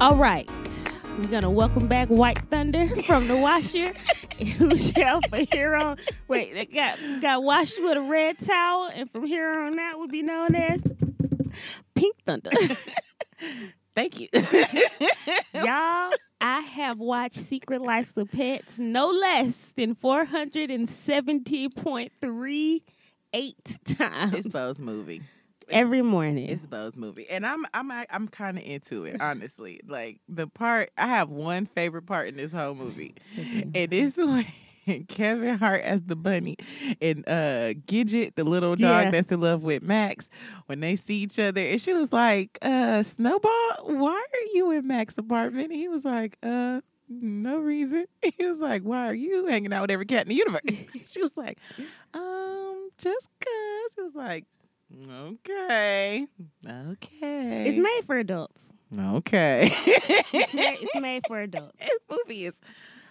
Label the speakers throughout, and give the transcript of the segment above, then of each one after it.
Speaker 1: All right. We're gonna welcome back White Thunder from the washer. Who shall from here on wait, that got got washed with a red towel and from here on out would be known as Pink Thunder.
Speaker 2: Thank you.
Speaker 1: Y'all, I have watched Secret Lives of Pets no less than 470.38
Speaker 2: it's
Speaker 1: times
Speaker 2: Bo's movie.
Speaker 1: every morning.
Speaker 2: It's Bo's movie, and I'm I'm I- I'm kind of into it, honestly. Like the part I have one favorite part in this whole movie, and it's when Kevin Hart as the bunny and uh Gidget, the little dog
Speaker 1: Yeah.
Speaker 2: that's in love with Max, when they see each other, and she was like, uh, "Snowball, why are you in Max's apartment?" And he was like, "Uh." No reason. He was like, "Why are you hanging out with every cat in the universe?" she was like, "Um, just cause." It was like, Okay. Okay.
Speaker 1: It's made for adults.
Speaker 2: Okay.
Speaker 1: It's made, it's made for adults.
Speaker 2: this movie is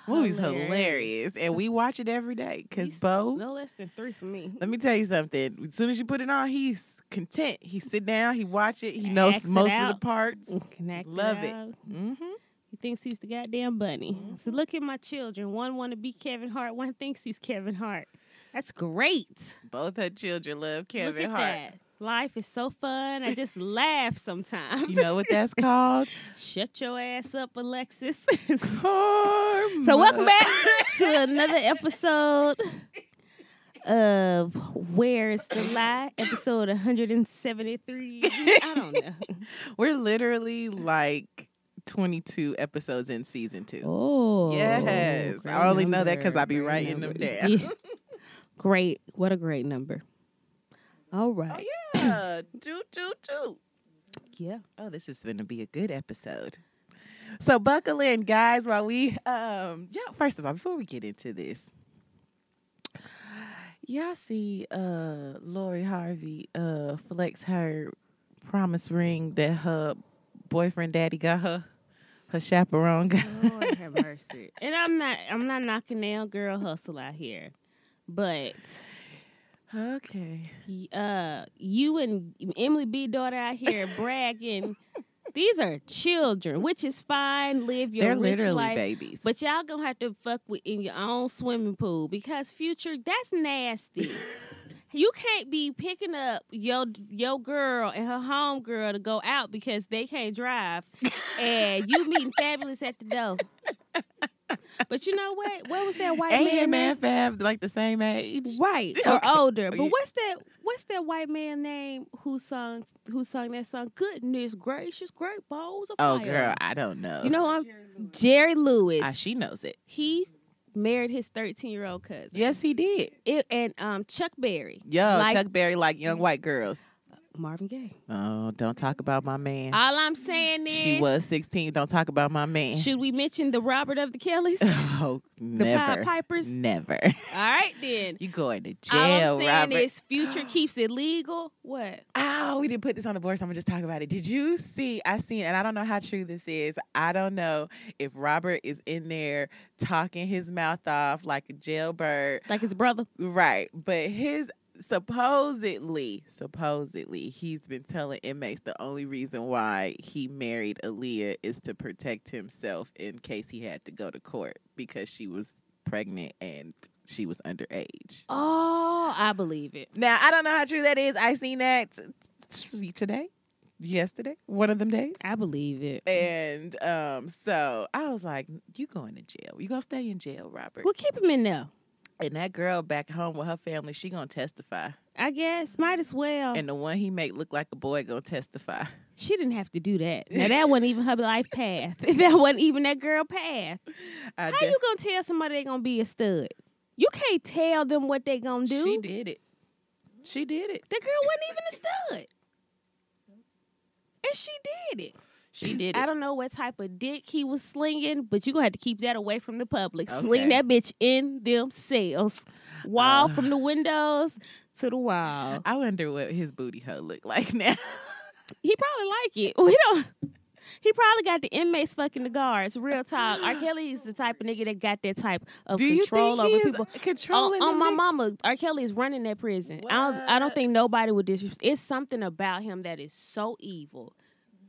Speaker 2: movie's
Speaker 1: Hilarious.
Speaker 2: hilarious, and we watch it every day. Cause
Speaker 1: He's
Speaker 2: Bo,
Speaker 1: no less than three for me.
Speaker 2: let me tell you something. As soon as you put it on, he's content. He sit down. He watch it. He knows
Speaker 1: Acts it
Speaker 2: most of
Speaker 1: out.
Speaker 2: the parts.
Speaker 1: Connect
Speaker 2: Love it. Mm-hmm.
Speaker 1: out.
Speaker 2: hmm
Speaker 1: He thinks he's the goddamn bunny. So look at my children. One want to be Kevin Hart. One thinks he's Kevin Hart. That's great.
Speaker 2: Both her children love Kevin
Speaker 1: look at
Speaker 2: Hart.
Speaker 1: that. Life is so fun. I just laugh sometimes.
Speaker 2: You know what that's called?
Speaker 1: Shut your ass up, Alexis.
Speaker 2: Karma.
Speaker 1: So welcome back to another episode of Where's the Lie? Episode 173. I don't know.
Speaker 2: We're literally like 22 episodes in season two.
Speaker 1: Oh.
Speaker 2: Yes.
Speaker 1: great
Speaker 2: I only know that 'cause
Speaker 1: number,
Speaker 2: I be
Speaker 1: great
Speaker 2: writing
Speaker 1: number.
Speaker 2: them down.
Speaker 1: Yeah. Great. What a great number. All right.
Speaker 2: yeah, two, two, two.
Speaker 1: yeah.
Speaker 2: Oh, this is going to be a good episode. So buckle in, guys, while we um yeah, first of all, before we get into this. Y'all see uh Lori Harvey uh flex her promise ring that her boyfriend daddy got her, her chaperone got.
Speaker 1: Lord have mercy. And I'm not I'm not knocking nail girl hustle out here. But
Speaker 2: Okay.
Speaker 1: uh you and Emily B daughter out here bragging. These are children, which is fine. Live your
Speaker 2: They're
Speaker 1: rich
Speaker 2: literally
Speaker 1: life.
Speaker 2: babies.
Speaker 1: But y'all gonna have to fuck with in your own swimming pool because future, that's nasty. you can't be picking up your your girl and her home girl to go out because they can't drive, and you meeting fabulous at the door. But you know what? What was that white
Speaker 2: AM
Speaker 1: man?
Speaker 2: and Fab like the same age.
Speaker 1: name? Right or
Speaker 2: Okay. Oh,
Speaker 1: older? But
Speaker 2: Yeah.
Speaker 1: what's that? What's that white man name who sung who sung that song? Goodness gracious, great balls of
Speaker 2: Oh
Speaker 1: fire.
Speaker 2: girl, I don't know.
Speaker 1: You know I'm Jerry Lewis
Speaker 2: Ah, she knows it.
Speaker 1: he married his 13 year old cousin.
Speaker 2: Yes, he did.
Speaker 1: It- and um, Chuck Berry,
Speaker 2: Yo,
Speaker 1: Like- Mm.
Speaker 2: Chuck Berry like young white girls.
Speaker 1: Marvin Gaye.
Speaker 2: Oh, don't talk about my man.
Speaker 1: All I'm saying is,
Speaker 2: she was 16. Don't talk about my man.
Speaker 1: should we mention the Robert of the Kellys? the
Speaker 2: oh,
Speaker 1: Pied
Speaker 2: never.
Speaker 1: Pipers?
Speaker 2: Never.
Speaker 1: All right, then.
Speaker 2: You going to
Speaker 1: All
Speaker 2: jail,
Speaker 1: I'm saying
Speaker 2: Robert.
Speaker 1: is, Future keeps it legal. What?
Speaker 2: Oh, we didn't put this on the board, so I'm gonna just talk about it. Did you see? I seen, and I don't know how true this is. I don't know if Robert is in there talking his mouth off like a jailbird
Speaker 1: Like his brother.
Speaker 2: Right. But his supposedly, supposedly, he's been telling inmates the only reason why he married Aaliyah is to protect himself in case he had to go to court because she was pregnant and she was underage.
Speaker 1: Oh, I believe it.
Speaker 2: Now, I don't know how true that is. I seen that t- t- today, yesterday, one of them days.
Speaker 1: I believe it.
Speaker 2: and um, so I was like, "You going to jail? You gonna stay in jail, Robert?"
Speaker 1: Well, keep him in there.
Speaker 2: And that girl back home with her family, she gonna testify.
Speaker 1: I guess might as well.
Speaker 2: and the one he make look like a boy gonna testify.
Speaker 1: she didn't have to do that. Now that wasn't even her life path. that wasn't even that girl path.
Speaker 2: I
Speaker 1: How you gonna tell somebody they gonna be a stud? You can't tell them what they gonna do.
Speaker 2: She did it. She did it.
Speaker 1: That girl wasn't even a stud. And she did it.
Speaker 2: She did
Speaker 1: I
Speaker 2: it.
Speaker 1: don't know what type of dick he was slinging, but you're going to have to keep that away from the public.
Speaker 2: Okay.
Speaker 1: Sling that bitch in themselves. Wall
Speaker 2: Uh.
Speaker 1: from the windows to the wall.
Speaker 2: I wonder what his booty hole look like now.
Speaker 1: He probably like it. We don't. He probably got the inmates fucking the guards. Real talk. R. Kelly is the type of nigga that got that type of
Speaker 2: Do you
Speaker 1: control
Speaker 2: think
Speaker 1: over
Speaker 2: he is
Speaker 1: people. Uh,
Speaker 2: controlling
Speaker 1: Oh, on,
Speaker 2: them
Speaker 1: my
Speaker 2: niggas?
Speaker 1: mama, R. Kelly is running that prison. I don't, I don't
Speaker 2: What?
Speaker 1: think nobody would disrespect. It's something about him that is so evil.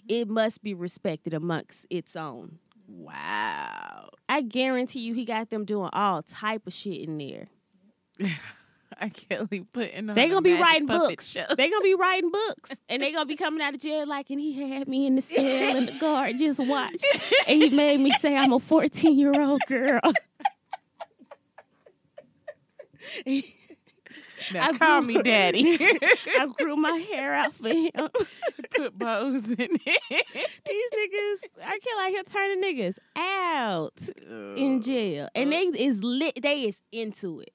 Speaker 2: Mm-hmm.
Speaker 1: it must be respected amongst its own.
Speaker 2: Wow.
Speaker 1: I guarantee you, he got them doing all type of shit in there.
Speaker 2: I can't leave putting on
Speaker 1: They
Speaker 2: a
Speaker 1: gonna be
Speaker 2: magic
Speaker 1: writing
Speaker 2: puppet
Speaker 1: books.
Speaker 2: show.
Speaker 1: They gonna be writing books, and they gonna be coming out of jail like, and he had me in the cell in the guard just watched, and he made me say I'm a 14 year old girl.
Speaker 2: Now
Speaker 1: I
Speaker 2: call
Speaker 1: grew-
Speaker 2: me daddy.
Speaker 1: I grew my hair out for him.
Speaker 2: Put bows in it.
Speaker 1: These niggas, I can't like him turning niggas out in jail, and they
Speaker 2: Uh.
Speaker 1: is lit. They is into it.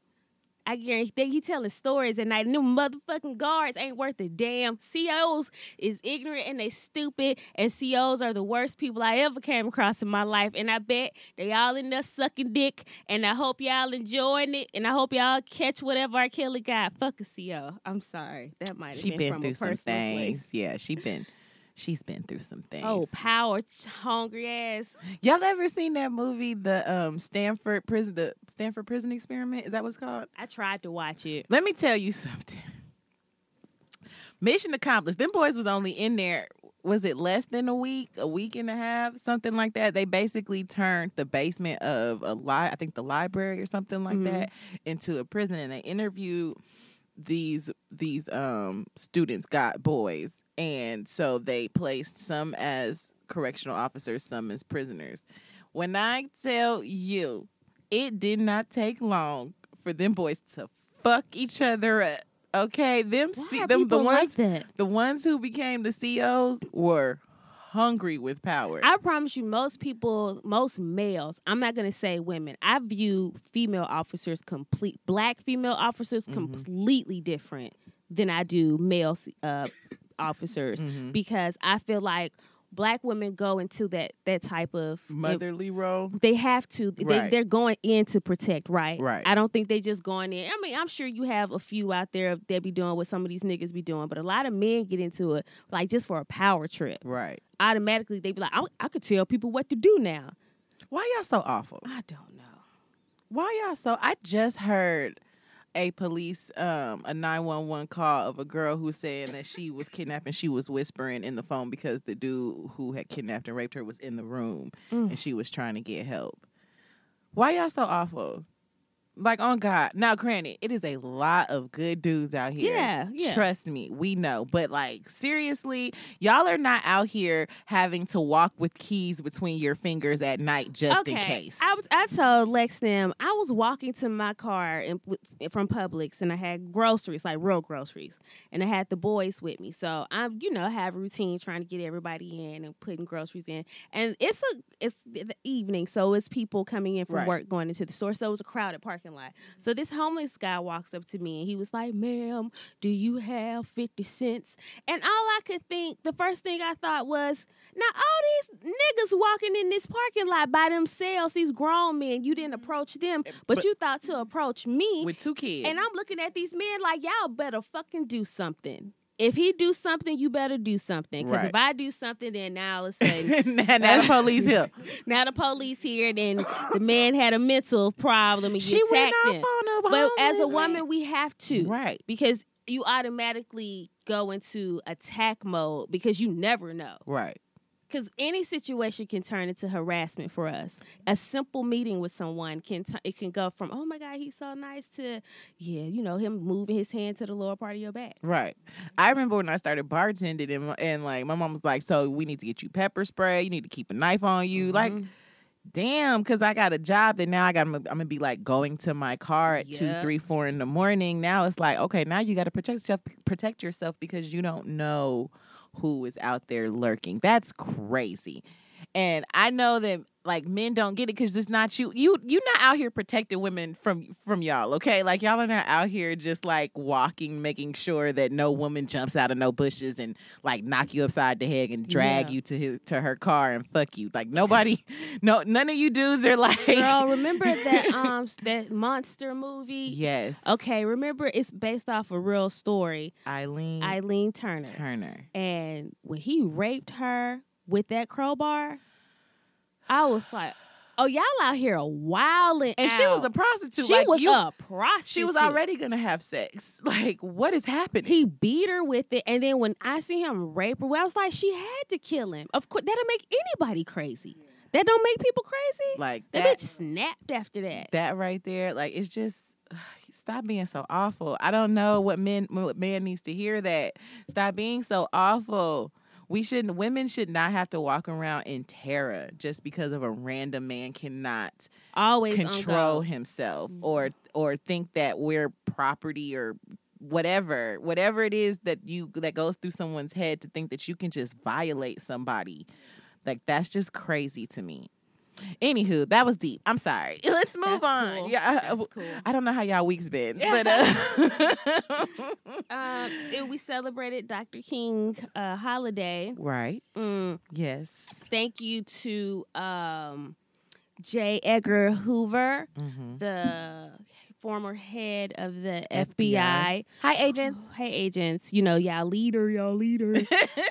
Speaker 1: I guarantee they, he telling stories at night. And them motherfucking guards ain't worth a damn. COs is ignorant and they stupid, and COs are the worst people I ever came across in my life. And I bet they all in there sucking dick. And I hope y'all enjoying it. And I hope y'all catch whatever our killer got. Fuck a CO. I'm sorry, that might have
Speaker 2: she
Speaker 1: been,
Speaker 2: been
Speaker 1: from a
Speaker 2: through some
Speaker 1: personal place.
Speaker 2: things. Yeah, she been she's been through some things.
Speaker 1: Oh, power, ch- hungry ass.
Speaker 2: Y'all ever seen that movie, the um Stanford prison the Stanford prison experiment? Is that what it's called?
Speaker 1: I tried to watch it.
Speaker 2: Let me tell you something. Mission accomplished. Them boys was only in there, was it less than a week, a week and a half, something like that? They basically turned the basement of a li I think the library or something like
Speaker 1: Mhm.
Speaker 2: that, into a prison and they interviewed these these um students got boys and so they placed some as correctional officers some as prisoners when i tell you it did not take long for them boys to fuck each other up okay them
Speaker 1: Why
Speaker 2: see
Speaker 1: are
Speaker 2: them the
Speaker 1: people like
Speaker 2: ones
Speaker 1: that?
Speaker 2: the ones who became the COs were hungry with power
Speaker 1: I promise you, most people, most males, I'm not gonna say women. I view female officers complete, black female officers
Speaker 2: Mhm.
Speaker 1: completely different than I do male uh, officers
Speaker 2: Mhm.
Speaker 1: because I feel like black women go into that that type of
Speaker 2: motherly role
Speaker 1: They have to. They,
Speaker 2: Right.
Speaker 1: they're going in to protect, right?
Speaker 2: Right.
Speaker 1: I don't think they just going in. I mean, I'm sure you have a few out there that be doing what some of these niggas be doing, but a lot of men get into it like just for a power trip.
Speaker 2: right
Speaker 1: Automatically, they be like, I, I could tell people what to do now.
Speaker 2: why y'all so awful
Speaker 1: I don't know.
Speaker 2: Why y'all so? I just heard a police, um, a nine one one call of a girl who was saying that she was kidnapped and she was whispering in the phone because the dude who had kidnapped and raped her was in the room
Speaker 1: Mm.
Speaker 2: and she was trying to get help. Why y'all so awful? Like on God. Now, granted, it is a lot of good dudes out here.
Speaker 1: Yeah, yeah.
Speaker 2: Trust me, we know. But like seriously, y'all are not out here having to walk with keys between your fingers at night just in case.
Speaker 1: I was. I told Lex them I was walking to my car and w- from Publix, and I had groceries, like real groceries, and I had the boys with me. So I'm, you know, have a routine trying to get everybody in and putting groceries in. And it's a it's the evening, so it's people coming in from
Speaker 2: Right.
Speaker 1: work going into the store. So it was a crowded parking lot. So this homeless guy walks up to me and he was like, "Ma'am, do you have fifty cents?" And all I could think, the first thing I thought was, now all these niggas walking in this parking lot by themselves, these grown men, you didn't approach them, but,
Speaker 2: Mm-hmm. Eh, But-
Speaker 1: you thought to approach me.
Speaker 2: with two kids.
Speaker 1: and I'm looking at these men like, y'all better fucking do something. If he do something, you better do something. Because if
Speaker 2: Right.
Speaker 1: I do something, then now all of a sudden,
Speaker 2: now, now the police here.
Speaker 1: now the police here, then the man had a mental problem and
Speaker 2: She
Speaker 1: you
Speaker 2: went
Speaker 1: attacked
Speaker 2: off
Speaker 1: him.
Speaker 2: on a
Speaker 1: But as a
Speaker 2: homeless
Speaker 1: woman,
Speaker 2: man.
Speaker 1: we have to
Speaker 2: right?
Speaker 1: because you automatically go into attack mode because you never know.
Speaker 2: Right.
Speaker 1: Because any situation can turn into harassment for us. A simple meeting with someone can t- it can go from oh my god he's so nice to yeah you know him moving his hand to the lower part of your back.
Speaker 2: Right. I remember when I started bartending and, and like my mom was like, "So we need to get you pepper spray. You need to keep a knife on you." Like,
Speaker 1: Mhm.
Speaker 2: damn, because I got a job that now I got. I'm gonna be like going to my car at two,
Speaker 1: Yep.
Speaker 2: three, four in the morning. Now it's like, okay, now you got to protect yourself, protect yourself because you don't know who is out there lurking. That's crazy. And I know that like men don't get it because it's not you. You you're not out here protecting women from from y'all. Okay, like y'all are not out here just like walking, making sure that no woman jumps out of no bushes and like knock you upside the head and drag
Speaker 1: Yeah.
Speaker 2: you to his, to her car and fuck you. Like nobody, no none of you dudes are like
Speaker 1: Girl, remember that um s- that monster movie?
Speaker 2: yes.
Speaker 1: Okay, remember it's based off a real story.
Speaker 2: Eileen
Speaker 1: Eileen Turner.
Speaker 2: Turner.
Speaker 1: And when he raped her with that crowbar, I was like, Oh, y'all out here wilding.
Speaker 2: And she was a prostitute.
Speaker 1: she
Speaker 2: like,
Speaker 1: was
Speaker 2: you,
Speaker 1: a prostitute.
Speaker 2: She was already gonna have sex. Like, what is happening?
Speaker 1: He beat her with it, and then when I see him rape her, well, I was like, she had to kill him. Of course, that'll make anybody crazy. That don't make people crazy.
Speaker 2: like
Speaker 1: That,
Speaker 2: that,
Speaker 1: bitch snapped after that.
Speaker 2: that right there. Like, it's just stop being so awful. I don't know what men what man needs to hear that. Stop being so awful. We shouldn't. Women should not have to walk around in terror just because of a random man cannot
Speaker 1: Always
Speaker 2: control
Speaker 1: on go.
Speaker 2: himself
Speaker 1: Mhm.
Speaker 2: or or think that we're property or whatever whatever it is that you that goes through someone's head to think that you can just violate somebody like that's just crazy to me anywho that was deep i'm sorry let's move
Speaker 1: That's
Speaker 2: on
Speaker 1: cool.
Speaker 2: yeah I,
Speaker 1: That's cool.
Speaker 2: I don't know how y'all week's been but uh,
Speaker 1: Um, and we celebrated Dr. King uh, holiday.
Speaker 2: right
Speaker 1: Mm.
Speaker 2: yes
Speaker 1: thank you to um, J. Edgar Hoover,
Speaker 2: hmm
Speaker 1: the former head of the
Speaker 2: FBI.
Speaker 1: FBI.
Speaker 2: hi agents
Speaker 1: Oh, Hey, agents. You know, y'all leader, y'all leader.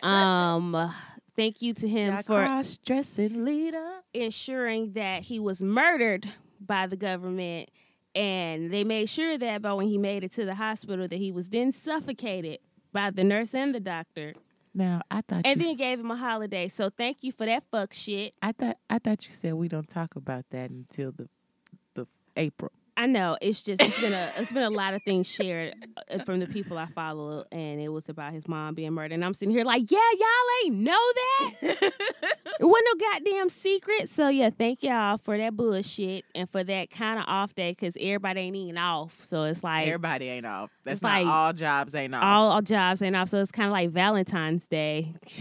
Speaker 1: um, thank you to him for
Speaker 2: cross-dressing leader
Speaker 1: ensuring that he was murdered by the government. And they made sure that by when he made it to the hospital, that he was then suffocated by the nurse and the doctor,
Speaker 2: now i thought
Speaker 1: and
Speaker 2: you
Speaker 1: then gave him a holiday. So thank you for that fuck shit.
Speaker 2: I thought I thought you said we don't talk about that until the the April.
Speaker 1: I know it's just it's been a it's been a lot of things shared uh, from the people I follow, and it was about his mom being murdered. And I'm sitting here like, yeah, y'all ain't know that. It wasn't no goddamn secret. So yeah, thank y'all for that bullshit and for that kind of off day because everybody ain't eating off. So it's like
Speaker 2: Everybody ain't off. That's
Speaker 1: It's
Speaker 2: not
Speaker 1: like-
Speaker 2: all jobs ain't off.
Speaker 1: all, all jobs ain't off. So it's kind of like Valentine's Day.
Speaker 2: it's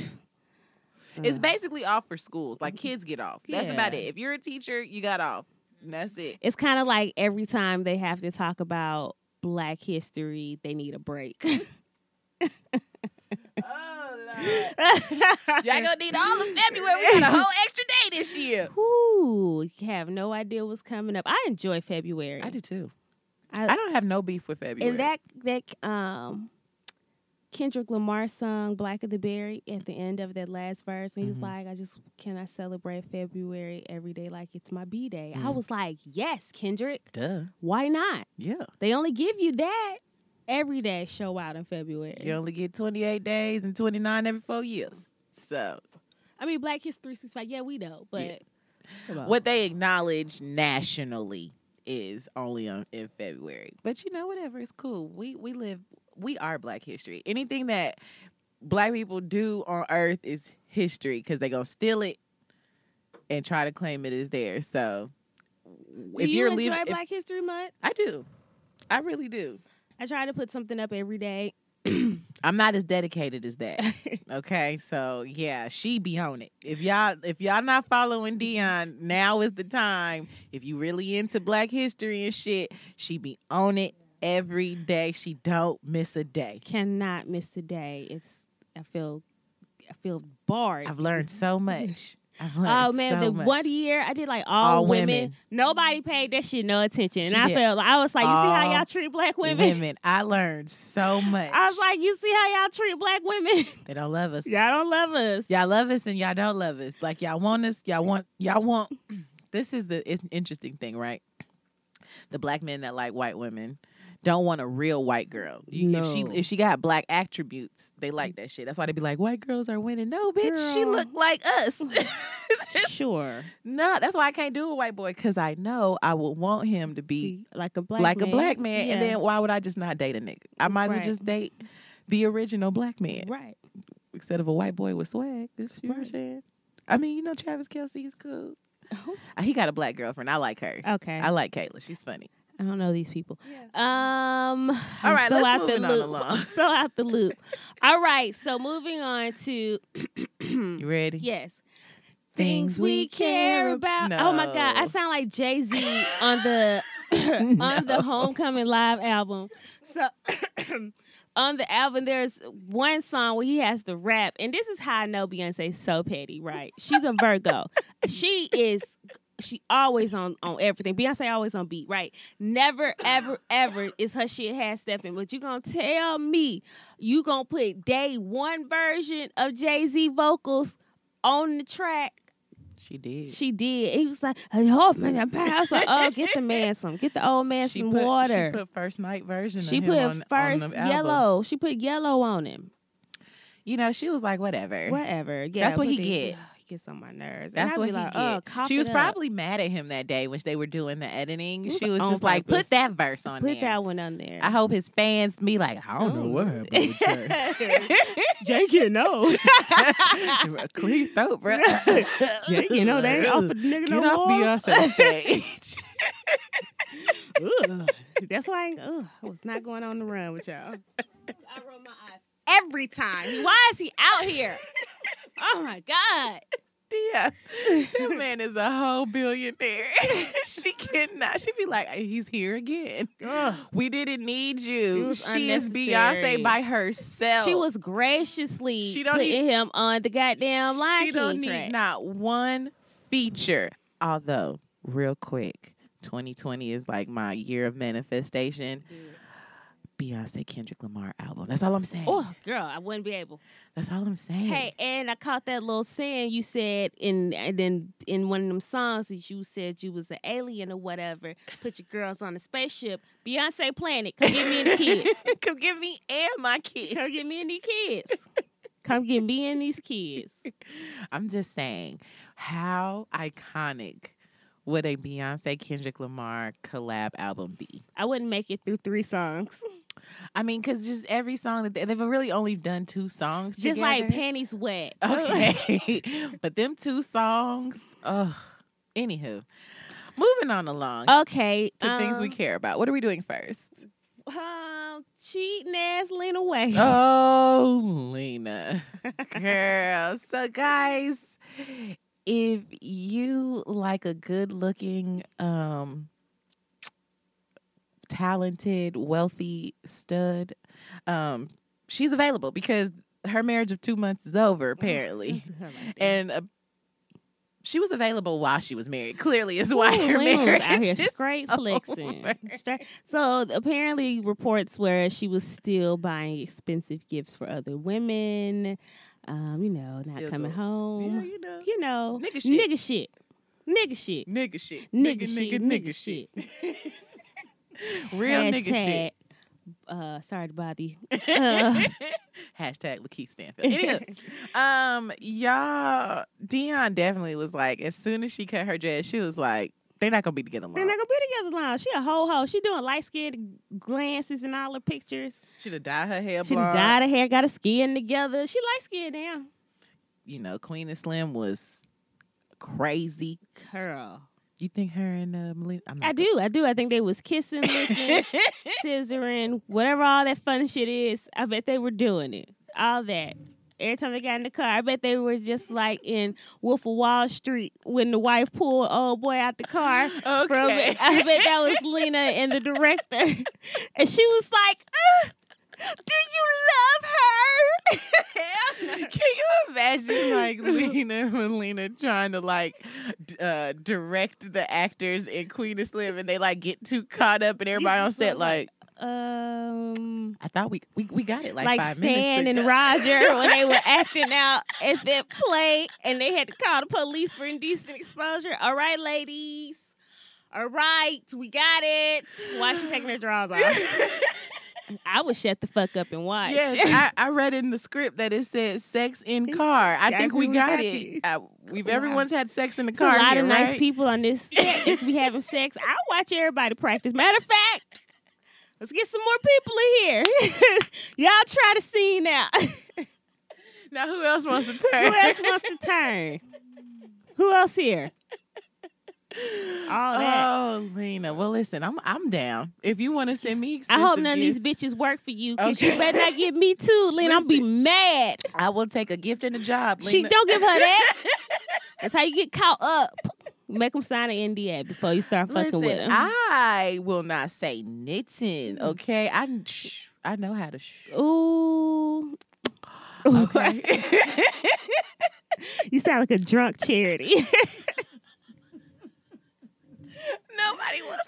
Speaker 2: Mm-hmm.
Speaker 1: Ugh.
Speaker 2: basically off for schools. Like kids get off. That's about
Speaker 1: Yeah.
Speaker 2: it. If you're a teacher, you got off. And That's it.
Speaker 1: it's kind of like every time they have to talk about Black history, they need a break.
Speaker 2: Oh Lord. Y'all gonna need all of February. We got a whole extra day this year.
Speaker 1: Ooh, you have no idea what's coming up. I enjoy February.
Speaker 2: I do too.
Speaker 1: I-
Speaker 2: I, don't have no beef with February.
Speaker 1: And that that um Kendrick Lamar song "Black of the Berry" at the end of that last verse, and he was
Speaker 2: Mhm.
Speaker 1: like, "I just can I celebrate February every day like it's my b day." I was like, "Yes, Kendrick,
Speaker 2: Mm. duh.
Speaker 1: why not?
Speaker 2: Yeah.
Speaker 1: They only give you that every day. Show out in February.
Speaker 2: You only get 28 days and 29 every four years. So
Speaker 1: I mean, Black History 365. Yeah, we know, but
Speaker 2: Yeah.
Speaker 1: come on.
Speaker 2: what they acknowledge nationally is only on, in February. But you know, whatever, it's cool. We we live we are Black History. Anything that Black people do on Earth is history because they gonna steal it and try to claim it is theirs. So
Speaker 1: Do you enjoy Black History Month?
Speaker 2: I do, I really do.
Speaker 1: I try to put something up every day.
Speaker 2: I'm not as dedicated as that. Okay, so yeah, she be on it. If y'all if y'all not following
Speaker 1: Mm-hmm.
Speaker 2: Dion, now is the time. If you really into Black history and shit, she be on it every day. She don't miss a day.
Speaker 1: cannot miss a day. It's I feel I feel barred.
Speaker 2: I've learned so much. I've learned
Speaker 1: Oh man,
Speaker 2: so
Speaker 1: the
Speaker 2: much.
Speaker 1: one year I did like all,
Speaker 2: All
Speaker 1: women.
Speaker 2: women.
Speaker 1: Nobody paid that shit no attention,
Speaker 2: She
Speaker 1: and I
Speaker 2: did.
Speaker 1: felt like I was like, you see
Speaker 2: All
Speaker 1: how y'all treat black women?
Speaker 2: I learned so much.
Speaker 1: I was like, you see how y'all treat black women?
Speaker 2: they don't love us.
Speaker 1: y'all don't love us.
Speaker 2: Y'all love us and y'all don't love us. Like y'all want us, y'all want y'all want this is the it's an interesting thing, right? The black men that like white women don't want a real white girl. You- If she
Speaker 1: No.
Speaker 2: if she got black attributes, they like that shit. That's why they be like, white girls are winning. No, bitch, she
Speaker 1: Girl.
Speaker 2: look like us.
Speaker 1: Sure,
Speaker 2: no, that's why I can't do a white boy because I know I would want him to be
Speaker 1: like a black
Speaker 2: like
Speaker 1: man.
Speaker 2: a black man. And
Speaker 1: Yeah.
Speaker 2: then why would I just not date a nigga? I might as
Speaker 1: Right.
Speaker 2: well just date the original black man
Speaker 1: right.
Speaker 2: instead of a white boy with swag. You know what I'm
Speaker 1: Right.
Speaker 2: saying? I mean, you know, Travis Kelsey is cool. Uh, He got a black girlfriend. I like her.
Speaker 1: Okay,
Speaker 2: I
Speaker 1: I,
Speaker 2: like Kayla. She's funny.
Speaker 1: don't know these people. Um,
Speaker 2: All right,
Speaker 1: so
Speaker 2: let's
Speaker 1: out
Speaker 2: moving
Speaker 1: the
Speaker 2: on
Speaker 1: loop.
Speaker 2: along.
Speaker 1: I'm still out the loop. All right, so moving on to
Speaker 2: You ready?
Speaker 1: Yes.
Speaker 2: Things
Speaker 1: Things,
Speaker 2: we
Speaker 1: we
Speaker 2: care
Speaker 1: care about. Oh my God, I
Speaker 2: No.
Speaker 1: sound like Jay Z on the on
Speaker 2: No.
Speaker 1: the Homecoming Live album. So on the album, there's one song where he has to rap, and this is how I know Beyonce's so petty, right? She's a Virgo. she is. She always on on everything. Beyonce always on beat, right? Never, ever, ever is her shit half stepping. But you gonna tell me you gonna put day one version of Jay Z vocals on the track
Speaker 2: She did.
Speaker 1: She did. He was like, "Hey, oh man, I'm proud." I was like, "Oh, get the man some. Get the old man
Speaker 2: She
Speaker 1: some
Speaker 2: put,
Speaker 1: water."
Speaker 2: She put first night version.
Speaker 1: She
Speaker 2: of
Speaker 1: put
Speaker 2: him on,
Speaker 1: first
Speaker 2: on the album.
Speaker 1: yellow. She put yellow on him.
Speaker 2: You know, she was like, whatever.
Speaker 1: Whatever. Yeah,
Speaker 2: That's what
Speaker 1: but
Speaker 2: he
Speaker 1: then-
Speaker 2: get.
Speaker 1: Ugh, he gets on my nerves. And
Speaker 2: That's
Speaker 1: I'd
Speaker 2: what
Speaker 1: be
Speaker 2: he
Speaker 1: like,
Speaker 2: get.
Speaker 1: "Ugh, cough
Speaker 2: she
Speaker 1: it
Speaker 2: was
Speaker 1: up.
Speaker 2: probably mad at him that day when they were doing the editing.
Speaker 1: It was
Speaker 2: She was
Speaker 1: on
Speaker 2: just like,
Speaker 1: purpose.
Speaker 2: put that verse on
Speaker 1: put
Speaker 2: there.
Speaker 1: that one Oh. on there.
Speaker 2: I hope his fans be like, I don't know what happened with Trey.
Speaker 1: Jake, you know,
Speaker 2: Clean throat, bro.
Speaker 1: Jake, you know, they ain't offered the nigga
Speaker 2: Get
Speaker 1: no
Speaker 2: off
Speaker 1: more.
Speaker 2: Beyonce stage.
Speaker 1: Ugh. That's why I, ain't, ugh, I was not going on the run with y'all. I roll my eyes every time. Why is he out here? Oh my god!
Speaker 2: Yeah, that man is a whole billionaire. she cannot. She'd be like, he's here again. We didn't need
Speaker 1: It
Speaker 2: you.
Speaker 1: was
Speaker 2: She is
Speaker 1: unnecessary.
Speaker 2: Beyonce by herself.
Speaker 1: She was graciously
Speaker 2: She don't
Speaker 1: putting him on the goddamn Lion
Speaker 2: She don't
Speaker 1: King
Speaker 2: need
Speaker 1: track.
Speaker 2: not one feature. Although, real quick, 2020 is like my year of manifestation. Beyonce Kendrick Lamar album. That's all I'm saying.
Speaker 1: Oh, girl, I wouldn't be able.
Speaker 2: That's all I'm saying.
Speaker 1: Hey, and I caught that little saying you said in and then in one of them songs that you said you was an alien or whatever. Put your girls on a spaceship, Beyonce Planet. Come get me and the kids.
Speaker 2: Come get me and my kids.
Speaker 1: Come get me and these kids. Come get me and these kids.
Speaker 2: I'm just saying, how iconic would a Beyonce Kendrick Lamar collab album be?
Speaker 1: I wouldn't make it through three songs.
Speaker 2: I mean, because just every song that they, they've really only done two songs.
Speaker 1: Just like
Speaker 2: together.
Speaker 1: panties wet.
Speaker 2: Okay. but them two songs, ugh. Anywho, moving on along
Speaker 1: okay.
Speaker 2: to things we
Speaker 1: um,
Speaker 2: care about. What are we doing first?
Speaker 1: Um, cheating ass lean away.
Speaker 2: Oh, Lena. Girl. So, guys, if you like a good looking, um, talented, wealthy stud, um, she's available because her marriage of two months is over, apparently. and uh, she was available while she was married. Clearly, is why her
Speaker 1: Lena was
Speaker 2: marriage
Speaker 1: out here
Speaker 2: is
Speaker 1: straight
Speaker 2: over.
Speaker 1: flexing. Straight- So apparently, reports where she was still buying expensive gifts for other women. Um, you know, not
Speaker 2: Still
Speaker 1: coming
Speaker 2: doing- Yeah,
Speaker 1: home.
Speaker 2: you know,
Speaker 1: You know,
Speaker 2: Nigga shit.
Speaker 1: nigga shit, nigga shit,
Speaker 2: nigga shit,
Speaker 1: nigga, shit, nigga shit.
Speaker 2: real nigga
Speaker 1: Hashtag,
Speaker 2: shit.
Speaker 1: Uh, sorry to bother you. Uh,
Speaker 2: Hashtag Lakeith Stanfield. Anywho, um, y'all, Dion definitely was like, as soon as she cut her dress, she was like, they're not gonna be together
Speaker 1: they're
Speaker 2: long.
Speaker 1: not gonna be "Oh, together long. She a whole hoe. She doing light skinned glances in all her pictures.
Speaker 2: She'd have dyed her hair
Speaker 1: She done
Speaker 2: blonde.
Speaker 1: dyed her hair, got her skin together. She light skinned now.
Speaker 2: You know, Queen and Slim was crazy.
Speaker 1: Girl.
Speaker 2: You think her and uh, Melina? I'm not
Speaker 1: I do, I do. I think they was kissing, licking, scissoring, whatever all that fun shit is. I bet they were doing it. All that. Every time they got in the car, I bet they were just like in Wolf of Wall Street when the wife pulled old boy out the car.
Speaker 2: Okay.
Speaker 1: From it. I bet that was Lena and the director. And she was like, "Ugh, Do you love her?
Speaker 2: Can you imagine like Lena Melina trying to like d- uh, direct the actors in Queen of Slim and they like get too caught up and everybody on set like
Speaker 1: um.
Speaker 2: I thought we we, we got it like,
Speaker 1: like,
Speaker 2: five
Speaker 1: Stan
Speaker 2: minutes
Speaker 1: and
Speaker 2: ago.
Speaker 1: Roger when they were acting out at that play and they had to call the police for indecent exposure. All right, ladies. All right, we got it. Why is she taking her drawers off? I would shut the fuck up and watch.
Speaker 2: Yes, I, I read in the script that it said sex in car. I
Speaker 1: I
Speaker 2: think we
Speaker 1: agree
Speaker 2: got
Speaker 1: with
Speaker 2: it.
Speaker 1: that.
Speaker 2: I, we've
Speaker 1: Wow.
Speaker 2: everyone's had sex in the
Speaker 1: It's a
Speaker 2: car.
Speaker 1: lot
Speaker 2: here,
Speaker 1: of nice
Speaker 2: right?
Speaker 1: people on this set that be having sex. I watch everybody practice. Matter of fact, let's get some more people in here. Y'all try the scene out.
Speaker 2: Now who else wants to
Speaker 1: Who
Speaker 2: turn?
Speaker 1: else wants to turn? Who else here? All that.
Speaker 2: Oh, Lena. Well, listen, I'm I'm down. If you want to send me,
Speaker 1: I hope
Speaker 2: exclusive
Speaker 1: none of
Speaker 2: gifts,
Speaker 1: these bitches work for you because
Speaker 2: Okay.
Speaker 1: you better not get me too, Lynn. I'll be mad.
Speaker 2: I will take a gift and a job.
Speaker 1: She
Speaker 2: Lena.
Speaker 1: don't give her that. That's how you get caught up. Make them sign an NDA before you start fucking
Speaker 2: Listen,
Speaker 1: with Mm. them.
Speaker 2: I will not say knitting. Okay, I shh, I know how to. Shh.
Speaker 1: Ooh.
Speaker 2: Okay.
Speaker 1: you sound like a drunk charity.
Speaker 2: Nobody wants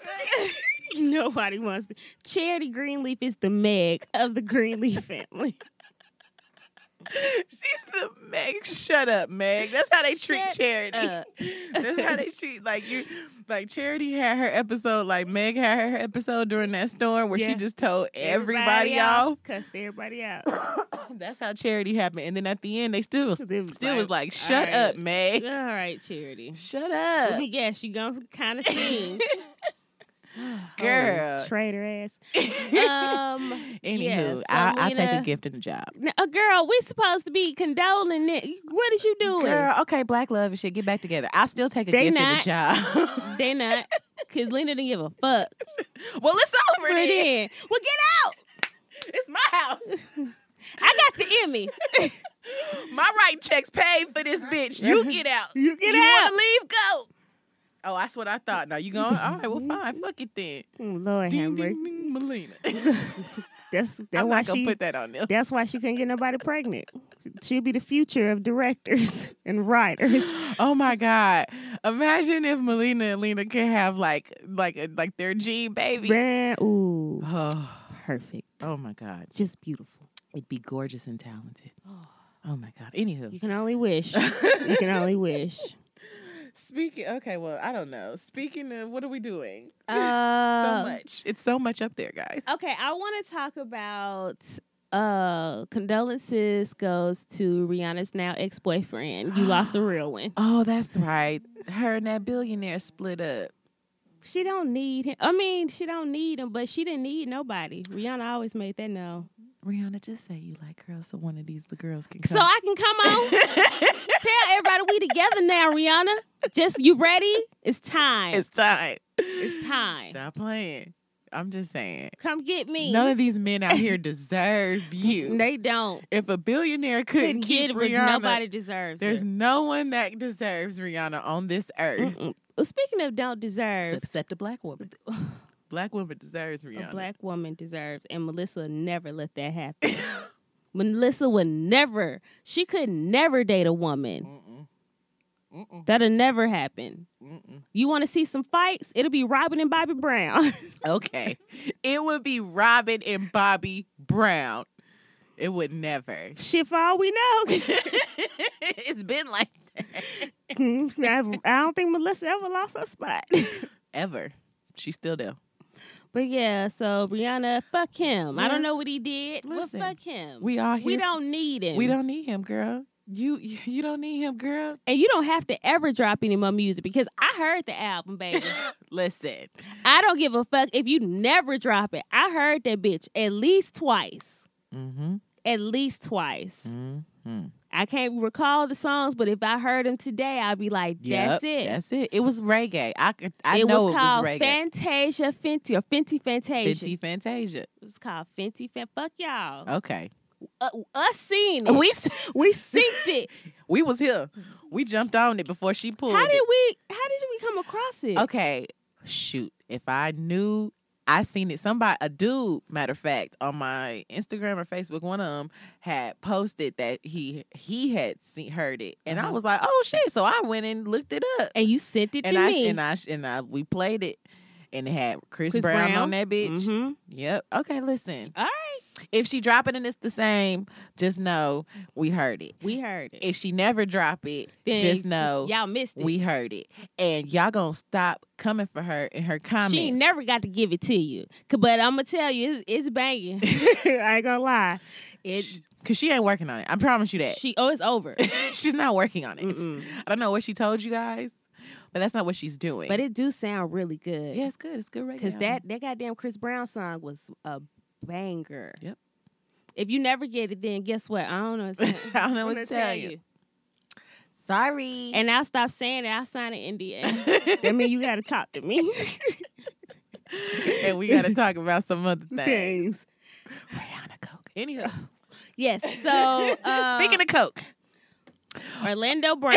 Speaker 2: to.
Speaker 1: Nobody wants to. Charity Greenleaf is the Meg of the Greenleaf family.
Speaker 2: She's the Meg you shut up, Meg. That's how they treat
Speaker 1: Shut
Speaker 2: charity.
Speaker 1: up.
Speaker 2: That's how they treat like you. Like Charity had her episode. Like Meg had her episode during that storm where she
Speaker 1: Yeah.
Speaker 2: just told everybody, off.
Speaker 1: Cussed everybody out.
Speaker 2: That's how Charity happened. And then at the end, they still still
Speaker 1: They was
Speaker 2: was like, "Shut
Speaker 1: "All
Speaker 2: up,
Speaker 1: right,
Speaker 2: Meg.
Speaker 1: All right, Charity.
Speaker 2: Shut up,
Speaker 1: Yeah, she gonna kind of sing.
Speaker 2: girl."
Speaker 1: Oh, traitor ass. Um,
Speaker 2: Anywho,
Speaker 1: yeah,
Speaker 2: I, I take the
Speaker 1: Selena-
Speaker 2: gift and the job.
Speaker 1: now, uh, girl, we supposed to be condoling it. What is you doing?
Speaker 2: Girl, okay, black love and shit, get back together. I still take a
Speaker 1: They
Speaker 2: gift and a job.
Speaker 1: They not, cause Lena didn't give a fuck.
Speaker 2: well, it's over
Speaker 1: Put it
Speaker 2: then.
Speaker 1: in. Well, get out.
Speaker 2: It's my house.
Speaker 1: I got the Emmy.
Speaker 2: My writing checks paid for this bitch. You get out.
Speaker 1: You get
Speaker 2: you
Speaker 1: out.
Speaker 2: Wanna leave? Go. Oh, that's what I thought. Now you going? All right, well, fine. Fuck it then.
Speaker 1: Oh, Lord,
Speaker 2: Ding,
Speaker 1: Hammer.
Speaker 2: ding, ding, Melina.
Speaker 1: That's that's
Speaker 2: I'm
Speaker 1: why
Speaker 2: not gonna
Speaker 1: she.
Speaker 2: put that on them.
Speaker 1: that's why she couldn't get nobody pregnant. She'll be the future of directors and writers.
Speaker 2: Oh my god! Imagine if Melina and Lena could have like, like, a, like their gene baby.
Speaker 1: Man, ooh,
Speaker 2: Oh,
Speaker 1: perfect.
Speaker 2: oh my god!
Speaker 1: Just beautiful.
Speaker 2: It'd be gorgeous and talented. Oh my god! Anywho,
Speaker 1: You can only wish. you can only wish.
Speaker 2: Speaking. Okay, well, I don't know. Speaking of, what are we doing?
Speaker 1: Uh,
Speaker 2: so much. It's so much up there, guys.
Speaker 1: Okay, I want to talk about uh condolences goes to Rihanna's now ex boyfriend. You lost the real one.
Speaker 2: Oh, that's right. Her and that billionaire split up.
Speaker 1: She don't need him. I mean, she don't need him, but she didn't need nobody. Rihanna always made that known.
Speaker 2: Rihanna, just say you like girls, so one of these the girls can
Speaker 1: So I can come on. Tell everybody we together now, Rihanna. Just you ready? It's time.
Speaker 2: it's time.
Speaker 1: It's time.
Speaker 2: Stop playing. I'm just saying.
Speaker 1: Come get me.
Speaker 2: None of these men out here deserve you.
Speaker 1: they don't.
Speaker 2: If a billionaire
Speaker 1: Couldn't
Speaker 2: couldn't,
Speaker 1: get
Speaker 2: keep
Speaker 1: it, but
Speaker 2: Rihanna,
Speaker 1: nobody deserves
Speaker 2: there's
Speaker 1: it.
Speaker 2: no one that deserves Rihanna on this earth
Speaker 1: Mm-mm. Well, Speaking of don't deserve,
Speaker 2: except a black woman. Black woman deserves Rihanna.
Speaker 1: a black woman deserves, and Melissa never let that happen. Melissa would never, she could never date a woman.
Speaker 2: Mm-mm. Mm-mm.
Speaker 1: That'll never happen.
Speaker 2: Mm-mm.
Speaker 1: You want to see some fights? It'll be Robin and Bobby Brown.
Speaker 2: Okay. it would be Robin and Bobby Brown. It would never.
Speaker 1: Shit, for all we know,
Speaker 2: it's been like that.
Speaker 1: I I don't think Melissa ever lost her spot.
Speaker 2: Ever. She's still there.
Speaker 1: but yeah, so Brianna, fuck him. I don't
Speaker 2: Yeah.
Speaker 1: know what he did,
Speaker 2: Listen,
Speaker 1: but fuck him.
Speaker 2: We all here.
Speaker 1: we don't need him.
Speaker 2: we don't need him, girl. You you you don't need him, girl.
Speaker 1: and you don't have to ever drop any more music because I heard the album, baby.
Speaker 2: Listen.
Speaker 1: I don't give a fuck if you never drop it. I heard that bitch at least twice.
Speaker 2: Mm-hmm.
Speaker 1: At least twice.
Speaker 2: Mm-hmm.
Speaker 1: I can't recall the songs, but if I heard them today, I'd be like, that's it.
Speaker 2: That's it. It was reggae. I could I
Speaker 1: it
Speaker 2: know
Speaker 1: was
Speaker 2: it
Speaker 1: called
Speaker 2: was reggae.
Speaker 1: Fantasia Fenty or Fenty Fantasia.
Speaker 2: Fenty Fantasia.
Speaker 1: It was called Fenty Fan. Fuck y'all.
Speaker 2: Okay.
Speaker 1: Uh, us seen it.
Speaker 2: We s-
Speaker 1: We synced it.
Speaker 2: we was here. We jumped on it before she pulled.
Speaker 1: How
Speaker 2: it.
Speaker 1: did we? How did we come across it?
Speaker 2: Okay, shoot. If I knew, I seen it. Somebody, a dude, matter of fact, on my Instagram or Facebook, one of them had posted that he he had seen, heard it, and I
Speaker 1: Uh-huh.
Speaker 2: was like, oh shit! So I went and looked it up,
Speaker 1: And you sent it
Speaker 2: and
Speaker 1: to
Speaker 2: I
Speaker 1: me.
Speaker 2: and I and I we played it, and it had Chris,
Speaker 1: Chris
Speaker 2: Brown,
Speaker 1: Brown?
Speaker 2: on that bitch.
Speaker 1: Mhm.
Speaker 2: Yep. Okay, listen.
Speaker 1: All right.
Speaker 2: If she drop it and it's the same, just know we heard it.
Speaker 1: We heard it.
Speaker 2: If she never drop it,
Speaker 1: Then
Speaker 2: just know
Speaker 1: y'all missed it.
Speaker 2: we heard it. And y'all gonna stop coming for her in her comments.
Speaker 1: She ain't never got to give it to you. C- But I'm gonna tell you, it's, it's banging. I ain't gonna lie. It.
Speaker 2: Cause she ain't working on it. I promise you that.
Speaker 1: She. Oh, it's over.
Speaker 2: she's not working on it.
Speaker 1: Mm-mm.
Speaker 2: I don't know what she told you guys, but that's not what she's doing.
Speaker 1: but it do sound really good.
Speaker 2: yeah, it's good. It's good right
Speaker 1: Cause that that goddamn Chris Brown song was a banger.
Speaker 2: Yep.
Speaker 1: If you never get it, then guess what? I don't know. What to tell-
Speaker 2: I don't know what
Speaker 1: I'm
Speaker 2: to
Speaker 1: gonna
Speaker 2: tell you. Sorry.
Speaker 1: And I'll stop saying it. I'll sign an NDA. that mean you gotta talk to me.
Speaker 2: and we gotta talk about some other things.
Speaker 1: Thanks.
Speaker 2: Rihanna Coke. Anyhow.
Speaker 1: Yes. So uh,
Speaker 2: Speaking of Coke.
Speaker 1: Orlando Brown.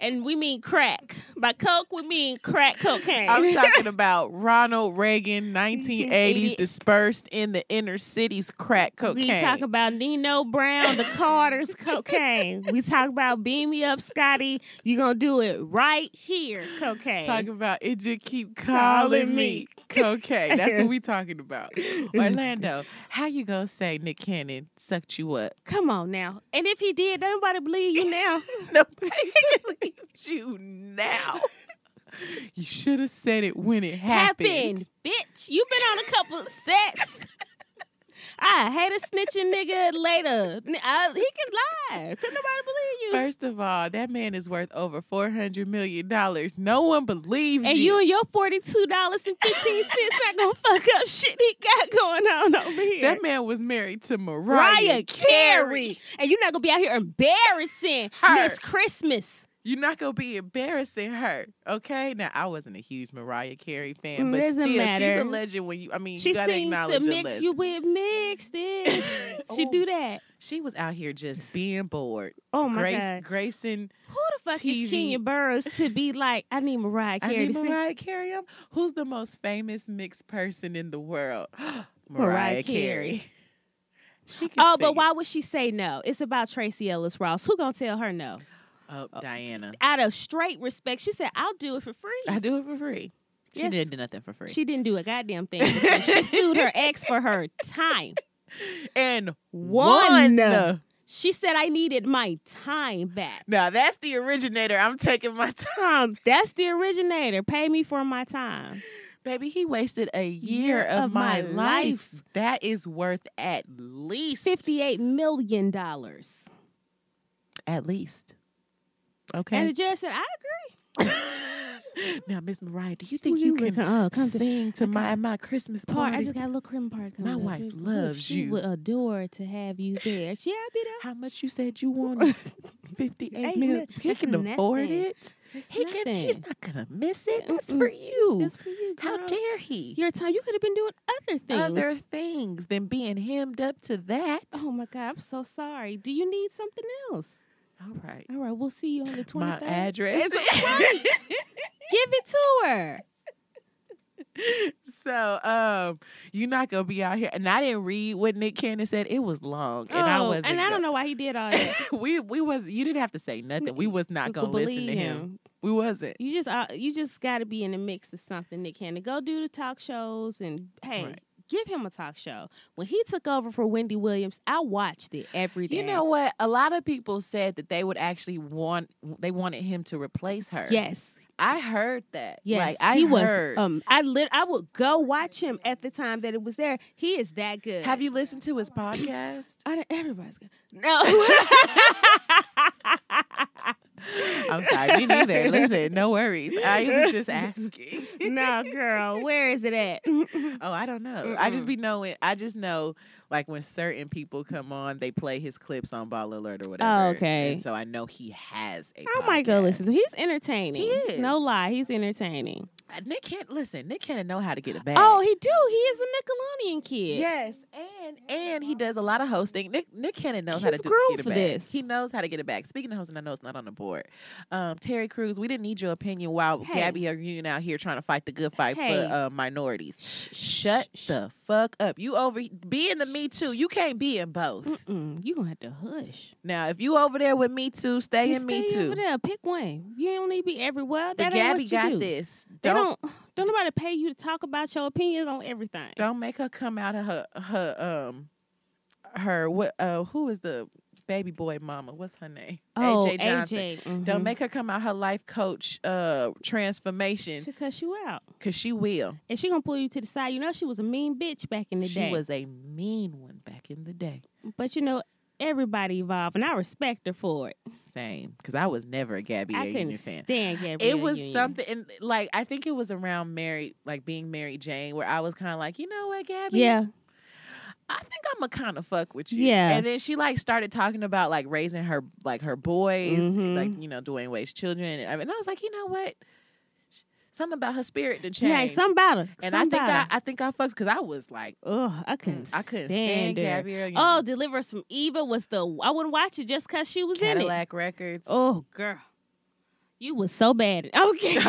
Speaker 1: and we mean crack. By coke, we mean crack cocaine.
Speaker 2: I'm talking about Ronald Reagan, 1980s, dispersed in the inner cities, crack cocaine.
Speaker 1: We talk about Nino Brown, the Carters, cocaine. We talk about beam me up, Scotty. You gonna do it right here, cocaine.
Speaker 2: Talk about it just keep
Speaker 1: Calling
Speaker 2: calling
Speaker 1: me
Speaker 2: me Okay, that's what we talking about. Orlando, how you gonna say Nick Cannon sucked you up?
Speaker 1: Come on now. And if he did, don't nobody believe you now.
Speaker 2: Nobody believes you now. You should have said it when it happened.
Speaker 1: Happened, bitch. You've been on a couple of sets. I hate a snitching nigga later. N- I- he can lie. Could nobody believe you?
Speaker 2: First of all, that man is worth over four hundred million dollars. No one believes
Speaker 1: and you and your $42.15 not gonna fuck up shit he got going on over here.
Speaker 2: That man was married to Mariah,
Speaker 1: Mariah Carey. And you're not gonna be out here embarrassing
Speaker 2: Her.
Speaker 1: this Christmas.
Speaker 2: You're not gonna be embarrassing her, okay? Now I wasn't a huge Mariah Carey fan,
Speaker 1: Mm,
Speaker 2: but
Speaker 1: doesn't
Speaker 2: still, she's
Speaker 1: matter.
Speaker 2: a legend. When you, I mean,
Speaker 1: She
Speaker 2: you gotta
Speaker 1: sings
Speaker 2: acknowledge
Speaker 1: the
Speaker 2: Oh. a
Speaker 1: mix you
Speaker 2: legend.
Speaker 1: with mixed it. She do that.
Speaker 2: She was out here just being bored.
Speaker 1: Oh my
Speaker 2: Grace,
Speaker 1: god.
Speaker 2: Grayson,
Speaker 1: Who the fuck
Speaker 2: TV.
Speaker 1: is Kenya Burrows to be like, I need Mariah
Speaker 2: I
Speaker 1: Carey
Speaker 2: mean
Speaker 1: to sing?
Speaker 2: Mariah Carey. Up. Who's the most famous mixed person in the world? Mariah,
Speaker 1: Mariah
Speaker 2: Carey. She can
Speaker 1: Oh,
Speaker 2: sing
Speaker 1: but
Speaker 2: it.
Speaker 1: why would she say no? It's about Tracy Ellis Ross. Who gonna tell her no?
Speaker 2: Oh, Diana.
Speaker 1: Out of straight respect, she said, I'll do it for free.
Speaker 2: I do it for free. She
Speaker 1: Yes.
Speaker 2: didn't do nothing for free.
Speaker 1: She didn't do a goddamn thing. for free. she sued her ex for her time.
Speaker 2: and
Speaker 1: One.
Speaker 2: one.
Speaker 1: She said, I needed my time back.
Speaker 2: Now that's the originator. I'm taking my time.
Speaker 1: That's the originator. Pay me for my time.
Speaker 2: Baby, he wasted a year, of, my, life. That is worth at least
Speaker 1: $58 million. And
Speaker 2: At least. Okay.
Speaker 1: the judge said, I
Speaker 2: now, Miss Mariah, do you
Speaker 1: agree.
Speaker 2: think you can
Speaker 1: uh,
Speaker 2: sing to my my Christmas
Speaker 1: part.
Speaker 2: party?
Speaker 1: I just got a little Christmas party coming
Speaker 2: My
Speaker 1: up.
Speaker 2: wife
Speaker 1: Ooh,
Speaker 2: loves
Speaker 1: she
Speaker 2: you.
Speaker 1: would adore to have you there. Yeah, I'll be
Speaker 2: How much you said you wanted? Fifty-eight
Speaker 1: Eight
Speaker 2: million.
Speaker 1: mil-
Speaker 2: He
Speaker 1: that's
Speaker 2: can afford
Speaker 1: nothing.
Speaker 2: it.
Speaker 1: there. It's
Speaker 2: He can, he's
Speaker 1: nothing.
Speaker 2: not gonna miss it. That's
Speaker 1: Mm-mm.
Speaker 2: for you.
Speaker 1: That's for you, girl.
Speaker 2: How dare he?
Speaker 1: Your time. You could have been doing other things.
Speaker 2: Other things than being hemmed up to that.
Speaker 1: Oh my God, I'm so sorry. Do you need something else?
Speaker 2: All right.
Speaker 1: All right, we'll see you on the 23rd.
Speaker 2: My address.
Speaker 1: It's right. Give it to her.
Speaker 2: So, um, you're not gonna be out here. And I didn't read what Nick Cannon said. It was long, and I
Speaker 1: Oh,
Speaker 2: wasn't.
Speaker 1: and I don't
Speaker 2: go-
Speaker 1: know why he did all that.
Speaker 2: we we was. You didn't have to say nothing. We was not
Speaker 1: You
Speaker 2: gonna
Speaker 1: could
Speaker 2: listen to
Speaker 1: believe
Speaker 2: him. We wasn't.
Speaker 1: You just uh, you just got to be in the mix of something, Nick Cannon. Go do the talk shows and hey,
Speaker 2: Right.
Speaker 1: give him a talk show. When he took over for Wendy Williams, I watched it every day.
Speaker 2: You know what? A lot of people said that they would actually want. They wanted him to replace her.
Speaker 1: yes,
Speaker 2: I heard that.
Speaker 1: yes,
Speaker 2: like I
Speaker 1: he
Speaker 2: heard.
Speaker 1: was. Um, I lit. I would go watch him at the time that it was there. He is that good.
Speaker 2: have you listened to his podcast?
Speaker 1: I don't, everybody's good. No.
Speaker 2: I'm sorry, me neither. Listen, no worries. I was just asking.
Speaker 1: no, girl, where is it at?
Speaker 2: Oh, I don't know. I just
Speaker 1: Mm-mm.
Speaker 2: be knowing. I just know, like when certain people come on, they play his clips on Ball Alert or whatever.
Speaker 1: okay.
Speaker 2: And so I know he has a.
Speaker 1: I might go
Speaker 2: podcast.
Speaker 1: listen to. He's entertaining.
Speaker 2: He is.
Speaker 1: No lie, he's entertaining.
Speaker 2: Uh, Nick can't listen. Nick can't know how to get a bag.
Speaker 1: Oh, he do. He is a Nickelodeon kid.
Speaker 2: Yes, and and he does a lot of hosting. Nick Nick Cannon knows how to
Speaker 1: He's
Speaker 2: do,
Speaker 1: groomed
Speaker 2: get it
Speaker 1: for
Speaker 2: back.
Speaker 1: this.
Speaker 2: He knows how to get it back. Speaking of hosting, I know it's not on the board. Um, Terry Crews, we didn't need your opinion while
Speaker 1: Hey.
Speaker 2: Gabby or Union out here trying to fight the good fight
Speaker 1: Hey.
Speaker 2: for uh, minorities. Shut the fuck up. You over be in the Me Too. You can't be in both.
Speaker 1: Mm. Mm-mm, you gonna have to hush.
Speaker 2: Now, if you over there with Me Too, stay
Speaker 1: You
Speaker 2: in Me
Speaker 1: stay Over
Speaker 2: Too.
Speaker 1: there, pick one. You don't need to be everywhere.
Speaker 2: But
Speaker 1: that ain't
Speaker 2: Gabby
Speaker 1: what you
Speaker 2: got
Speaker 1: do.
Speaker 2: this.
Speaker 1: They
Speaker 2: Don't,
Speaker 1: don't don't nobody pay you to talk about your opinions on everything.
Speaker 2: don't make her come out of her her um her what uh who is the baby boy mama? What's her name?
Speaker 1: oh,
Speaker 2: AJ Johnson.
Speaker 1: mhm.
Speaker 2: Don't make her come out her life coach uh transformation
Speaker 1: She'll cuss you out,
Speaker 2: because she will.
Speaker 1: and she gonna pull you to the side. You know she was a mean bitch back in the
Speaker 2: She
Speaker 1: day.
Speaker 2: was a mean one back in the day.
Speaker 1: but you know everybody evolved, and I respect her for it.
Speaker 2: Same, because I was never a Gabby
Speaker 1: I
Speaker 2: Air
Speaker 1: couldn't
Speaker 2: Union fan.
Speaker 1: stand Gabrielle.
Speaker 2: It was
Speaker 1: Union.
Speaker 2: something, and like I think it was around married, like being married Jane, where I was kind of like, you know what, Gabby?
Speaker 1: Yeah,
Speaker 2: I think I'm gonna kind of fuck with you.
Speaker 1: Yeah.
Speaker 2: And then she like started talking about like raising her like her boys,
Speaker 1: Mhm.
Speaker 2: like you know Dwayne Wade's children. And I, and I was like, you know what? Something about her spirit to change.
Speaker 1: yeah, like some about her. Some
Speaker 2: and I think I,
Speaker 1: about her.
Speaker 2: I think I fucks because I was like,
Speaker 1: Ugh, I couldn't.
Speaker 2: I couldn't stand,
Speaker 1: her.
Speaker 2: Gabrielle. Union.
Speaker 1: Oh, Deliver Us from Eva was the I wouldn't watch it just cause she was in it.
Speaker 2: Cadillac Records.
Speaker 1: Oh girl. You was so bad. at- Okay.
Speaker 2: Okay.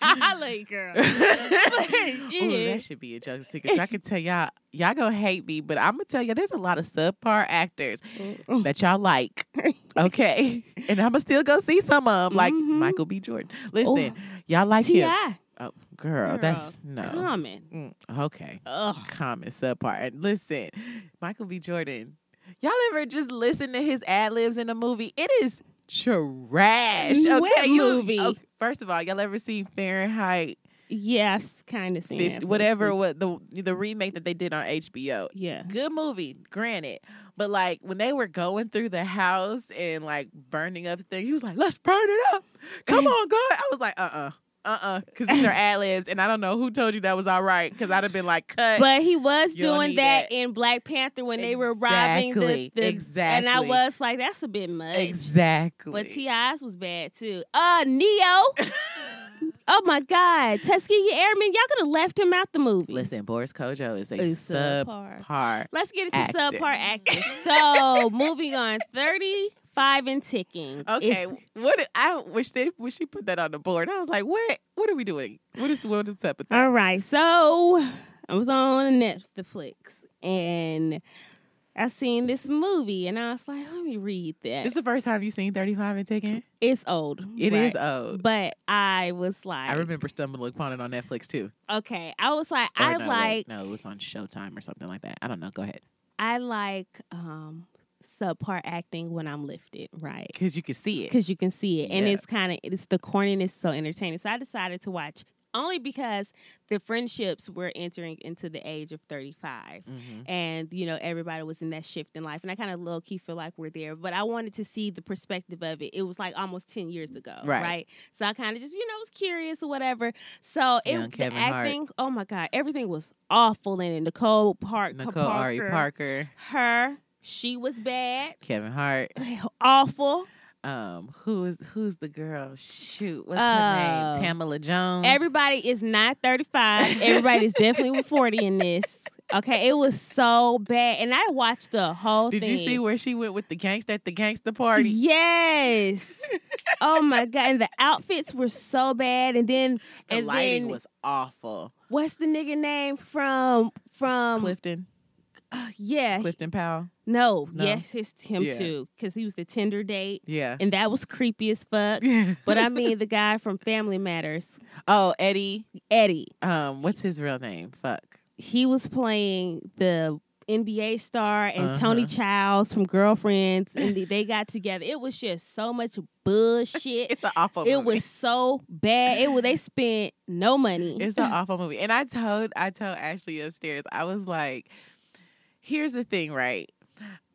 Speaker 1: I like girl.
Speaker 2: Ooh,
Speaker 1: yeah.
Speaker 2: Oh, that should be a joke too, because I can tell y'all, y'all gonna hate me, but I'm gonna tell you, there's a lot of subpar actors that y'all like, okay? And I'm gonna still go see some of 'em, like
Speaker 1: Mhm.
Speaker 2: Michael B. Jordan. Listen, y'all like him.
Speaker 1: T.I.
Speaker 2: Oh, girl,
Speaker 1: Oh, Girl,
Speaker 2: that's no.
Speaker 1: Coming.
Speaker 2: Mm, okay.
Speaker 1: Ugh.
Speaker 2: Common subpar. And listen, Michael B. Jordan, y'all ever just listen to his ad libs in a movie? It is trash. Okay,
Speaker 1: What
Speaker 2: you,
Speaker 1: movie?
Speaker 2: oh, first of all, y'all ever seen Fahrenheit
Speaker 1: Yeah, I've kind of seen
Speaker 2: 50,
Speaker 1: that
Speaker 2: whatever
Speaker 1: person.
Speaker 2: what the the remake that they did on HBO?
Speaker 1: Yeah.
Speaker 2: Good movie, granted. But like when they were going through the house and like burning up things, he was like, "Let's burn it up! Come on, God!" I was like, "Uh, uh-uh, uh, because these are ad libs, and I don't know who told you that was all right. Because I'd have been like, "Cut."
Speaker 1: But he was
Speaker 2: You don't
Speaker 1: doing
Speaker 2: need
Speaker 1: that,
Speaker 2: that.
Speaker 1: in Black Panther when they were robbing the,
Speaker 2: Exactly,
Speaker 1: the and I
Speaker 2: exactly.
Speaker 1: was like, that's a bit much.
Speaker 2: exactly.
Speaker 1: But T.I.'s was bad too. Uh Neo. oh my God. Tuskegee Airmen, y'all could have left him out the movie.
Speaker 2: Listen, Boris Kojo is a
Speaker 1: It's
Speaker 2: subpar.
Speaker 1: subpar. Let's get into
Speaker 2: Actor.
Speaker 1: subpart acting. So moving on. Thirty five and ticking.
Speaker 2: Okay,
Speaker 1: It's-
Speaker 2: what I wish they wish she put that on the board. I was like, "What? What are we doing? What is what is up with that?"
Speaker 1: All right, so I was on Netflix and I seen this movie and I was like, let me read that.
Speaker 2: This is
Speaker 1: It's,
Speaker 2: the first time you've seen Thirty Five and Taken.
Speaker 1: old.
Speaker 2: It is
Speaker 1: right?
Speaker 2: old.
Speaker 1: But I was like,
Speaker 2: I remember stumbling upon it on Netflix too.
Speaker 1: okay, I was like,
Speaker 2: Or
Speaker 1: I
Speaker 2: no, wait,
Speaker 1: like,
Speaker 2: no, it was on Showtime or something like that. I don't know. Go ahead,
Speaker 1: I like um subpart acting when I'm lifted, right?
Speaker 2: because you can see it.
Speaker 1: Because you can see it, and
Speaker 2: Yeah.
Speaker 1: it's kind of it's the corniness is so entertaining. So I decided to watch only because the friendships were entering into the age of thirty five.
Speaker 2: Mhm.
Speaker 1: and you know everybody was in that shift in life and i kind of low-key feel like we're there but i wanted to see the perspective of it it was like almost 10 years ago
Speaker 2: Right.
Speaker 1: right, so i kind of just you know was curious or whatever so it
Speaker 2: Young
Speaker 1: was the
Speaker 2: Kevin Hart.
Speaker 1: acting oh my god everything was awful in it nicole park
Speaker 2: Nicole
Speaker 1: Parker,
Speaker 2: Ari Parker,
Speaker 1: her she was bad
Speaker 2: Kevin Hart.
Speaker 1: awful
Speaker 2: Um, who is who's the girl? Shoot, what's her
Speaker 1: Uh,
Speaker 2: name? Tamala Jones.
Speaker 1: everybody is not 35 everybody's definitely 40 in this okay it was so bad and i watched the whole
Speaker 2: Did
Speaker 1: thing
Speaker 2: you see where she went with the gangster at the gangster party?
Speaker 1: Yes. oh my god! And the outfits were so bad. And then
Speaker 2: The
Speaker 1: and
Speaker 2: lighting
Speaker 1: then
Speaker 2: was awful.
Speaker 1: what's the nigga name from from? uh,
Speaker 2: Clifton,
Speaker 1: yeah.
Speaker 2: Clifton Powell.
Speaker 1: No,
Speaker 2: No?
Speaker 1: Yes, it's him
Speaker 2: Yeah.
Speaker 1: too. Because he was the Tinder date,
Speaker 2: Yeah.
Speaker 1: and that was creepy as fuck. but I mean, the guy from Family Matters,
Speaker 2: oh, Eddie.
Speaker 1: Eddie.
Speaker 2: Um, what's his real name? Fuck.
Speaker 1: He was playing the. NBA star and Tony
Speaker 2: Uh-huh.
Speaker 1: Childs from Girlfriends, and they- they got together. It was just so much bullshit.
Speaker 2: It's an awful.
Speaker 1: It
Speaker 2: movie.
Speaker 1: was so bad. It was they spent no money.
Speaker 2: It's an awful movie. And I told I told Ashley upstairs, I was like, here's the thing, right?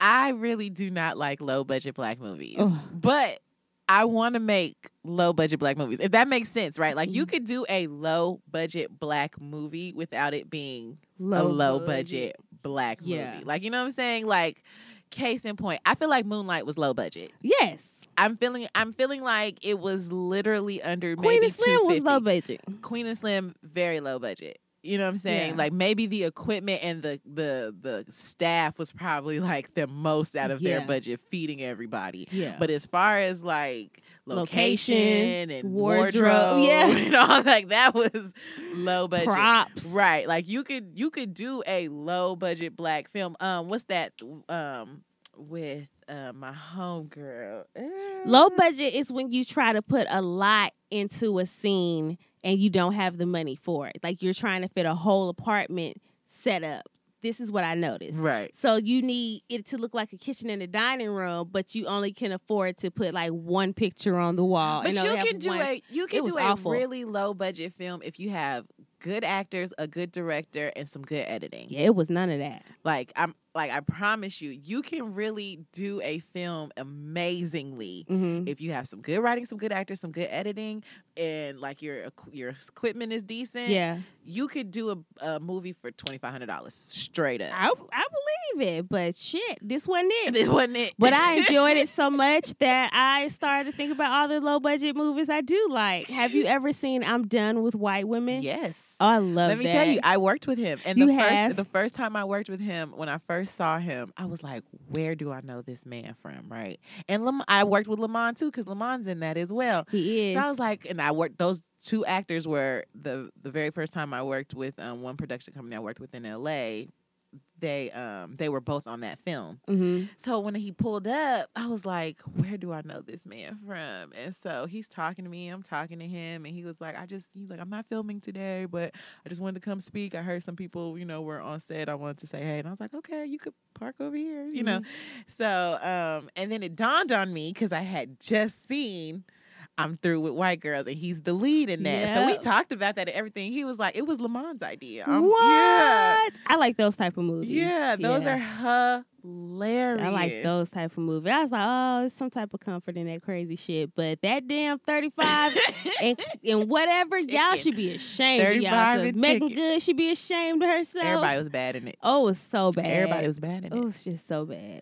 Speaker 2: I really do not like low budget black movies.
Speaker 1: Ugh.
Speaker 2: But I want to make low budget black movies. If that makes sense, right? Like you
Speaker 1: Mhm.
Speaker 2: could do a low budget black movie without it being
Speaker 1: low,
Speaker 2: a low budget, black
Speaker 1: Yeah.
Speaker 2: movie. Like you know what I'm saying? Like case in point, I feel like Moonlight was low budget.
Speaker 1: Yes,
Speaker 2: I'm feeling I'm feeling like it was literally under
Speaker 1: Queen
Speaker 2: maybe
Speaker 1: of Slim was
Speaker 2: 250.
Speaker 1: low budget.
Speaker 2: Queen and Slim, very low budget. You know what I'm saying?
Speaker 1: Yeah.
Speaker 2: Like maybe the equipment and the the the staff was probably like the most out of
Speaker 1: Yeah.
Speaker 2: their budget feeding everybody.
Speaker 1: Yeah,
Speaker 2: But as far as like location,
Speaker 1: Location,
Speaker 2: and
Speaker 1: wardrobe,
Speaker 2: wardrobe,
Speaker 1: yeah.
Speaker 2: and all like that was low budget.
Speaker 1: props.
Speaker 2: Right. Like you could you could do a low budget black film. Um what's that um with uh my homegirl? Eh.
Speaker 1: Low budget is when you try to put a lot into a scene and you don't have the money for it. Like you're trying to fit a whole apartment set up. This is what I noticed.
Speaker 2: Right.
Speaker 1: So you need it to look like a kitchen and a dining room, but you only can afford to put like one picture on the wall.
Speaker 2: But
Speaker 1: and only
Speaker 2: you
Speaker 1: have
Speaker 2: can do
Speaker 1: one-
Speaker 2: a you can
Speaker 1: was
Speaker 2: do
Speaker 1: awful.
Speaker 2: a really low budget film if you have good actors, a good director, and some good editing.
Speaker 1: Yeah, it was none of that.
Speaker 2: Like I'm like I promise you, you can really do a film amazingly
Speaker 1: hmm
Speaker 2: if you have some good writing, some good actors, some good editing, and like your equ- your equipment is decent.
Speaker 1: Yeah,
Speaker 2: you could do a, a movie for twenty five hundred dollars straight up.
Speaker 1: I I believe it, but shit, this wasn't it.
Speaker 2: this wasn't it,
Speaker 1: But I enjoyed it so much that I started to think about all the low budget movies I do like. Have you ever seen I'm Done with White Women?
Speaker 2: yes.
Speaker 1: Oh, I love
Speaker 2: Let me
Speaker 1: that.
Speaker 2: tell you, I worked with him, and
Speaker 1: You
Speaker 2: the
Speaker 1: have?
Speaker 2: first the first time I worked with him, when I first saw him, I was like, "Where do I know this man from?" Right? And Lam- I worked with Lamont too, because Lamont's in that as well.
Speaker 1: He is.
Speaker 2: So I was like, and I worked. Those two actors were the the very first time I worked with um, one production company I worked with in L.A. they um they were both on that film.
Speaker 1: Mm-hmm.
Speaker 2: So when he pulled up, I was like, "Where do I know this man from?" And so he's talking to me, I'm talking to him, and he was like, "I just he's like I'm not filming today, but I just wanted to come speak. I heard some people, you know, were on set. I wanted to say hey." And I was like, "Okay, you could park over here, you know."
Speaker 1: Mm-hmm.
Speaker 2: So um and then it dawned on me cuz I had just seen I'm through with white girls, and he's the lead in that. So we
Speaker 1: Yep.
Speaker 2: talked about that and everything. He was like, "It was Lamont's idea." I'm-
Speaker 1: Mm-hmm. what?
Speaker 2: um, Yeah.
Speaker 1: I like those type of movies.
Speaker 2: Yeah, those
Speaker 1: Yeah.
Speaker 2: are hilarious.
Speaker 1: I like those type of movies. I was like, oh, it's some type of comfort in that crazy shit. But that damn 35 and, and whatever, y'all
Speaker 2: Ticket.
Speaker 1: should be ashamed of
Speaker 2: 35
Speaker 1: y'all.
Speaker 2: and
Speaker 1: Megan
Speaker 2: ticket.
Speaker 1: Good should be ashamed of herself.
Speaker 2: Everybody was bad in it.
Speaker 1: Oh, it's so bad.
Speaker 2: Everybody was bad in it.
Speaker 1: Oh, it's just so bad.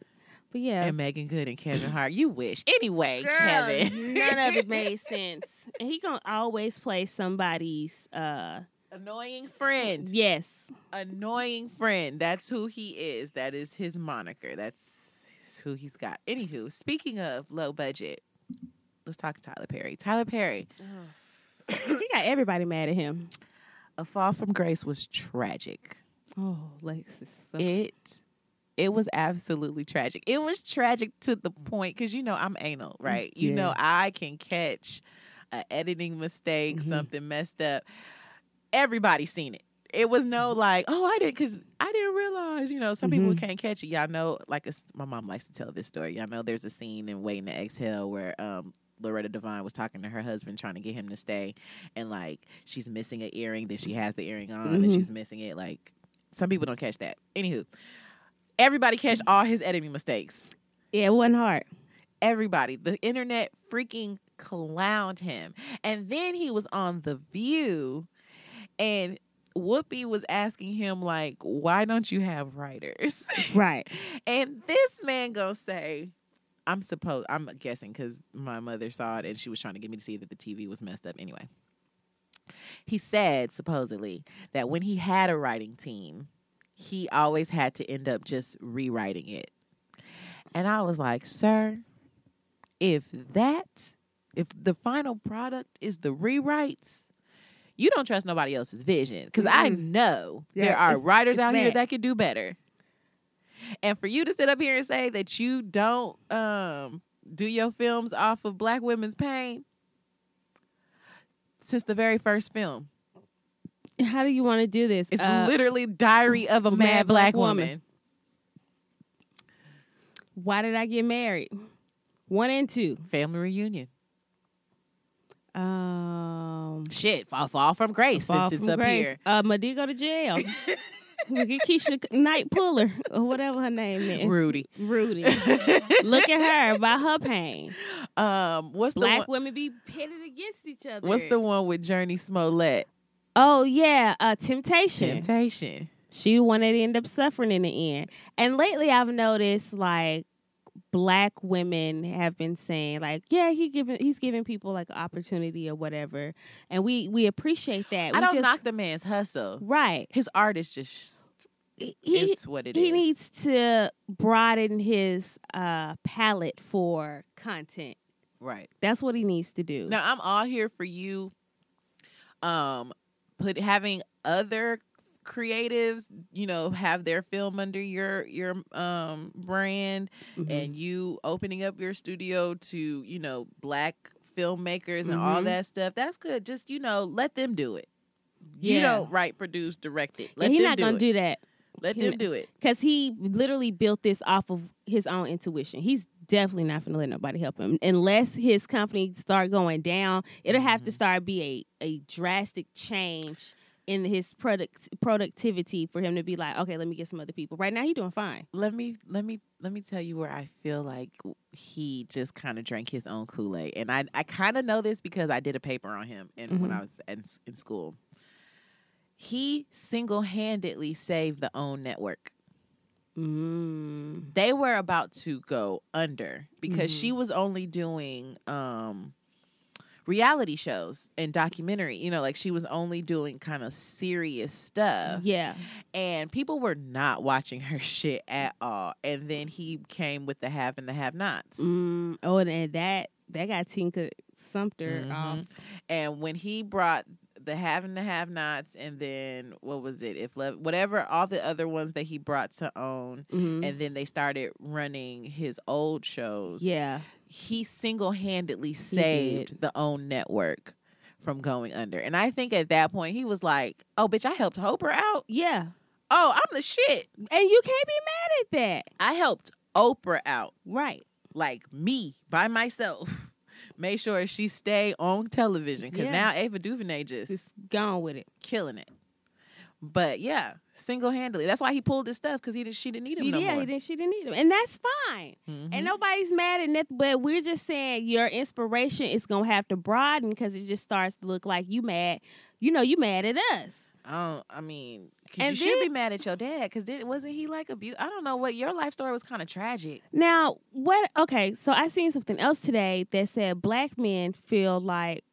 Speaker 1: But yeah.
Speaker 2: And Megan Good and Kevin Hart. You wish. Anyway,
Speaker 1: Girl,
Speaker 2: Kevin.
Speaker 1: none of it made sense. And he gonna always play somebody's uh
Speaker 2: Annoying friend.
Speaker 1: yes.
Speaker 2: Annoying friend. That's who he is. That is his moniker. That's who he's got. Anywho, speaking of low budget, let's talk Tyler Perry. Tyler Perry,
Speaker 1: he got everybody mad at him.
Speaker 2: A Fall from Grace was tragic.
Speaker 1: Oh, Lex is so
Speaker 2: it it was absolutely tragic. It was tragic to the point because you know I'm anal, right? You
Speaker 1: Yeah.
Speaker 2: know I can catch a editing mistake,
Speaker 1: Mhm.
Speaker 2: something messed up. Everybody seen it. It was no like, oh, I didn't, because I didn't realize. You know, some
Speaker 1: Mhm.
Speaker 2: people can't catch it. Y'all know, like it's, my mom likes to tell this story. Y'all know there's a scene in Waiting to Exhale where um, Loretta Devine was talking to her husband, trying to get him to stay, and like she's missing an earring, then she has the earring on, then
Speaker 1: Mhm.
Speaker 2: she's missing it. Like some people don't catch that. Anywho, everybody catch all his editing mistakes.
Speaker 1: Yeah, it wasn't hard.
Speaker 2: Everybody, the internet freaking clowned him, and then he was on The View, and Whoopi was asking him like, "Why don't you have writers?"
Speaker 1: Right.
Speaker 2: And this man gonna say, I'm supposed, I'm guessing because my mother saw it and she was trying to get me to see that the TV was messed up anyway. He said, supposedly, that when he had a writing team, he always had to end up just rewriting it. And I was like, sir, if that, if the final product is the rewrites, you don't trust nobody else's vision. Because I
Speaker 1: Mm-mm.
Speaker 2: know
Speaker 1: Yeah,
Speaker 2: there are
Speaker 1: it's-
Speaker 2: writers
Speaker 1: it's
Speaker 2: out here
Speaker 1: bad.
Speaker 2: that could do better. And for you to sit up here and say that you don't um, do your films off of black women's pain since the very first film,
Speaker 1: How do you want to do this?
Speaker 2: it's
Speaker 1: Uh,
Speaker 2: literally Diary of a Mad, Black, woman.
Speaker 1: why did I get married? One and two.
Speaker 2: Family reunion.
Speaker 1: Um,
Speaker 2: Shit, fall, fall from grace
Speaker 1: Fall
Speaker 2: since it's
Speaker 1: from
Speaker 2: up
Speaker 1: grace.
Speaker 2: here.
Speaker 1: Uh, Madea go to jail. Look at Keisha Knight Puller or whatever her name is.
Speaker 2: Rudy.
Speaker 1: Rudy. Look at her by her pain.
Speaker 2: um, what's the
Speaker 1: Black
Speaker 2: one,
Speaker 1: women be pitted against each other.
Speaker 2: what's the one with Journey Smollett?
Speaker 1: Oh yeah, uh, temptation.
Speaker 2: Temptation.
Speaker 1: she the one that end up suffering in the end. And lately, I've noticed like black women have been saying like, yeah, he giving he's giving people like opportunity or whatever, and we we appreciate that.
Speaker 2: I
Speaker 1: we
Speaker 2: don't
Speaker 1: just,
Speaker 2: knock the man's hustle.
Speaker 1: right.
Speaker 2: His art is just
Speaker 1: He,
Speaker 2: it's what it is.
Speaker 1: he needs to broaden his uh, palette for content.
Speaker 2: right.
Speaker 1: That's what he needs to do.
Speaker 2: Now I'm all here for you. Um, put having other creatives, you know, have their film under your your um brand,
Speaker 1: Mhm.
Speaker 2: and you opening up your studio to you know black filmmakers and all
Speaker 1: Mhm.
Speaker 2: that stuff. That's good. Just you know, let them do it. You
Speaker 1: Yeah.
Speaker 2: don't write, produce, direct it.
Speaker 1: yeah,
Speaker 2: Let
Speaker 1: he's
Speaker 2: them
Speaker 1: not
Speaker 2: do
Speaker 1: gonna
Speaker 2: it.
Speaker 1: do that
Speaker 2: let
Speaker 1: he
Speaker 2: them
Speaker 1: not-
Speaker 2: do it.
Speaker 1: because he literally built this off of his own intuition. He's definitely not gonna let nobody help him unless his company start going down. It'll have to
Speaker 2: Mhm.
Speaker 1: start be a a drastic change in his product productivity for him to be like, okay, let me get some other people. Right now, he's doing fine.
Speaker 2: Let me let me let me tell you where I feel like he just kind of drank his own Kool Aid, and I I kind of know this because I did a paper on him, and when I was in, s- in school, he single handedly saved the OWN network.
Speaker 1: Mm.
Speaker 2: They were about to go under because
Speaker 1: Mhm.
Speaker 2: she was only doing um reality shows and documentary. You know, like she was only doing kind of serious
Speaker 1: Uh,
Speaker 2: stuff
Speaker 1: Yeah,
Speaker 2: and people were not watching her shit at all. And then he came with the have and the have nots.
Speaker 1: Mm, oh, and, and that that got Tinka Sumter
Speaker 2: Mhm.
Speaker 1: off.
Speaker 2: And when he brought the have and the have nots, and then what was it? If love, whatever, all the other ones that he brought to own,
Speaker 1: Mhm.
Speaker 2: and then they started running his old shows.
Speaker 1: yeah.
Speaker 2: he single handedly saved the own network from going under, and I think at that point he was like, "Oh, bitch, I helped Oprah out.
Speaker 1: Yeah.
Speaker 2: Oh, I'm the shit.
Speaker 1: And you can't be mad at that.
Speaker 2: I helped Oprah out."
Speaker 1: Right.
Speaker 2: like me by myself made sure she stay on television because
Speaker 1: Yeah.
Speaker 2: now Ava DuVernay just
Speaker 1: Just gone with it.
Speaker 2: killing it. But yeah, single handedly. That's why he pulled his stuff because he didn't, she didn't need him
Speaker 1: She,
Speaker 2: no
Speaker 1: yeah,
Speaker 2: more.
Speaker 1: he didn't, she didn't need him. And that's fine.
Speaker 2: Mhm.
Speaker 1: And nobody's mad at nothing, but we're just saying your inspiration is going to have to broaden because it just starts to look like you mad. You know, you mad at us.
Speaker 2: I don't- I mean, 'cause
Speaker 1: And
Speaker 2: you should be
Speaker 1: then-
Speaker 2: mad at your dad because then wasn't he like abuse? I don't know what your life story was kind of tragic.
Speaker 1: Now, what? Okay, so I seen something else today that said black men feel like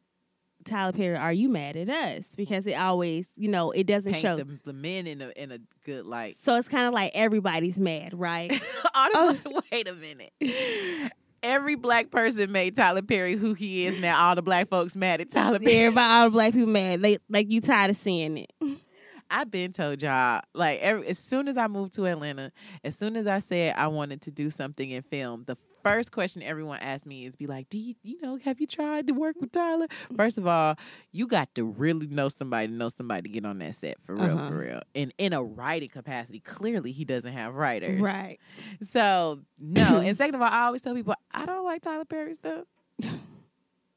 Speaker 1: Tyler Perry. Are you mad at us? Because it always, you know, it doesn't
Speaker 2: Paint
Speaker 1: show.
Speaker 2: the, the men in a in a good light.
Speaker 1: So it's kind of like everybody's mad, right?
Speaker 2: All the-
Speaker 1: Oh.
Speaker 2: wait a minute. Every black person made Tyler Perry who he is now. All the black folks mad at Tyler Perry.
Speaker 1: Everybody, all the black people mad. They like you tired of seeing it.
Speaker 2: I've been told y'all like every, as soon as I moved to Atlanta, as soon as I said I wanted to do something in film, the first question everyone asked me is be like, "Do you you know have you tried to work with Tyler?" First of all, you got to really know somebody, to know somebody to get on that set for real,
Speaker 1: Uh-huh.
Speaker 2: for real, and in a writing capacity. Clearly, he doesn't have writers, So no, and second of all, I always tell people I don't like Tyler Perry stuff.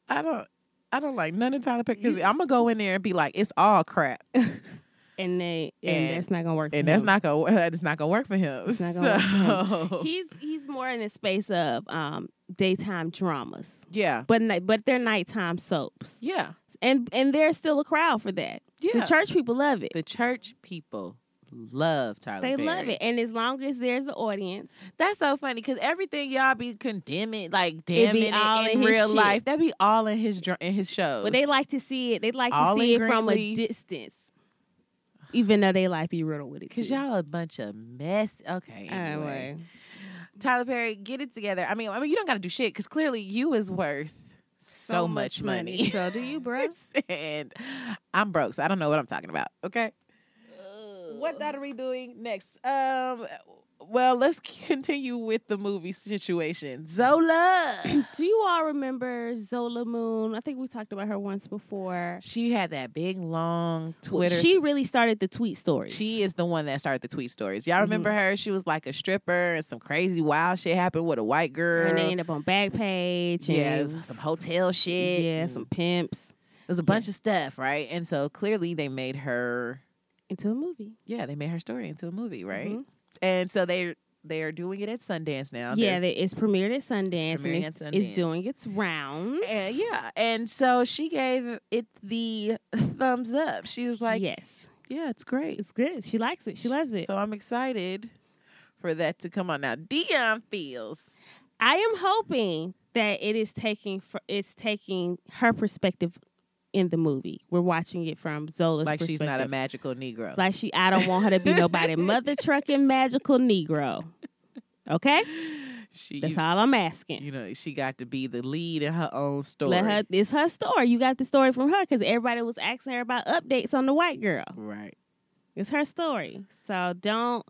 Speaker 2: I don't. I don't like none of Tyler Perry because I'm gonna go in there and be like, it's all crap.
Speaker 1: And they and,
Speaker 2: And-
Speaker 1: that's not gonna work.
Speaker 2: and
Speaker 1: for
Speaker 2: that's
Speaker 1: him.
Speaker 2: not gonna that's not gonna work for him.
Speaker 1: It's not gonna
Speaker 2: so,
Speaker 1: He's he's more in the space of um daytime dramas,
Speaker 2: yeah,
Speaker 1: but ni- but they're nighttime soaps,
Speaker 2: yeah,
Speaker 1: and and there's still a crowd for that.
Speaker 2: yeah.
Speaker 1: The church people love it.
Speaker 2: The church people love Tyler.
Speaker 1: They love
Speaker 2: Perry.
Speaker 1: it, and as long as there's an audience,
Speaker 2: That's so funny because everything y'all be condemning, like damning
Speaker 1: be
Speaker 2: it
Speaker 1: all
Speaker 2: in,
Speaker 1: in his
Speaker 2: real
Speaker 1: shit.
Speaker 2: life, that be all in his dr- in his shows.
Speaker 1: but they like to see it. They like
Speaker 2: All
Speaker 1: to see
Speaker 2: in
Speaker 1: it from a
Speaker 2: Greenleaf.
Speaker 1: distance, even though they like be riddled with it.
Speaker 2: Cause
Speaker 1: too.
Speaker 2: y'all a bunch of mess. Okay, anyway.
Speaker 1: anyway,
Speaker 2: Tyler Perry, get it together. I mean, I mean, you don't got to do shit because clearly you is worth so, much money.
Speaker 1: So do you, bro?
Speaker 2: and I'm broke, so I don't know what I'm talking about. Okay. What that are we doing next? Um, well, let's continue with the movie situation. Zola,
Speaker 1: Do you all remember Zola Moon? I think we talked about her once before.
Speaker 2: she had that big long Twitter.
Speaker 1: She really started the tweet stories.
Speaker 2: She is the one that started the tweet stories. Y'all
Speaker 1: Mhm.
Speaker 2: remember her? She was like a stripper, and some crazy wild shit happened with a white girl.
Speaker 1: and they end up on Backpage.
Speaker 2: yeah,
Speaker 1: and
Speaker 2: it was some hotel shit.
Speaker 1: yeah,
Speaker 2: and
Speaker 1: some pimps
Speaker 2: it was a bunch of stuff, right? And so clearly they made her.
Speaker 1: into a movie,
Speaker 2: Yeah, they made her story into a movie, right?
Speaker 1: Mhm.
Speaker 2: And so they they are doing it at Sundance now. They're
Speaker 1: Yeah, they, it's premiered at Sundance,
Speaker 2: premiering
Speaker 1: and it's,
Speaker 2: at Sundance.
Speaker 1: it's doing its rounds.
Speaker 2: And yeah, and so she gave it the thumbs up. She was like, "Yeah,
Speaker 1: yes,
Speaker 2: it's great.
Speaker 1: it's good. She likes it. She loves it.
Speaker 2: So I'm excited for that to come on now. Dion feels
Speaker 1: I am hoping that it is taking for, it's taking her perspective in the movie. We're watching it from Zola's
Speaker 2: like she's
Speaker 1: perspective.
Speaker 2: not a magical Negro.
Speaker 1: like she. I don't want her to be nobody mother trucking magical Negro. Okay,
Speaker 2: she,
Speaker 1: that's
Speaker 2: you,
Speaker 1: all I'm asking.
Speaker 2: you know, she got to be the lead in her own story.
Speaker 1: Let her. It's her story. You got the story from her because everybody was asking her about updates on the white girl.
Speaker 2: right?
Speaker 1: It's her story. So don't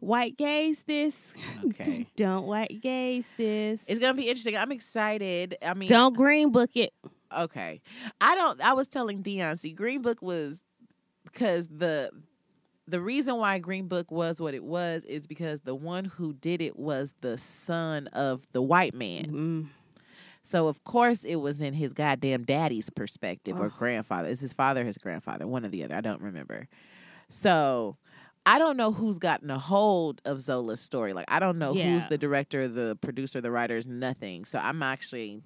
Speaker 1: white gaze this.
Speaker 2: Okay.
Speaker 1: don't white gaze this.
Speaker 2: It's gonna be interesting. I'm excited. I mean,
Speaker 1: Don't green book it.
Speaker 2: okay. I don't. I was telling Dion. See, Green Book was because the the reason why Green Book was what it was is because the one who did it was the son of the white man.
Speaker 1: Mm.
Speaker 2: So of course it was in his goddamn daddy's perspective or
Speaker 1: Ugh.
Speaker 2: grandfather. Is his father or his grandfather? One or the other. I don't remember. So I don't know who's gotten a hold of Zola's story. Like I don't know who's
Speaker 1: Yeah.
Speaker 2: the director, the producer, the writers, nothing. So I'm actually,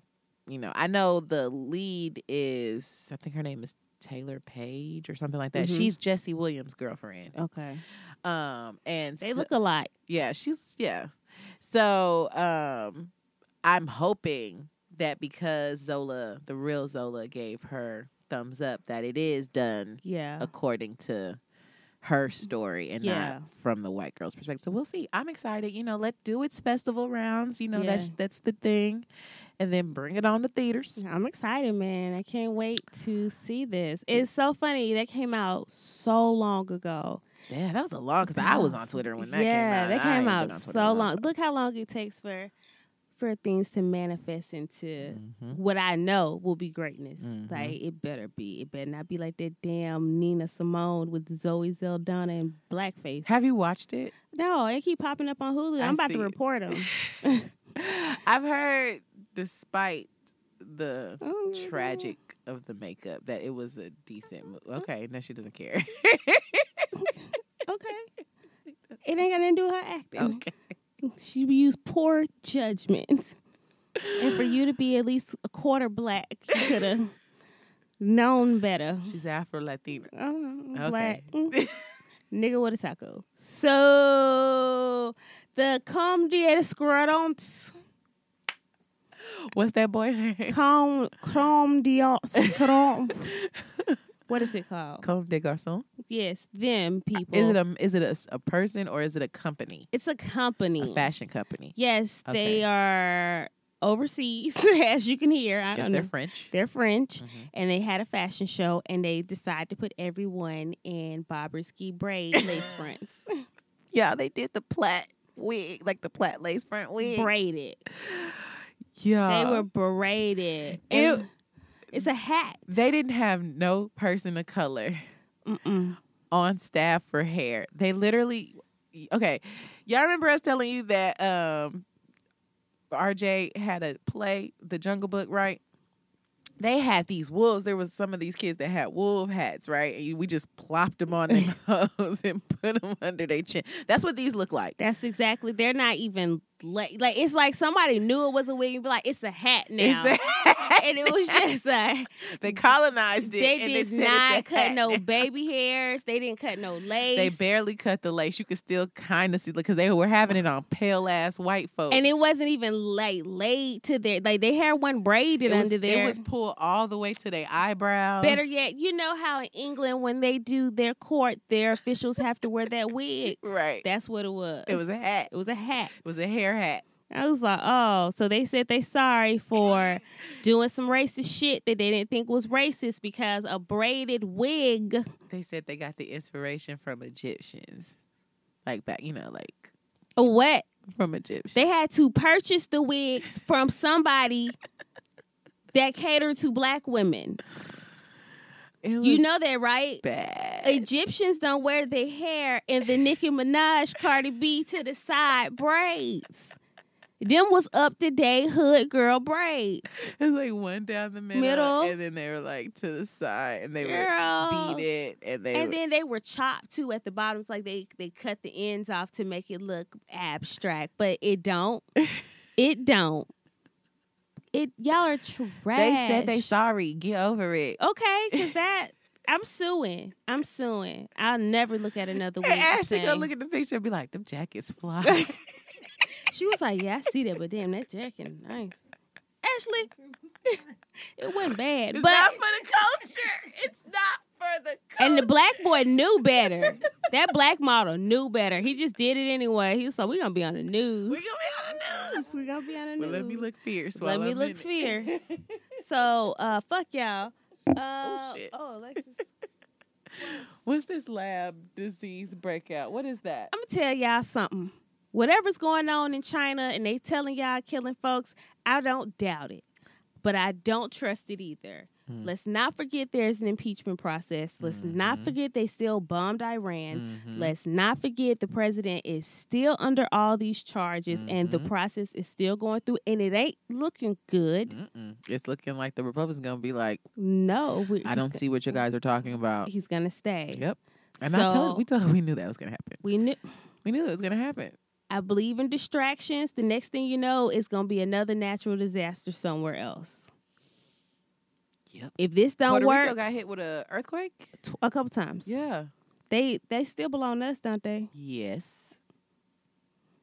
Speaker 2: you know, I know the lead is I think her name is Taylor Page or something like that.
Speaker 1: Mhm.
Speaker 2: She's Jesse Williams' girlfriend.
Speaker 1: Okay.
Speaker 2: Um and
Speaker 1: They
Speaker 2: so-
Speaker 1: look alike.
Speaker 2: yeah, she's yeah. So um I'm hoping that because Zola, the real Zola, gave her thumbs up that it is done
Speaker 1: Yeah.
Speaker 2: according to her story and
Speaker 1: Yeah.
Speaker 2: not from the white girl's perspective. So we'll see. I'm excited. You know, let do its festival rounds. You know,
Speaker 1: Yeah. Mm.
Speaker 2: that's that's the thing, and then bring it on to theaters.
Speaker 1: I'm excited, man. I can't wait to see this. It's so funny. That came out so long ago.
Speaker 2: Yeah, that was a long because I was on Twitter when that
Speaker 1: yeah,
Speaker 2: came out. and I
Speaker 1: that came
Speaker 2: ain't been
Speaker 1: out
Speaker 2: on Twitter
Speaker 1: so
Speaker 2: in a
Speaker 1: long.
Speaker 2: time.
Speaker 1: Look how long it takes for for things to manifest into
Speaker 2: Mhm.
Speaker 1: what I know will be greatness.
Speaker 2: Mhm.
Speaker 1: Like it better be. It better not be like that damn Nina Simone with Zoe Zeldana and blackface.
Speaker 2: Have you watched it?
Speaker 1: no, it keep popping up on Hulu.
Speaker 2: I
Speaker 1: I'm about
Speaker 2: see
Speaker 1: to
Speaker 2: it.
Speaker 1: report them.
Speaker 2: I've heard, despite the
Speaker 1: Oh,
Speaker 2: tragic of the makeup, that it was a decent movie. Okay, now she doesn't care.
Speaker 1: Okay. It ain't got nothing to do with her acting.
Speaker 2: okay.
Speaker 1: She used poor judgment. and for you to be at least a quarter black, you could have known better.
Speaker 2: She's Afro Latina.
Speaker 1: Um,
Speaker 2: Okay.
Speaker 1: Black. mm, Nigga with a taco. So the com de escrodont
Speaker 2: What's that boy name?
Speaker 1: com crom de crom. What is it called?
Speaker 2: Comme des Garçons.
Speaker 1: Yes, them people.
Speaker 2: Is it a is it a, s- a person or is it a company?
Speaker 1: it's a company.
Speaker 2: A fashion company.
Speaker 1: Yes,
Speaker 2: Okay.
Speaker 1: they are overseas, as you can hear. I
Speaker 2: Yes,
Speaker 1: don't know.
Speaker 2: they're French.
Speaker 1: They're French,
Speaker 2: Mhm.
Speaker 1: and they had a fashion show, and they decided to put everyone in Bobrisky braid lace fronts,
Speaker 2: yeah, they did the plat wig, like the plat lace front wig.
Speaker 1: braided.
Speaker 2: Yeah,
Speaker 1: They were braided.
Speaker 2: Uh, It-
Speaker 1: And it's a hat.
Speaker 2: They didn't have no person of color
Speaker 1: Mm-mm.
Speaker 2: on staff for hair. They literally okay. Y'all remember us telling you that um RJ had a play, the jungle book, right? They had these wolves. There was some of these kids that had wolf hats, right? And you- we just plopped them on their nose and put them under their chin. That's what these look like.
Speaker 1: That's exactly. They're not even like like it's like somebody knew it was a wig and be like it's a hat now,
Speaker 2: It's a-
Speaker 1: and it was just a
Speaker 2: they colonized it.
Speaker 1: they
Speaker 2: and they
Speaker 1: did
Speaker 2: said it's a
Speaker 1: not cut
Speaker 2: hat
Speaker 1: no
Speaker 2: now.
Speaker 1: baby hairs. They didn't cut no lace.
Speaker 2: They barely cut the lace. You could still kind of see because they were having it on pale ass white folks.
Speaker 1: and it wasn't even like laid to their like they had one braided
Speaker 2: it was,
Speaker 1: under there.
Speaker 2: It was pulled all the way to their eyebrows.
Speaker 1: Better yet, you know how in England when they do their court, their officials have to wear that wig.
Speaker 2: right?
Speaker 1: That's what it was.
Speaker 2: it was a hat.
Speaker 1: It was a hat.
Speaker 2: It was a hair hat.
Speaker 1: I was like, oh, so they said they sorry for doing some racist shit that they didn't think was racist because a braided wig.
Speaker 2: They said they got the inspiration from Egyptians, like back, you know, like
Speaker 1: What?
Speaker 2: from Egyptians.
Speaker 1: They had to purchase the wigs from somebody that catered to black women.
Speaker 2: It was
Speaker 1: You know that, right?
Speaker 2: bad.
Speaker 1: Egyptians don't wear their hair in the Nicki Minaj, Cardi B to the side braids. Them was up to date hood girl braids,
Speaker 2: It's like one down the middle,
Speaker 1: Middle.
Speaker 2: and then they were like to the side, and they
Speaker 1: girl.
Speaker 2: would beat it, and they
Speaker 1: And
Speaker 2: would,
Speaker 1: then they were chopped too at the bottoms, like they they cut the ends off to make it look abstract, but it don't. It don't. It y'all are trash.
Speaker 2: they said they sorry. Get over it.
Speaker 1: Okay, cause that I'm suing. I'm suing. I'll never look at another wig.
Speaker 2: And
Speaker 1: the
Speaker 2: Ashley go
Speaker 1: same.
Speaker 2: look at the picture and be like, "Them jackets fly."
Speaker 1: She was like, "Yeah, I see that, but damn, that jacket nice." Ashley, it wasn't bad,
Speaker 2: It's
Speaker 1: but
Speaker 2: not for the culture. It's not for the culture.
Speaker 1: and the black boy knew better. that black model knew better. He just did it anyway. He was like, "We're gonna be on the news.
Speaker 2: we gonna be on the news.
Speaker 1: We're gonna be on the
Speaker 2: Well,
Speaker 1: news."
Speaker 2: let me look fierce.
Speaker 1: Let
Speaker 2: while
Speaker 1: me
Speaker 2: I'm
Speaker 1: look
Speaker 2: in it.
Speaker 1: fierce. So, uh, fuck y'all. Uh,
Speaker 2: shit.
Speaker 1: oh, Alexis.
Speaker 2: What's this lab disease breakout? What is that?
Speaker 1: I'm gonna tell y'all something. Whatever's going on in China and they telling y'all killing folks, I don't doubt it, but I don't trust it either.
Speaker 2: Mm.
Speaker 1: Let's not forget there's an impeachment process. Let's not
Speaker 2: Mhm.
Speaker 1: forget they still bombed Iran.
Speaker 2: Mm-hmm.
Speaker 1: Let's not forget the president is still under all these charges and the
Speaker 2: Mhm.
Speaker 1: process is still going through and it ain't looking good.
Speaker 2: Mm-mm. It's looking like the Republicans gonna be like,
Speaker 1: No, we-
Speaker 2: I
Speaker 1: he's
Speaker 2: don't
Speaker 1: go-
Speaker 2: see what you guys are talking about.
Speaker 1: He's gonna stay.
Speaker 2: Yep. And
Speaker 1: so
Speaker 2: I told we told we knew that was gonna happen.
Speaker 1: we knew.
Speaker 2: We knew that was gonna happen.
Speaker 1: I believe in distractions. The next thing you know, it's gonna be another natural disaster somewhere else.
Speaker 2: Yep.
Speaker 1: If this don't
Speaker 2: Puerto
Speaker 1: work,
Speaker 2: Rico got hit with a earthquake.
Speaker 1: tw- a couple times,
Speaker 2: Yeah.
Speaker 1: they they still belong to us, don't they?
Speaker 2: Yes.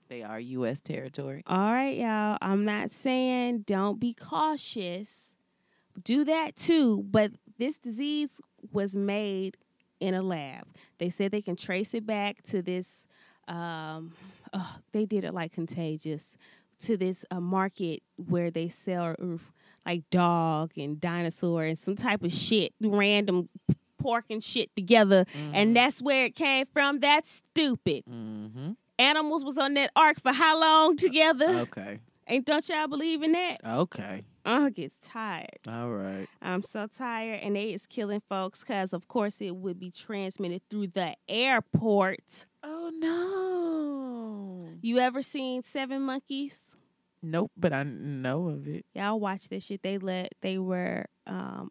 Speaker 2: They are U.S. territory.
Speaker 1: All right, y'all. I'm not saying don't be cautious. Do that too, but this disease was made in a lab. They said they can trace it back to this. Um, oh, they did it like contagious to this uh, market where they sell oof, like dog and dinosaur and some type of shit, random pork and shit together, and that's where it came from. That's stupid.
Speaker 2: Mm-hmm.
Speaker 1: Animals was on that ark for how long together?
Speaker 2: Okay.
Speaker 1: Ain't don't y'all believe in that?
Speaker 2: Okay.
Speaker 1: I gets tired.
Speaker 2: All right.
Speaker 1: I'm so tired, and they is killing folks because, of course, it would be transmitted through the airport.
Speaker 2: Oh no.
Speaker 1: You ever seen Seven Monkeys?
Speaker 2: Nope, but I know of it.
Speaker 1: Y'all watch this shit. They let they were um,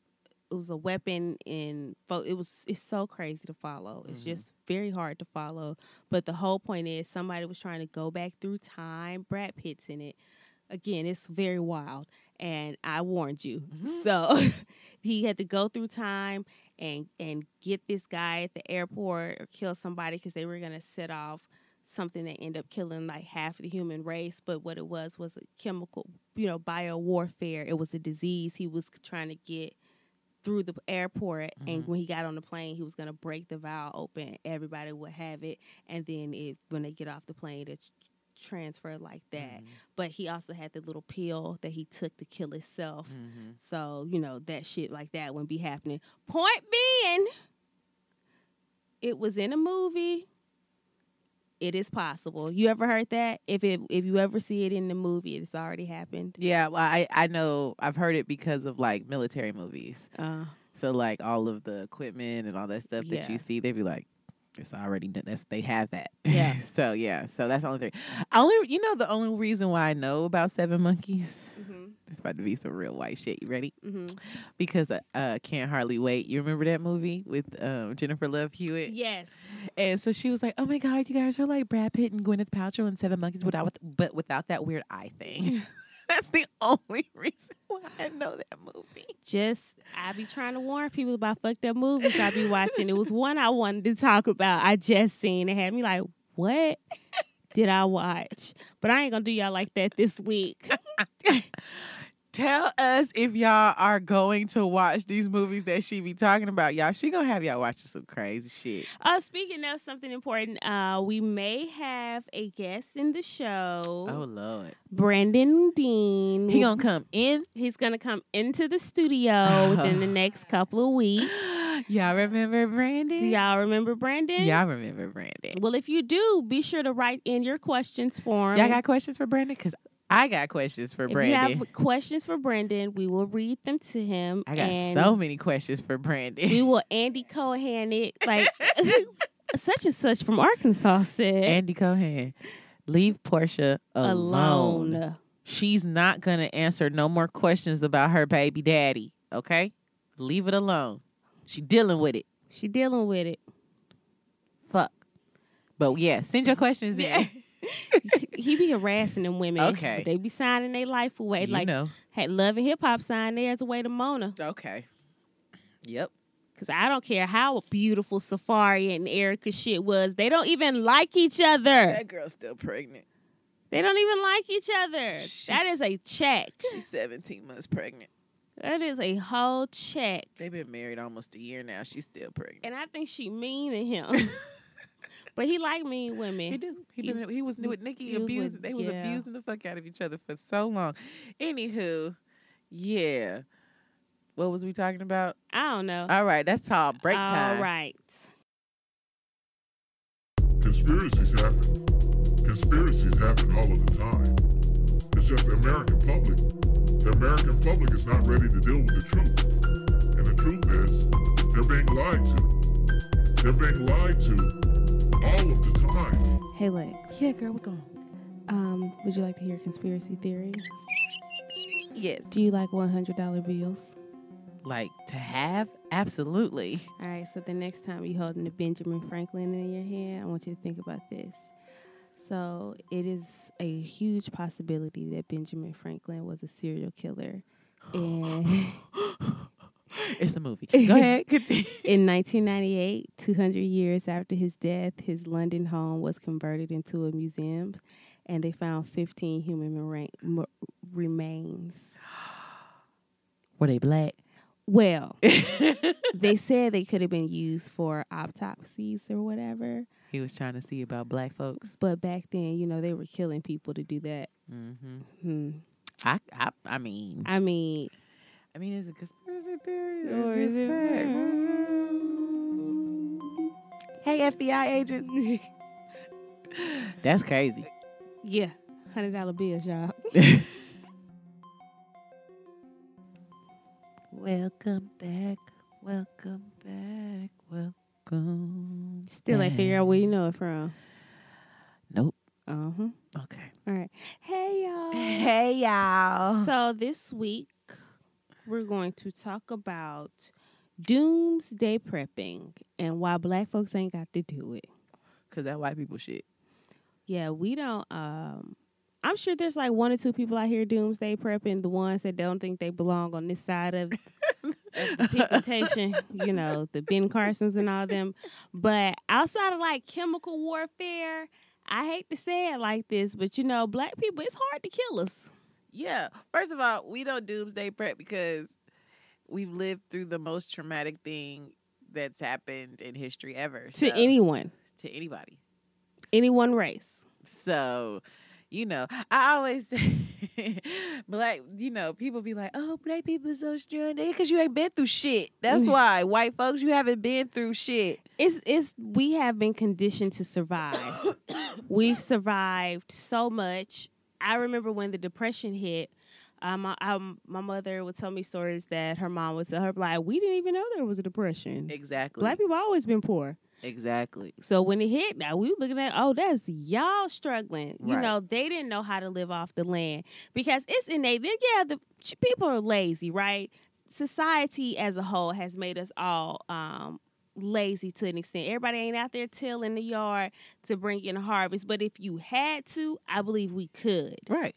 Speaker 1: it was a weapon in fo- it was it's so crazy to follow. It's
Speaker 2: Mhm.
Speaker 1: just very hard to follow. But the whole point is somebody was trying to go back through time. Brad Pitt's in it. Again, it's very wild, and I warned you.
Speaker 2: Mhm.
Speaker 1: So he had to go through time and and get this guy at the airport or kill somebody because they were gonna set off something that ended up killing like half of the human race. But what it was was a chemical, you know, bio warfare. It was a disease he was trying to get through the airport and when he got on the plane he was going to break the vial open everybody would have it and then it when they get off the plane it transferred like
Speaker 2: Mm.
Speaker 1: that but he also had the little pill that he took to kill himself
Speaker 2: Mm-hmm.
Speaker 1: so you know that shit like that wouldn't be happening point being it was in a movie it is possible you ever heard that if it if you ever see it in the movie it's already happened
Speaker 2: Yeah, well, I I know I've heard it because of like military movies.
Speaker 1: uh,
Speaker 2: So like all of the equipment and all that stuff that
Speaker 1: Yeah.
Speaker 2: you see, they'd be like, it's already done. That's they have that.
Speaker 1: Yeah.
Speaker 2: so yeah. So that's the only thing. Only you know the only reason why I know about Seven Monkeys.
Speaker 1: mhm,
Speaker 2: It's about to be some real white shit. You ready?
Speaker 1: mhm.
Speaker 2: Because uh, uh can't hardly wait. You remember that movie with um, Jennifer Love Hewitt?
Speaker 1: yes
Speaker 2: And so she was like, "Oh my god, you guys are like Brad Pitt and Gwyneth Paltrow and Seven Monkeys, without with- but without that weird eye thing." That's the only reason why I know that movie.
Speaker 1: just I be trying to warn people about fucked up movies I be watching. it was one I wanted to talk about. I just seen it had me like, what did I watch? But I ain't gonna do y'all like that this week.
Speaker 2: Tell us if y'all are going to watch these movies that she be talking about, y'all. She gonna have y'all watching some crazy shit.
Speaker 1: Oh, speaking of something important, uh, we may have a guest in the show,
Speaker 2: Oh lord,
Speaker 1: Brandon Dean.
Speaker 2: he gonna come in.
Speaker 1: He's gonna come into the studio within the next couple of weeks.
Speaker 2: y'all remember Brandon?
Speaker 1: Do y'all remember Brandon?
Speaker 2: Y'all remember Brandon?
Speaker 1: Well, if you do, be sure to write in your questions for him.
Speaker 2: Y'all got questions for Brandon? Cause I got questions for
Speaker 1: If
Speaker 2: Brandon.
Speaker 1: you have questions for Brandon, we will read them to him.
Speaker 2: I got
Speaker 1: and
Speaker 2: so many questions for Brandon.
Speaker 1: We will Andy Cohen it like such and such from Arkansas said
Speaker 2: Andy Cohen, leave Portia alone.
Speaker 1: alone.
Speaker 2: She's not going to answer no more questions about her baby daddy, okay? Leave it alone. She dealing with it.
Speaker 1: She dealing with it.
Speaker 2: Fuck. But yeah, send your questions
Speaker 1: Yeah.
Speaker 2: in.
Speaker 1: he be harassing them women.
Speaker 2: Okay.
Speaker 1: but they be signing their life away.
Speaker 2: you
Speaker 1: like
Speaker 2: know.
Speaker 1: had love and hip hop sign there as a way to Mona.
Speaker 2: Okay. Yep.
Speaker 1: Cause I don't care how beautiful Safari and Erica shit was. They don't even like each other.
Speaker 2: girl's still pregnant.
Speaker 1: They don't even like each other. that
Speaker 2: She's-
Speaker 1: is a check.
Speaker 2: She's 17 months pregnant.
Speaker 1: That is a whole check.
Speaker 2: They've been married almost a year now. She's still pregnant.
Speaker 1: and I think she mean to him. but he like mean women.
Speaker 2: He do. He,
Speaker 1: He-
Speaker 2: been, he was new with Nikki.
Speaker 1: he was
Speaker 2: abusing.
Speaker 1: with-
Speaker 2: they was
Speaker 1: yeah.
Speaker 2: abusing the fuck out of each other for so long. Anywho, yeah. What was we talking about?
Speaker 1: I don't know.
Speaker 2: All right, that's Uh-huh. all. Break time.
Speaker 1: All right.
Speaker 3: Conspiracies happen. Conspiracies happen all of the time. It's just the American public. The American public is not ready to deal with the truth. And the truth is, they're being lied to. They're being lied to all of the time.
Speaker 1: Hey Lex.
Speaker 2: Yeah, girl, we're going.
Speaker 1: Um, would you like to hear conspiracy theories?
Speaker 2: Yes.
Speaker 1: Do you like one hundred dollar bills?
Speaker 2: Like to have? Absolutely.
Speaker 1: All right, so the next time you holding a Benjamin Franklin in your hand, I want you to think about this. So it is a huge possibility that Benjamin Franklin was a serial killer. And
Speaker 2: It's a movie. Go ahead. Continue.
Speaker 1: In 1998, 200 years after his death, his London home was converted into a museum, and they found 15 human mera- m- remains.
Speaker 2: Were they black?
Speaker 1: Well, they said they could have been used for autopsies or whatever.
Speaker 2: he was trying to see about black folks.
Speaker 1: But back then, you know, they were killing people to do that.
Speaker 2: hmm
Speaker 1: Hmm.
Speaker 2: I, I, I mean,
Speaker 1: I mean,
Speaker 2: I mean, is it conspiracy theory
Speaker 1: or is it
Speaker 2: fact? Hey, FBI agents. That's crazy.
Speaker 1: yeah, hundred dollar bills, y'all.
Speaker 2: welcome back. Welcome back. Welcome.
Speaker 1: Still ain't figure out where you know it from.
Speaker 2: Nope.
Speaker 1: Uh huh.
Speaker 2: Okay.
Speaker 1: All right. Hey y'all.
Speaker 2: Hey y'all.
Speaker 1: So this week we're going to talk about doomsday prepping and why black folks ain't got to do it.
Speaker 2: Cause that white people shit.
Speaker 1: Yeah, we don't um I'm sure there's like one or two people out here doomsday prepping, the ones that don't think they belong on this side of of the pigmentation, you know, the Ben Carsons and all them. But outside of like chemical warfare, I hate to say it like this, but you know, black people, it's hard to kill us.
Speaker 2: Yeah. First of all, we don't doomsday prep because we've lived through the most traumatic thing that's happened in history ever.
Speaker 1: To
Speaker 2: so-
Speaker 1: anyone,
Speaker 2: to anybody.
Speaker 1: any one race.
Speaker 2: So, you know, I always say, black, you know, people be like, oh, black people so strong. Because you ain't been through shit. That's
Speaker 1: Mm.
Speaker 2: why. White folks, you haven't been through shit.
Speaker 1: It's it's we have been conditioned to survive. We've survived so much. I remember when the depression hit. Um, I, I, my mother would tell me stories that her mom would tell her, like, we didn't even know there was a depression.
Speaker 2: Exactly.
Speaker 1: Black people always been poor.
Speaker 2: exactly.
Speaker 1: So when it hit, now we were looking at, oh, that's y'all struggling. You
Speaker 2: Right.
Speaker 1: know, they didn't know how to live off the land because it's innate. Then, yeah, the ch- people are lazy, right? Society as a whole has made us all um, lazy to an extent. Everybody ain't out there tilling the yard to bring in a harvest. But if you had to, I believe we could.
Speaker 2: Right.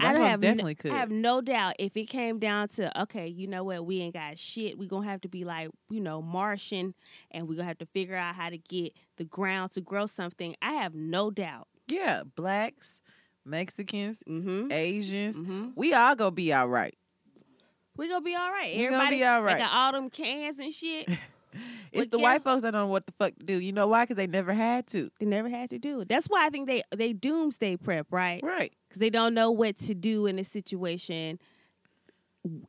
Speaker 1: I
Speaker 2: Black
Speaker 1: don't
Speaker 2: folks
Speaker 1: have no-
Speaker 2: definitely could.
Speaker 1: I have no doubt if it came down to okay, you know what, we ain't got shit. We gonna have to be like you know Martian, and we gonna have to figure out how to get the ground to grow something. I have no doubt.
Speaker 2: yeah. Blacks, Mexicans,
Speaker 1: Mm-hmm.
Speaker 2: Asians,
Speaker 1: Mm-hmm.
Speaker 2: we all gonna be all right.
Speaker 1: We gonna be all right.
Speaker 2: We gonna
Speaker 1: Everybody
Speaker 2: be all
Speaker 1: they
Speaker 2: right.
Speaker 1: got all them cans and shit.
Speaker 2: It's
Speaker 1: But
Speaker 2: the
Speaker 1: yeah.
Speaker 2: white folks that don't know what the fuck to do. You know why? Because they never had to.
Speaker 1: they never had to do it. That's why I think they they doomsday prep right
Speaker 2: Right.
Speaker 1: because they don't know what to do in a situation.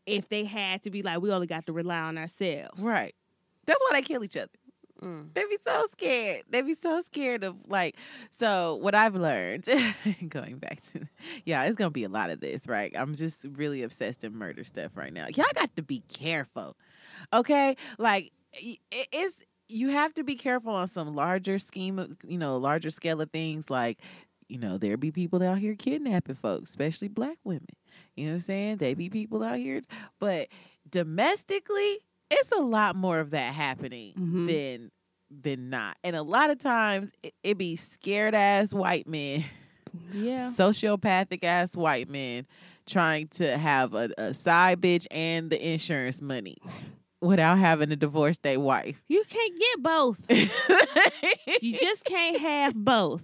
Speaker 1: If they had to be like, we only got to rely on ourselves.
Speaker 2: Right. That's why they kill each other.
Speaker 1: Mm.
Speaker 2: They be so scared. They be so scared of like. So what I've learned, going back to, yeah, it's gonna be a lot of this, right? I'm just really obsessed in murder stuff right now. Y'all got to be careful, okay? Like i- i- it's you have to be careful on some larger scheme, of, you know, larger scale of things. Like, you know, there be people out here kidnapping folks, especially black women. You know what I'm saying? They be people out here, but domestically, it's a lot more of that happening
Speaker 1: Mhm.
Speaker 2: than than not. And a lot of times it, it be scared ass white men,
Speaker 1: Yeah.
Speaker 2: sociopathic ass white men trying to have a, a side bitch and the insurance money without having to divorce their wife.
Speaker 1: You can't get both. You just can't have both.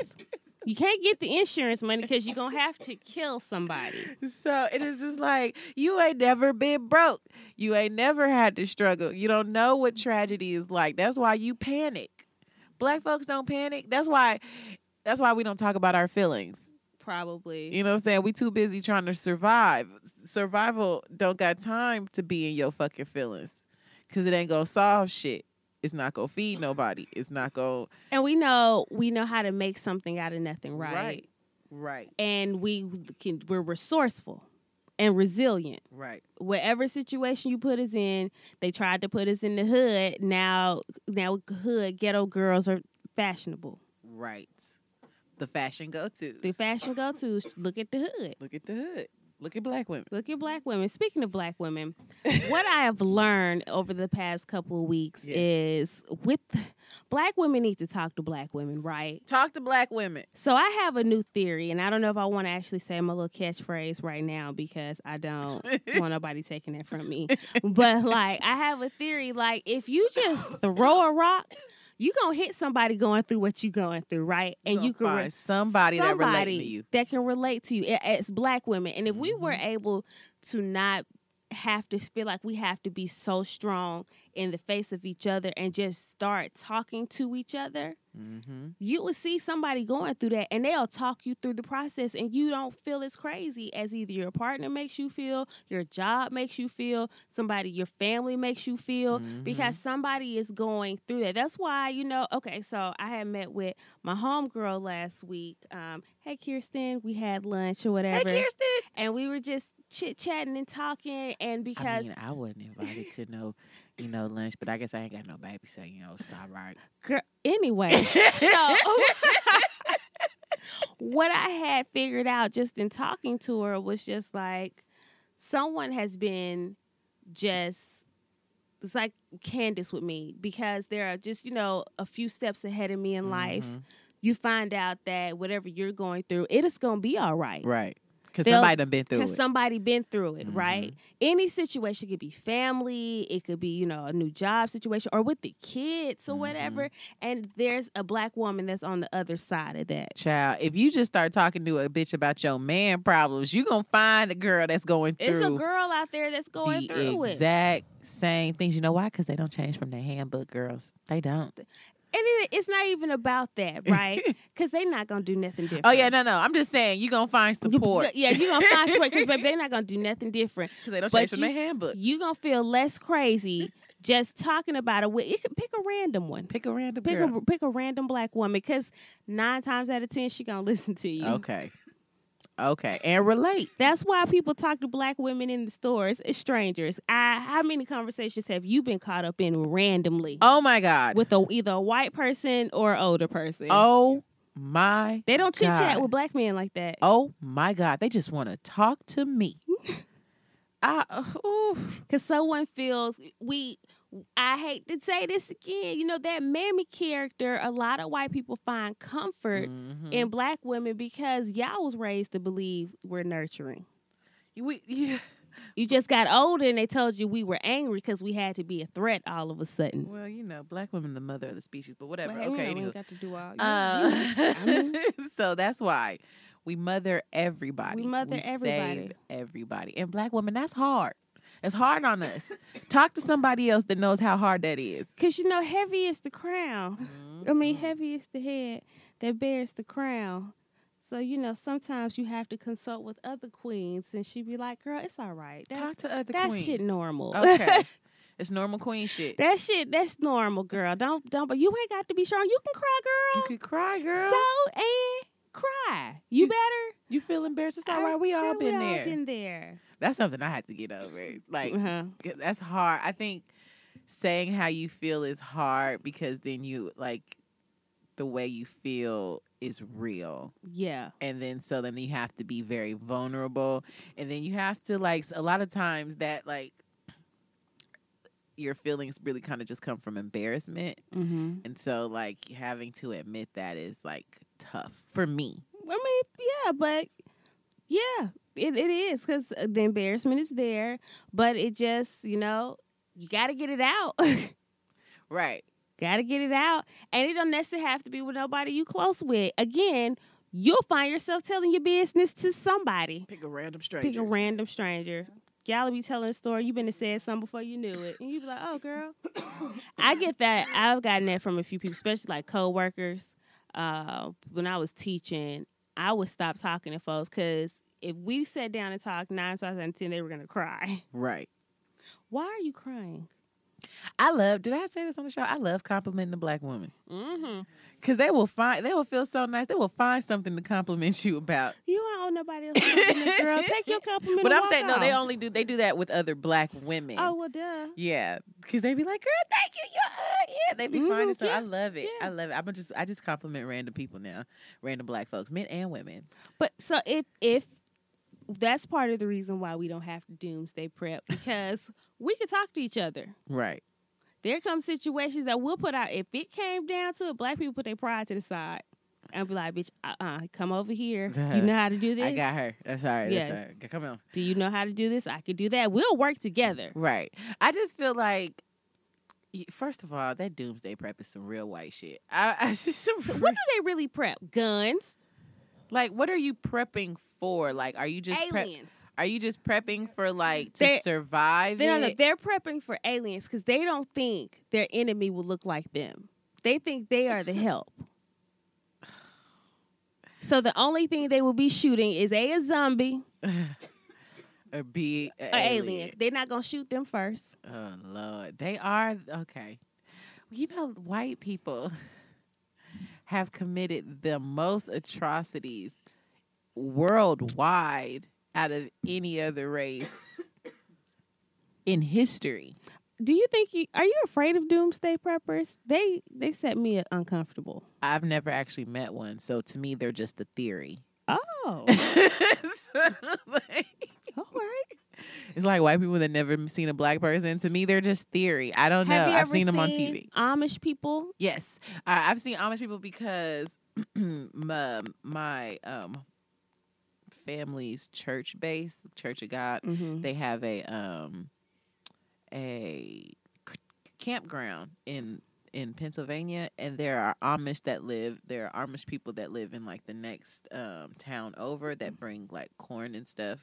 Speaker 1: You can't get the insurance money because you're gonna have to kill somebody.
Speaker 2: so it is just like you ain't never been broke. You ain't never had to struggle. You don't know what tragedy is like. That's why you panic. Black folks don't panic. That's why that's why we don't talk about our feelings.
Speaker 1: Probably.
Speaker 2: You know what I'm saying? We too busy trying to survive. Survival don't got time to be in your fucking feelings. Cause it ain't gonna solve shit. It's not gonna feed nobody. It's not gonna
Speaker 1: And we know we know how to make something out of nothing, right?
Speaker 2: Right. Right.
Speaker 1: And we can we're resourceful and resilient.
Speaker 2: right.
Speaker 1: Whatever situation you put us in, they tried to put us in the hood. Now now hood ghetto girls are fashionable.
Speaker 2: Right. The fashion go to.
Speaker 1: The fashion go to look at the hood.
Speaker 2: Look at the hood. Look at black women.
Speaker 1: Look at black women. Speaking of black women, what I have learned over the past couple of weeks
Speaker 2: Yes.
Speaker 1: is with black women need to talk to black women, right?
Speaker 2: Talk to black women.
Speaker 1: So I have a new theory, and I don't know if I want to actually say my little catchphrase right now because I don't want nobody taking that from me. But like, I have a theory. Like, if you just throw a rock, you gonna hit somebody going through what you going through, right? And
Speaker 2: gonna
Speaker 1: you can re-
Speaker 2: find somebody, that relates to
Speaker 1: somebody
Speaker 2: you. Mm-hmm.
Speaker 1: that can relate to you a- as black women. And if we were able to not have to feel like we have to be so strong in the face of each other and just start talking to each other.
Speaker 2: Mm-hmm.
Speaker 1: You would see somebody going through that and they'll talk you through the process and you don't feel as crazy as either your partner makes you feel, your job makes you feel, somebody, your family makes you feel
Speaker 2: Mm-hmm.
Speaker 1: because somebody is going through that. That's why, you know, okay, so I had met with my homegirl last week. Um, hey, Kirsten, we had lunch or
Speaker 2: Hey,
Speaker 1: whatever.
Speaker 2: Kirsten.
Speaker 1: and we were just chit chatting and talking. And
Speaker 2: I
Speaker 1: because,
Speaker 2: mean, I wasn't invited to no, you know, lunch, but I guess I ain't got no baby, so you know, it's all right.
Speaker 1: girl, anyway, so what I had figured out just in talking to her was just like someone has been just it's like Candace with me because there are just you know a few steps ahead of me in life.
Speaker 2: Mhm.
Speaker 1: You find out that whatever you're going through, it is gonna be all right.
Speaker 2: right? Because
Speaker 1: They'll-
Speaker 2: somebody done been through it.
Speaker 1: Because somebody been through it,
Speaker 2: Mhm.
Speaker 1: right? Any situation it could be family, it could be, you know, a new job situation or with the kids or
Speaker 2: Mm-hmm.
Speaker 1: whatever. And there's a black woman that's on the other side of that.
Speaker 2: Child, if you just start talking to a bitch about your man problems, you gonna find a girl that's going through.
Speaker 1: It's a girl out there that's going
Speaker 2: the
Speaker 1: through it.
Speaker 2: exact same things. You know why? Because they don't change from their handbook, girls. They don't.
Speaker 1: And it, it's not even about that, right? Because they're not going to do nothing different.
Speaker 2: Oh yeah, no, no. I'm just saying you gonna find
Speaker 1: You-
Speaker 2: support
Speaker 1: Yeah, you're going to find support because, baby, they're not going to do nothing different.
Speaker 2: because they don't
Speaker 1: But
Speaker 2: change from
Speaker 1: you-
Speaker 2: their handbook.
Speaker 1: You're going to feel less crazy just talking about it. With, you could pick a random one.
Speaker 2: Pick a random
Speaker 1: Pick
Speaker 2: girl.
Speaker 1: a, pick a random black woman because nine times out of ten she gonna listen to you.
Speaker 2: Okay, okay, and relate.
Speaker 1: That's why people talk to black women in the stores as strangers. I, how many conversations have you been caught up in randomly
Speaker 2: Oh my god.
Speaker 1: with a, either a white person or an older person?
Speaker 2: oh my.
Speaker 1: they don't chit chat
Speaker 2: God.
Speaker 1: with black men like that.
Speaker 2: Oh my god. They just want to talk to me. I. oof.
Speaker 1: Cause someone feels we. I hate to say this again. You know that mammy character. A lot of white people find comfort
Speaker 2: Mhm.
Speaker 1: in black women because y'all was raised to believe we're nurturing.
Speaker 2: We- yeah.
Speaker 1: You just got older and they told you we were angry because we had to be a threat all of a sudden.
Speaker 2: Well, you know, black women the mother of the species, but whatever.
Speaker 1: But hey, we
Speaker 2: okay,
Speaker 1: Mm. know we
Speaker 2: anywho.
Speaker 1: ain't got to do all.
Speaker 2: Uh,
Speaker 1: yeah, I
Speaker 2: so that's why we mother everybody.
Speaker 1: mother everybody.
Speaker 2: save everybody. And black women, that's hard. It's hard on us. Talk to somebody else that knows how hard that is.
Speaker 1: Because you know, heavy is the crown. I mean,
Speaker 2: Mm-hmm.
Speaker 1: heavy is the head that bears the crown. So you know, sometimes you have to consult with other queens, and she be like, "Girl, it's all right. That's
Speaker 2: talk to other
Speaker 1: that
Speaker 2: queens.
Speaker 1: shit normal.
Speaker 2: Okay, it's normal queen shit.
Speaker 1: that shit that's normal, girl. Don't don't. But you ain't got to be strong. You can cry,
Speaker 2: you
Speaker 1: girl.
Speaker 2: could cry, girl.
Speaker 1: So and cry. You
Speaker 2: You-
Speaker 1: better.
Speaker 2: you feel embarrassed? It's
Speaker 1: I
Speaker 2: all right. We all
Speaker 1: feel
Speaker 2: been
Speaker 1: we
Speaker 2: there.
Speaker 1: All been there.
Speaker 2: that's something I had to get over. Like
Speaker 1: Uh-huh.
Speaker 2: that's hard. I think saying how you feel is hard because then you like the way you feel is real.
Speaker 1: Yeah.
Speaker 2: and then so then you have to be very vulnerable and then you have to like s- a lot of times that like your feelings really kind of just come from embarrassment
Speaker 1: Mm-hmm.
Speaker 2: and so like having to admit that is like tough for me
Speaker 1: I mean, yeah, but yeah, it, it is because the embarrassment is there, but it just, you know, you got to get it out.
Speaker 2: right
Speaker 1: got to get it out. And it don't necessarily have to be with nobody you close with. Again, you'll find yourself telling your business to somebody.
Speaker 2: pick a random stranger
Speaker 1: Pick a random stranger. Y'all be telling a story. You've been to said something before you knew it, and you be like, "Oh, girl." I get that. I've gotten that from a few people, especially like coworkers. Uh, when I was teaching, I would stop talking to folks because if we sat down and talked, nine times out of ten, they were gonna cry.
Speaker 2: right
Speaker 1: Why are you crying?
Speaker 2: i love did i say this on the show i love complimenting a black woman
Speaker 1: Mm-hmm.
Speaker 2: because they will find they will feel so nice they will find something to compliment you about
Speaker 1: You don't owe nobody else a compliment, girl. Take your compliment.
Speaker 2: but
Speaker 1: and
Speaker 2: i'm
Speaker 1: walk
Speaker 2: saying no they
Speaker 1: off.
Speaker 2: only do they do that with other black women
Speaker 1: Oh well, duh.
Speaker 2: Yeah, because they be like, "Girl, thank you, you're uh, yeah." They be finding
Speaker 1: Mhm,
Speaker 2: so
Speaker 1: yeah,
Speaker 2: I love it.
Speaker 1: yeah.
Speaker 2: I love it. I'm just I just compliment random people now, random black folks, men and women.
Speaker 1: But so if if that's part of the reason why we don't have to doomsday prep because we can talk to each other.
Speaker 2: Right.
Speaker 1: There come situations that we'll put out. If it came down to it, black people put their pride to the side and be like, "Bitch, uh, uh come over here. You know how to do this.
Speaker 2: I got her. That's all right. That's
Speaker 1: Yeah.
Speaker 2: all right. Okay, Come on.
Speaker 1: Do you know how to do this? I could do that. We'll work together."
Speaker 2: Right. I just feel like, y- first of all, that doomsday prep is some real white shit. I, I just some.
Speaker 1: What do they really prep? Guns,
Speaker 2: like what are you prepping for? Like are you just prep-
Speaker 1: aliens.
Speaker 2: are you just prepping for like to
Speaker 1: They-
Speaker 2: survive
Speaker 1: They don't know.
Speaker 2: it?
Speaker 1: They're prepping for aliens because they don't think their enemy will look like them. They think they are the help. So the only thing they will be shooting is a, a zombie
Speaker 2: or be a
Speaker 1: or alien.
Speaker 2: alien?
Speaker 1: They're not gonna shoot them first.
Speaker 2: Oh Lord, they are okay. You know, white people have committed the most atrocities worldwide out of any other race in history.
Speaker 1: Do you think you are you afraid of doomsday preppers? They they set me uncomfortable.
Speaker 2: I've never actually met one, so to me, they're just a theory.
Speaker 1: Oh,
Speaker 2: So, like,
Speaker 1: all right.
Speaker 2: it's like white people that never seen a black person. To me, they're just theory. I don't know. I've seen them on TV.
Speaker 1: Amish people.
Speaker 2: Yes, I I've seen Amish people because my, my um family's church base, Church of God,
Speaker 1: Mm-hmm.
Speaker 2: they have a um a c- campground in in Pennsylvania, and there are Amish that live. There are Amish people that live in like the next um town over that bring like corn and stuff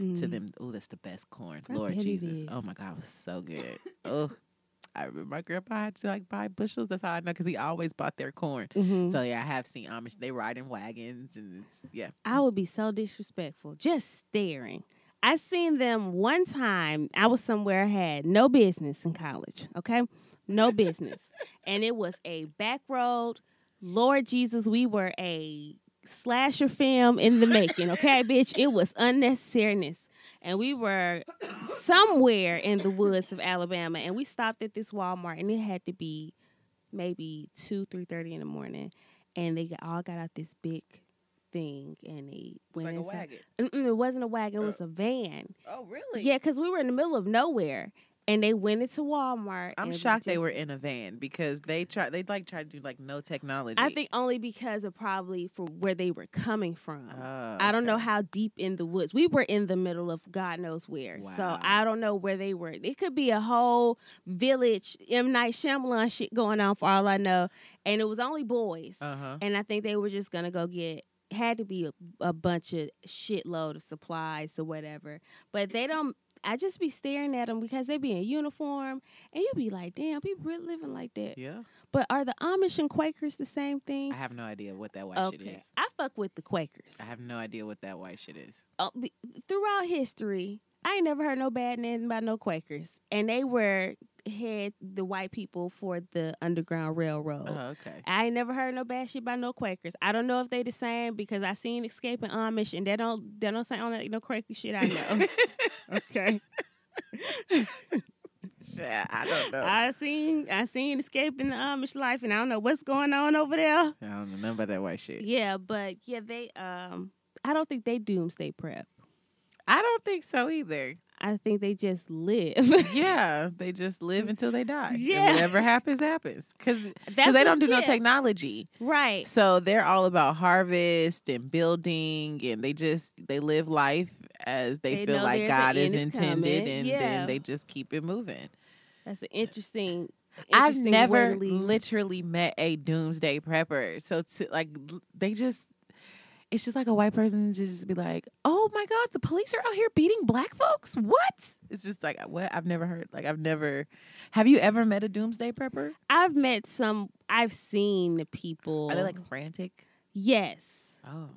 Speaker 1: mm-hmm.
Speaker 2: to them. Oh, that's the best corn,
Speaker 1: I
Speaker 2: Lord
Speaker 1: bet it
Speaker 2: Jesus. Oh
Speaker 1: is.
Speaker 2: my God, it was so good. oh, I remember my grandpa had to like buy bushels. That's how I know because he always bought their corn.
Speaker 1: Mm-hmm.
Speaker 2: So yeah, I have seen Amish. They ride in wagons and it's yeah.
Speaker 1: I would be so disrespectful, just staring. I seen them one time. I was somewhere I had no business in college, okay? No business. and it was a back road. Lord Jesus, we were a slasher film in the making, okay, bitch? It was unnecessariness. And we were somewhere in the woods of Alabama, and we stopped at this Walmart, and it had to be maybe two, three thirty in the morning, and they got- all got out this big thing, and they went
Speaker 2: like a
Speaker 1: inside.
Speaker 2: wagon.
Speaker 1: Mm-mm, it wasn't a wagon; it was a van.
Speaker 2: Oh really?
Speaker 1: Yeah, because we were in the middle of nowhere, and they went into Walmart.
Speaker 2: I'm
Speaker 1: and
Speaker 2: shocked they
Speaker 1: just-
Speaker 2: were in a van because they try they like try to do like no technology.
Speaker 1: I think only because of probably for where they were coming from.
Speaker 2: Oh,
Speaker 1: I don't know
Speaker 2: okay.
Speaker 1: how deep in the woods. We were in the middle of God knows where. So
Speaker 2: Wow.
Speaker 1: I don't know where they were. It could be a whole village M Night Shyamalan shit going on for all I know. And it was only boys.
Speaker 2: Uh-huh.
Speaker 1: And I think they were just gonna go get had to be a, a bunch of shitload of supplies or whatever. But they don't. I just be staring at them because they be in uniform, and you be like, "Damn, people really living like that."
Speaker 2: Yeah.
Speaker 1: But are the Amish and Quakers the same thing?
Speaker 2: I have no idea what that white shit
Speaker 1: Okay,
Speaker 2: is.
Speaker 1: I fuck with the Quakers.
Speaker 2: I have no idea what that white shit is.
Speaker 1: Oh, be- throughout history, I ain't never heard no bad name about no Quakers, and they were had the white people for the Underground Railroad.
Speaker 2: Oh, okay.
Speaker 1: I ain't never heard no bad shit by no Quakers. I don't know if they the same because I seen Escape and Amish, and they don't they don't sound like no Quaker shit I know. okay,
Speaker 2: Yeah, I don't know. I,
Speaker 1: I seen I seen Escape and the Amish life, and I don't know what's going on over there.
Speaker 2: don't know nothing about that white shit.
Speaker 1: Yeah, but yeah, they um, I don't think they doomsday prep.
Speaker 2: I don't think so either.
Speaker 1: I think they just live.
Speaker 2: Yeah, they just live until they die. And
Speaker 1: Yeah.
Speaker 2: whatever happens, happens. Because
Speaker 1: That's
Speaker 2: they don't
Speaker 1: what-
Speaker 2: do no
Speaker 1: yeah,
Speaker 2: technology,
Speaker 1: Right.
Speaker 2: so they're all about harvest and building, and they just they live life as they,
Speaker 1: They
Speaker 2: feel
Speaker 1: know
Speaker 2: like
Speaker 1: there's an
Speaker 2: God is
Speaker 1: end is
Speaker 2: intended,
Speaker 1: coming.
Speaker 2: and
Speaker 1: Yeah.
Speaker 2: then they just keep it moving.
Speaker 1: That's an interesting.
Speaker 2: I've
Speaker 1: interesting
Speaker 2: never
Speaker 1: way to leave.
Speaker 2: literally met a doomsday prepper, so to, like l- they just. It's just like a white person to just be like, "Oh my God, the police are out here beating black folks." What? It's just like what I've never heard. Like I've never. Have you ever met a doomsday prepper?
Speaker 1: I've met some. I've seen the people.
Speaker 2: Are they like frantic?
Speaker 1: Yes,
Speaker 2: Oh.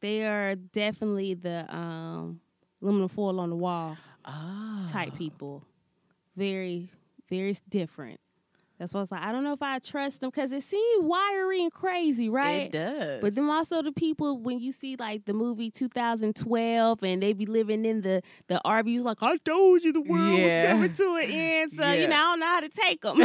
Speaker 1: they are definitely the um, aluminum foil on the wall
Speaker 2: Oh.
Speaker 1: type people. Very, very different. That's why I was like, I don't know if I trust them because it seemed wiry and crazy, right?
Speaker 2: It does.
Speaker 1: But then also the people when you see like the movie 2012 and they be living in the the RVs like I told you the world was
Speaker 2: Yeah.
Speaker 1: coming to an end, so
Speaker 2: Yeah.
Speaker 1: you know I don't know how to take them.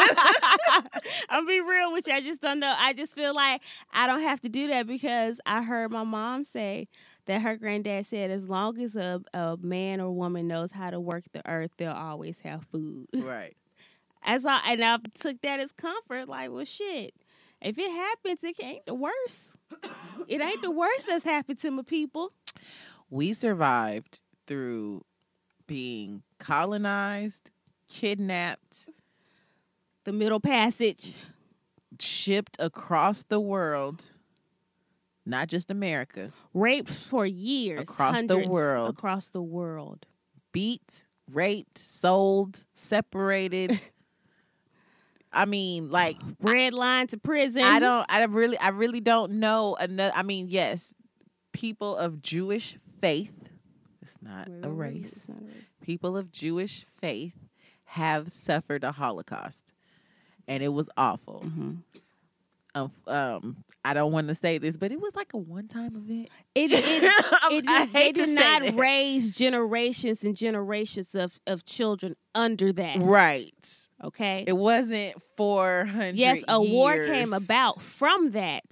Speaker 1: I'm be real with you, I just don't know. I just feel like I don't have to do that because I heard my mom say that her granddad said as long as a, a man or woman knows how to work the earth, they'll always have food.
Speaker 2: right.
Speaker 1: As I and I took that as comfort, like, well, shit. If it happens, it ain't the worst. it ain't the worst that's happened to my people.
Speaker 2: We survived through being colonized, kidnapped,
Speaker 1: The middle passage.
Speaker 2: shipped across the world, not just America.
Speaker 1: raped for years
Speaker 2: Across the
Speaker 1: hundreds
Speaker 2: world.
Speaker 1: Across the world.
Speaker 2: Beat, raped, sold, separated. I mean, like
Speaker 1: Red line to prison.
Speaker 2: I don't. I really. I really don't know another. I mean, yes, people of Jewish faith. It's not
Speaker 1: Wait,
Speaker 2: a
Speaker 1: wait, wait,
Speaker 2: race.
Speaker 1: it's not a race.
Speaker 2: people of Jewish faith have suffered a Holocaust, and it was awful. Um, um, I don't want to say this, but it was like a one-time event.
Speaker 1: It, it,
Speaker 2: I'm-
Speaker 1: it,
Speaker 2: I
Speaker 1: did- they
Speaker 2: hate to
Speaker 1: did
Speaker 2: say
Speaker 1: not
Speaker 2: that.
Speaker 1: raise generations and generations of, of children under that.
Speaker 2: Right.
Speaker 1: Okay.
Speaker 2: It wasn't four hundred.
Speaker 1: yes, a war came about from that,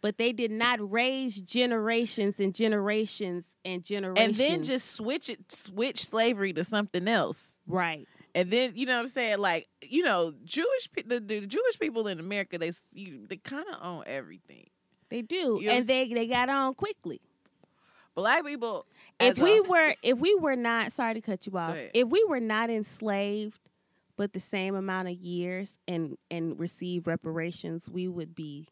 Speaker 1: but they did not raise generations and generations and
Speaker 2: and
Speaker 1: generations.
Speaker 2: then just switch it, switch slavery to something else.
Speaker 1: right.
Speaker 2: And then you know what I'm saying, like you know, Jewish pe- the, the Jewish people in America, they s- you, they kind of own everything.
Speaker 1: They do,
Speaker 2: You
Speaker 1: and
Speaker 2: was-
Speaker 1: they they got on quickly.
Speaker 2: Black people,
Speaker 1: If
Speaker 2: as a-
Speaker 1: we were if we were not sorry to cut you off,
Speaker 2: ahead.
Speaker 1: if we were not enslaved, but the same amount of years and and receive reparations, we would be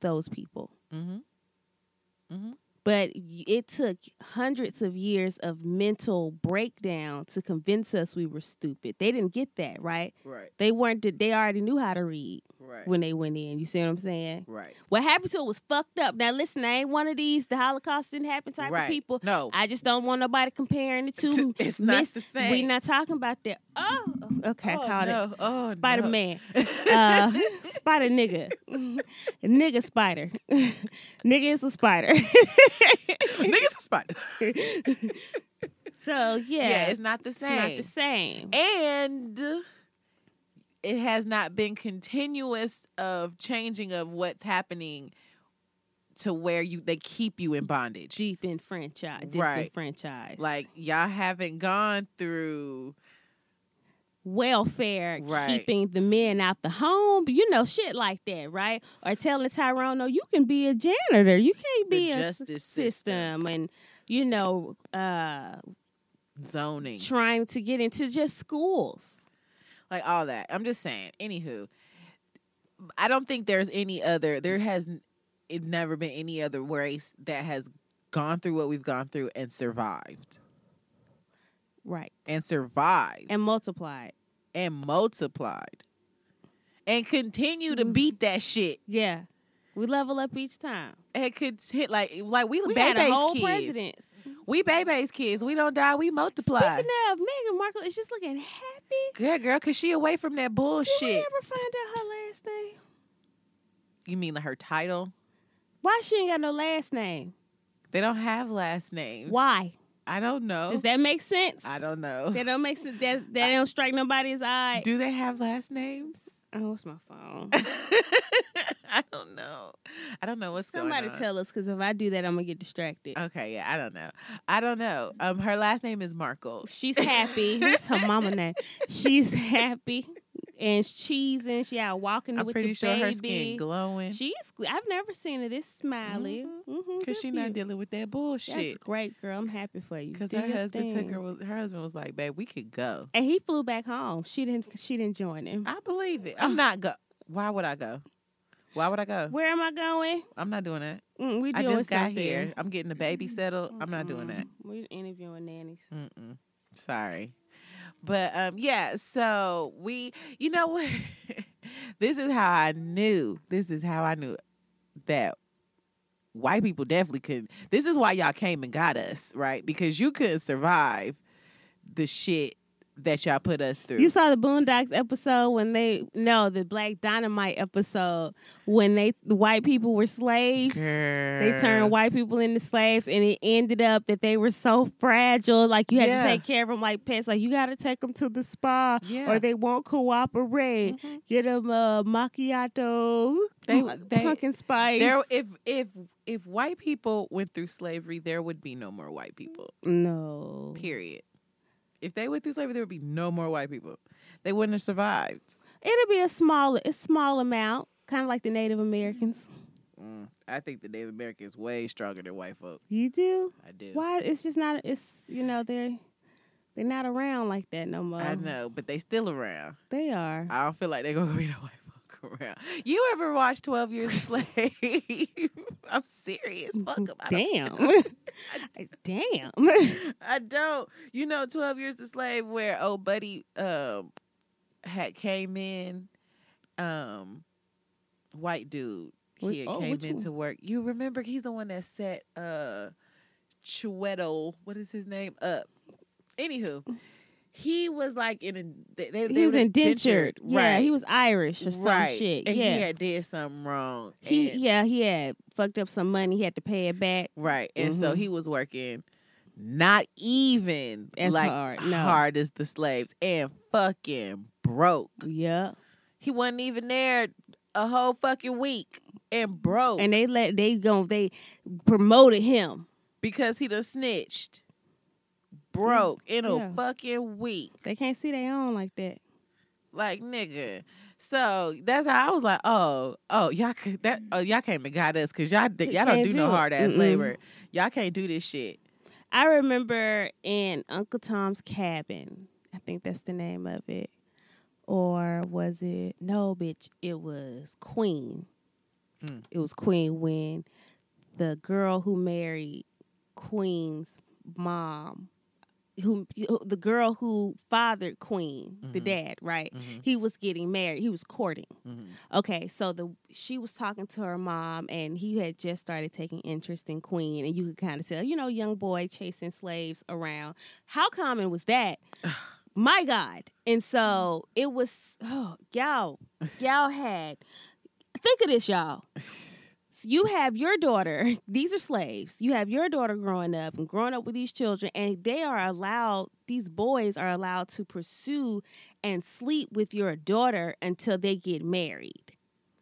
Speaker 1: those people.
Speaker 2: Mhm. Mhm.
Speaker 1: But y- it took hundreds of years of mental breakdown to convince us we were stupid. They didn't get that right.
Speaker 2: right,
Speaker 1: They weren't. They already knew how to read
Speaker 2: right,
Speaker 1: when they went in. You see what I'm saying?
Speaker 2: right,
Speaker 1: What happened to it was fucked up. Now listen, I ain't one of these. The Holocaust didn't happen type
Speaker 2: right.
Speaker 1: of people.
Speaker 2: No,
Speaker 1: I just don't want nobody comparing it to me.
Speaker 2: it's not
Speaker 1: Miss-
Speaker 2: the same.
Speaker 1: We not talking about that. Oh, okay, I called it.
Speaker 2: Oh,
Speaker 1: Spider Man, uh, Spider Nigga, Nigga Spider, Nigga is a spider.
Speaker 2: Niggas a spider.
Speaker 1: so yeah,
Speaker 2: Yeah. it's not the
Speaker 1: it's not
Speaker 2: same.
Speaker 1: the same.
Speaker 2: And it has not been continuous of changing of what's happening to where you they keep you in bondage.
Speaker 1: Deep in franchise,
Speaker 2: Right.
Speaker 1: disenfranchised,
Speaker 2: Like y'all haven't gone through
Speaker 1: welfare,
Speaker 2: Right.
Speaker 1: keeping the men out the home, you know, shit like that, right? Or telling Tyrone, no, you can be a janitor, you can't
Speaker 2: the
Speaker 1: be a
Speaker 2: justice system,
Speaker 1: system, and you know, uh,
Speaker 2: zoning,
Speaker 1: trying to get into just schools.
Speaker 2: like all that. I'm just saying. Anywho, I don't think there's any other. There has n- it never been any other race that has gone through what we've gone through and survived
Speaker 1: Right.
Speaker 2: and survived
Speaker 1: and multiplied.
Speaker 2: and multiplied and continue to
Speaker 1: Mm.
Speaker 2: beat that shit
Speaker 1: Yeah. We level up each time.
Speaker 2: and could hit like like we,
Speaker 1: We had a
Speaker 2: Bebe's
Speaker 1: whole
Speaker 2: kids.
Speaker 1: president.
Speaker 2: We Bebe's kids. We don't die. We multiply.
Speaker 1: Speaking of, Meghan Markle is just looking happy.
Speaker 2: Good girl, cause she away from that
Speaker 1: Did we
Speaker 2: bullshit.
Speaker 1: ever find out her last name?
Speaker 2: You mean her title?
Speaker 1: Why she ain't got no last name?
Speaker 2: They don't have last names.
Speaker 1: Why?
Speaker 2: I don't know.
Speaker 1: Does that make sense?
Speaker 2: Oh. I don't know.
Speaker 1: That don't make sense. That, that don't strike nobody's eye.
Speaker 2: Do they have last names?
Speaker 1: oh, it's my phone.
Speaker 2: I don't know. I don't know what's
Speaker 1: Somebody
Speaker 2: going on.
Speaker 1: tell us, because if I do that, I'm gonna get distracted.
Speaker 2: Okay, yeah, I don't know. I don't know. Um, her last name is Markle.
Speaker 1: She's happy. That's her mama name. She's happy and she's cheesing. She out walking
Speaker 2: I'm
Speaker 1: with
Speaker 2: pretty
Speaker 1: the
Speaker 2: sure
Speaker 1: baby.
Speaker 2: her skin glowing
Speaker 1: She's. I've never seen her this smiley. Mm-hmm,
Speaker 2: Mhm.
Speaker 1: Because
Speaker 2: because she not dealing with that bullshit.
Speaker 1: That's great, girl. I'm happy for you.
Speaker 2: Because
Speaker 1: Do
Speaker 2: her
Speaker 1: your
Speaker 2: husband
Speaker 1: thing.
Speaker 2: took her. was- Her husband was like, "Babe, we could go."
Speaker 1: and he flew back home. She didn't. She didn't join him.
Speaker 2: I believe it. I'm not go. Why would I go? Why would I go?
Speaker 1: Where am I going?
Speaker 2: I'm not doing that.
Speaker 1: Mm, we
Speaker 2: I
Speaker 1: doing
Speaker 2: just got
Speaker 1: something. Mm-hmm.
Speaker 2: here. I'm getting the baby settled. I'm not doing that.
Speaker 1: Mm-mm. We're interviewing nannies.
Speaker 2: Mm-mm. Sorry. But um yeah, so we you know what this is how I knew. This is how I knew that white people definitely couldn't. This is why y'all came and got us, right? Because you couldn't survive the shit that y'all put us through.
Speaker 1: You saw the Boondocks episode when they no the Black Dynamite episode when they the white people were slaves. They turned white people into slaves, and it ended up that they were so fragile. Like you had
Speaker 2: Yeah.
Speaker 1: to take care of them like pets. Like you got to take them to the spa,
Speaker 2: Yeah.
Speaker 1: or they won't cooperate.
Speaker 2: Mhm.
Speaker 1: Get them a macchiato,
Speaker 2: They-
Speaker 1: mu-
Speaker 2: Oh, they-
Speaker 1: pumpkin spice.
Speaker 2: There if if if white people went through slavery, there would be no more white people.
Speaker 1: no,
Speaker 2: Period. If they went through slavery, there would be no more white people. They wouldn't have survived.
Speaker 1: it'll be a small, a small amount, kind of like the Native Americans.
Speaker 2: Mm, I think the Native American is way stronger than white folk.
Speaker 1: You do
Speaker 2: I do.
Speaker 1: why? It's just not. It's you know they're they're not around like that no more.
Speaker 2: I know, but they still around.
Speaker 1: they are.
Speaker 2: I don't feel like they're gonna be the white folk around. You ever watch Twelve Years a Slave? I'm serious. Fuck 'em. I don't
Speaker 1: Damn. Damn.
Speaker 2: I don't. You know, Twelve Years a Slave, where old buddy um had came in, um, white dude.
Speaker 1: Wh-
Speaker 2: He had
Speaker 1: oh,
Speaker 2: came
Speaker 1: which
Speaker 2: in to work. You remember? He's the one that set uh, Chueto. What is his name? Up. Anywho, he was like in a. They, they, they
Speaker 1: he was
Speaker 2: were
Speaker 1: indentured. Yeah,
Speaker 2: right?
Speaker 1: he was Irish or some
Speaker 2: right.
Speaker 1: shit.
Speaker 2: And
Speaker 1: yeah.
Speaker 2: he had did something wrong.
Speaker 1: He
Speaker 2: and-
Speaker 1: yeah, he had fucked up some money. He had to pay it back.
Speaker 2: Right. And so
Speaker 1: Mhm.
Speaker 2: he was working not even
Speaker 1: As
Speaker 2: like
Speaker 1: hard, no.
Speaker 2: hard as the slaves and fucking broke.
Speaker 1: Yeah,
Speaker 2: He wasn't even there a whole fucking week and broke
Speaker 1: and they let they go. They promoted him.
Speaker 2: because he done snitched. Broke in a
Speaker 1: Mm, Yeah.
Speaker 2: fucking week.
Speaker 1: They can't see their own like that.
Speaker 2: Like nigga. So that's how I was like, oh, oh, y'all could that oh y'all came and got us because y'all di- y'all don't
Speaker 1: Can't
Speaker 2: do no
Speaker 1: do it.
Speaker 2: hard ass
Speaker 1: Mm-mm.
Speaker 2: labor. Y'all can't do this shit.
Speaker 1: I remember in Uncle Tom's Cabin. I think that's the name of it. Or was it no, bitch? It was Queen.
Speaker 2: Mm.
Speaker 1: It was Queen when the girl who married Queen's mom, who who- the girl who fathered Queen, the
Speaker 2: Mhm.
Speaker 1: dad, right? He was getting married. He was courting.
Speaker 2: Mm-hmm.
Speaker 1: Okay, so the she was talking to her mom, and he had just started taking interest in Queen, and you could kind of tell, you know, young boy chasing slaves around. How common was that? My God! And so it was, oh, y'all, y'all had. Think of this, y'all. So you have your daughter. These are slaves. You have your daughter growing up and growing up with these children, and they are allowed. These boys are allowed to pursue and sleep with your daughter until they get married.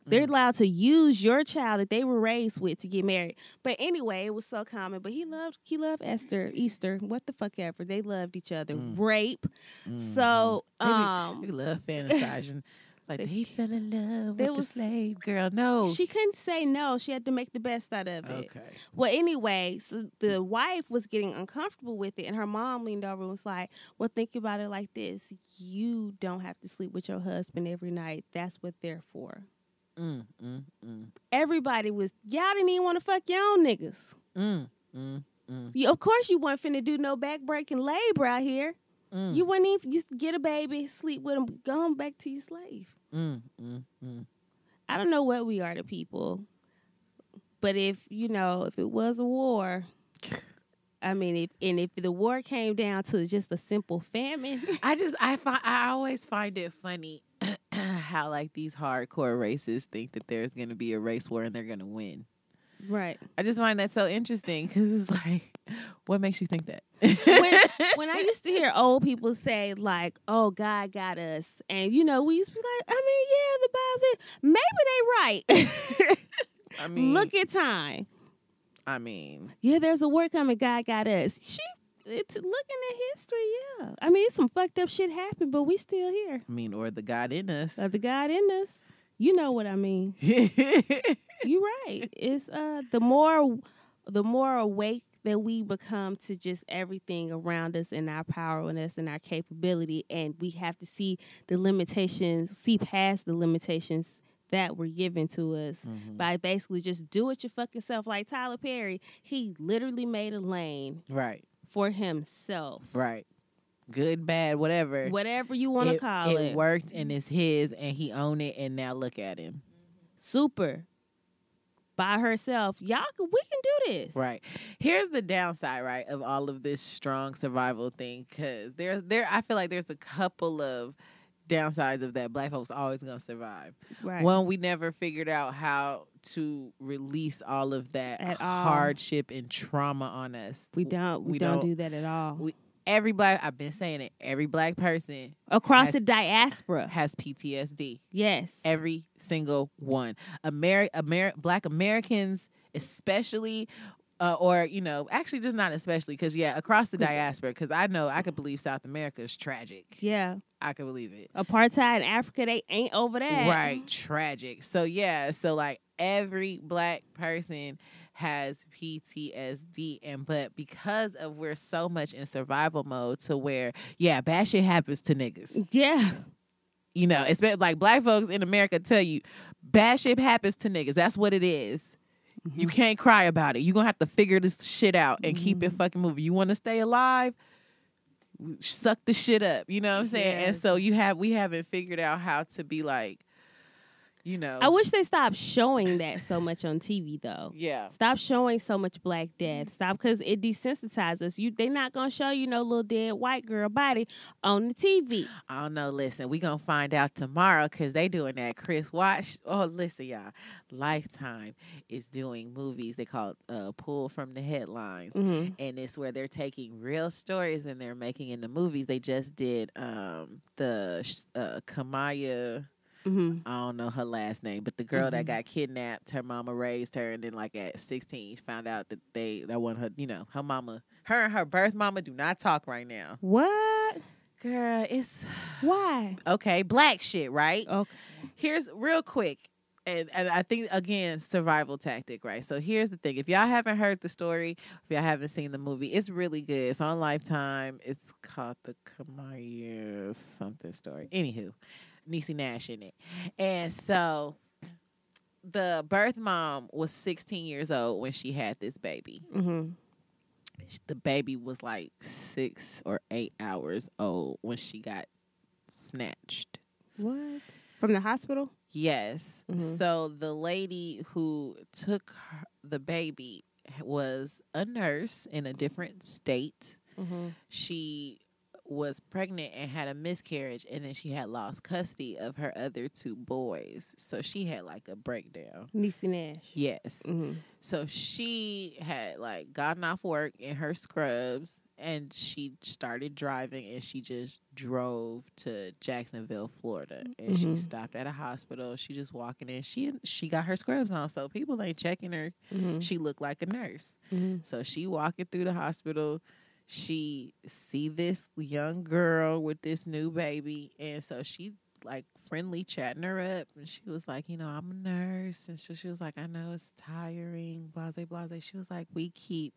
Speaker 1: They're allowed to use your child that they were raised with to get married. But anyway, it was so common. But he loved he loved Esther, Easter, what the fuck ever. They loved each other.
Speaker 2: Mm.
Speaker 1: Rape. So
Speaker 2: They be-
Speaker 1: um
Speaker 2: We love fantasizing. Like
Speaker 1: They-
Speaker 2: he fell in love
Speaker 1: there
Speaker 2: with
Speaker 1: was-
Speaker 2: the slave girl. No,
Speaker 1: she couldn't say no. She had to make the best out of it.
Speaker 2: e-, okay. Mm-hmm.
Speaker 1: Well, anyway, so the wife was getting uncomfortable with it, and her mom leaned over and was like, Well, think about it like this you don't have to sleep with your husband every night. That's what they're for.
Speaker 2: Mm, mm, mm,
Speaker 1: Everybody was, y'all didn't even want to fuck your own niggas.
Speaker 2: mm, mm,
Speaker 1: You, of course, you weren't finna do no backbreaking labor out here.
Speaker 2: mm,
Speaker 1: You wouldn't even just get a baby, sleep with him, go home back to your slave.
Speaker 2: mm, mm, mm.
Speaker 1: I don't know what we are to people, but if you know, if it was a war, I mean, if and if the war came down to just a simple famine,
Speaker 2: I just I find I always find it funny how like these hardcore racists think that there's gonna be a race war and they're gonna win.
Speaker 1: right?
Speaker 2: I just find that so interesting because it's like, what makes you think that?
Speaker 1: When, when I used to hear old people say like, "Oh, God got us," and you know, we used to be like, "I mean, yeah, the Bible, maybe they right."
Speaker 2: I mean,
Speaker 1: Look at time.
Speaker 2: I mean,
Speaker 1: Yeah, there's a war coming. God got us. She, it's looking at history. Yeah, I mean, some fucked up shit happened, but we still here.
Speaker 2: I mean, or the God in us.
Speaker 1: of the God in us. You know what I mean. You're right. It's uh the more the more awake that we become to just everything around us and our power and us and our capability and we have to see the limitations, see past the limitations that were given to us
Speaker 2: Mhm.
Speaker 1: by basically just do it your fucking self like Tyler Perry. He literally made a lane
Speaker 2: Right,
Speaker 1: for himself.
Speaker 2: right. Good, bad, whatever.
Speaker 1: Whatever you want to
Speaker 2: it,
Speaker 1: call it.
Speaker 2: it worked and it's his and he owned it and now look at him
Speaker 1: super by herself. Y'all, can, we can do this.
Speaker 2: right here's the downside right of all of this strong survival thing because there's there i feel like there's a couple of downsides of that black folks always gonna survive
Speaker 1: Right.
Speaker 2: one we never figured out how to release all of that
Speaker 1: At all.
Speaker 2: hardship and trauma on us
Speaker 1: we don't. We,
Speaker 2: we
Speaker 1: don't,
Speaker 2: don't-
Speaker 1: do that at all.
Speaker 2: we- every black i've been saying it every black person
Speaker 1: Across
Speaker 2: has-
Speaker 1: the diaspora.
Speaker 2: has ptsd
Speaker 1: yes.
Speaker 2: every single one. Ameri- Amer- black Americans, especially, uh, or you know, actually just not especially, because yeah, across the diaspora, because I know I could believe South America is tragic.
Speaker 1: yeah.
Speaker 2: I could believe it.
Speaker 1: Apartheid in Africa. They ain't over that.
Speaker 2: Right, tragic. So yeah, so like every black person has PTSD and but because of we're so much in survival mode to where yeah, bad shit happens to niggas.
Speaker 1: Yeah.
Speaker 2: You know, it's been like black folks in America tell you bad shit happens to niggas. That's what it is. You can't cry about it. You're gonna have to figure this shit out and keep it fucking moving. You wanna stay alive? Suck the shit up. You know what I'm saying? And
Speaker 1: Yes.
Speaker 2: so you have we haven't figured out how to be like, you know.
Speaker 1: I wish they stopped showing that so much on TV though.
Speaker 2: yeah.
Speaker 1: Stop showing so much black death. Stop because it desensitizes us. You they not gonna show you no little dead white girl body on the TV.
Speaker 2: I don't know. Listen, we gonna find out tomorrow because they doing that Chris Watch. Oh, listen, y'all. Lifetime is doing movies. They call it uh, "Pull from the Headlines,"
Speaker 1: Mhm.
Speaker 2: and it's where they're taking real stories and they're making into movies. They just did um, the sh- uh, Kamaya.
Speaker 1: Mhm.
Speaker 2: I don't know her last name, but the girl that
Speaker 1: Mhm.
Speaker 2: got kidnapped, her mama raised her, and then like at sixteen, she found out that they that one her, you know, her mama, her and her birth mama do not talk right now.
Speaker 1: What?
Speaker 2: Girl, it's
Speaker 1: Why?
Speaker 2: okay, black shit, right?
Speaker 1: Okay.
Speaker 2: Here's real quick, and, and I think again, survival tactic, right? So here's the thing: if y'all haven't heard the story, if y'all haven't seen the movie, it's really good. It's on Lifetime. It's called the Kamaya something story. Anywho, Niecy Nash in it, and so the birth mom was 16 years old when she had this baby.
Speaker 1: Mm-hmm.
Speaker 2: Sh- The baby was like six or eight hours old when she got snatched.
Speaker 1: What? From the hospital?
Speaker 2: Yes.
Speaker 1: Mhm.
Speaker 2: So the lady who took her, the baby was a nurse in a different state.
Speaker 1: Mm-hmm.
Speaker 2: She was pregnant and had a miscarriage, and then she had lost custody of her other two boys. So she had like a breakdown.
Speaker 1: Niecy Nash.
Speaker 2: Yes.
Speaker 1: Mm-hmm.
Speaker 2: So she had like gotten off work in her scrubs and she started driving and she just drove to Jacksonville, Florida. And she
Speaker 1: Mhm.
Speaker 2: stopped at a hospital. She just walking in. She she got her scrubs on, so people ain't checking her.
Speaker 1: Mm-hmm.
Speaker 2: She looked like a nurse.
Speaker 1: Mm-hmm.
Speaker 2: So she walking through the hospital. She see this young girl with this new baby, and so she like friendly chatting her up, and she was like, you know, I'm a nurse, and so she was like, I know it's tiring, blase blase. She was like, we keep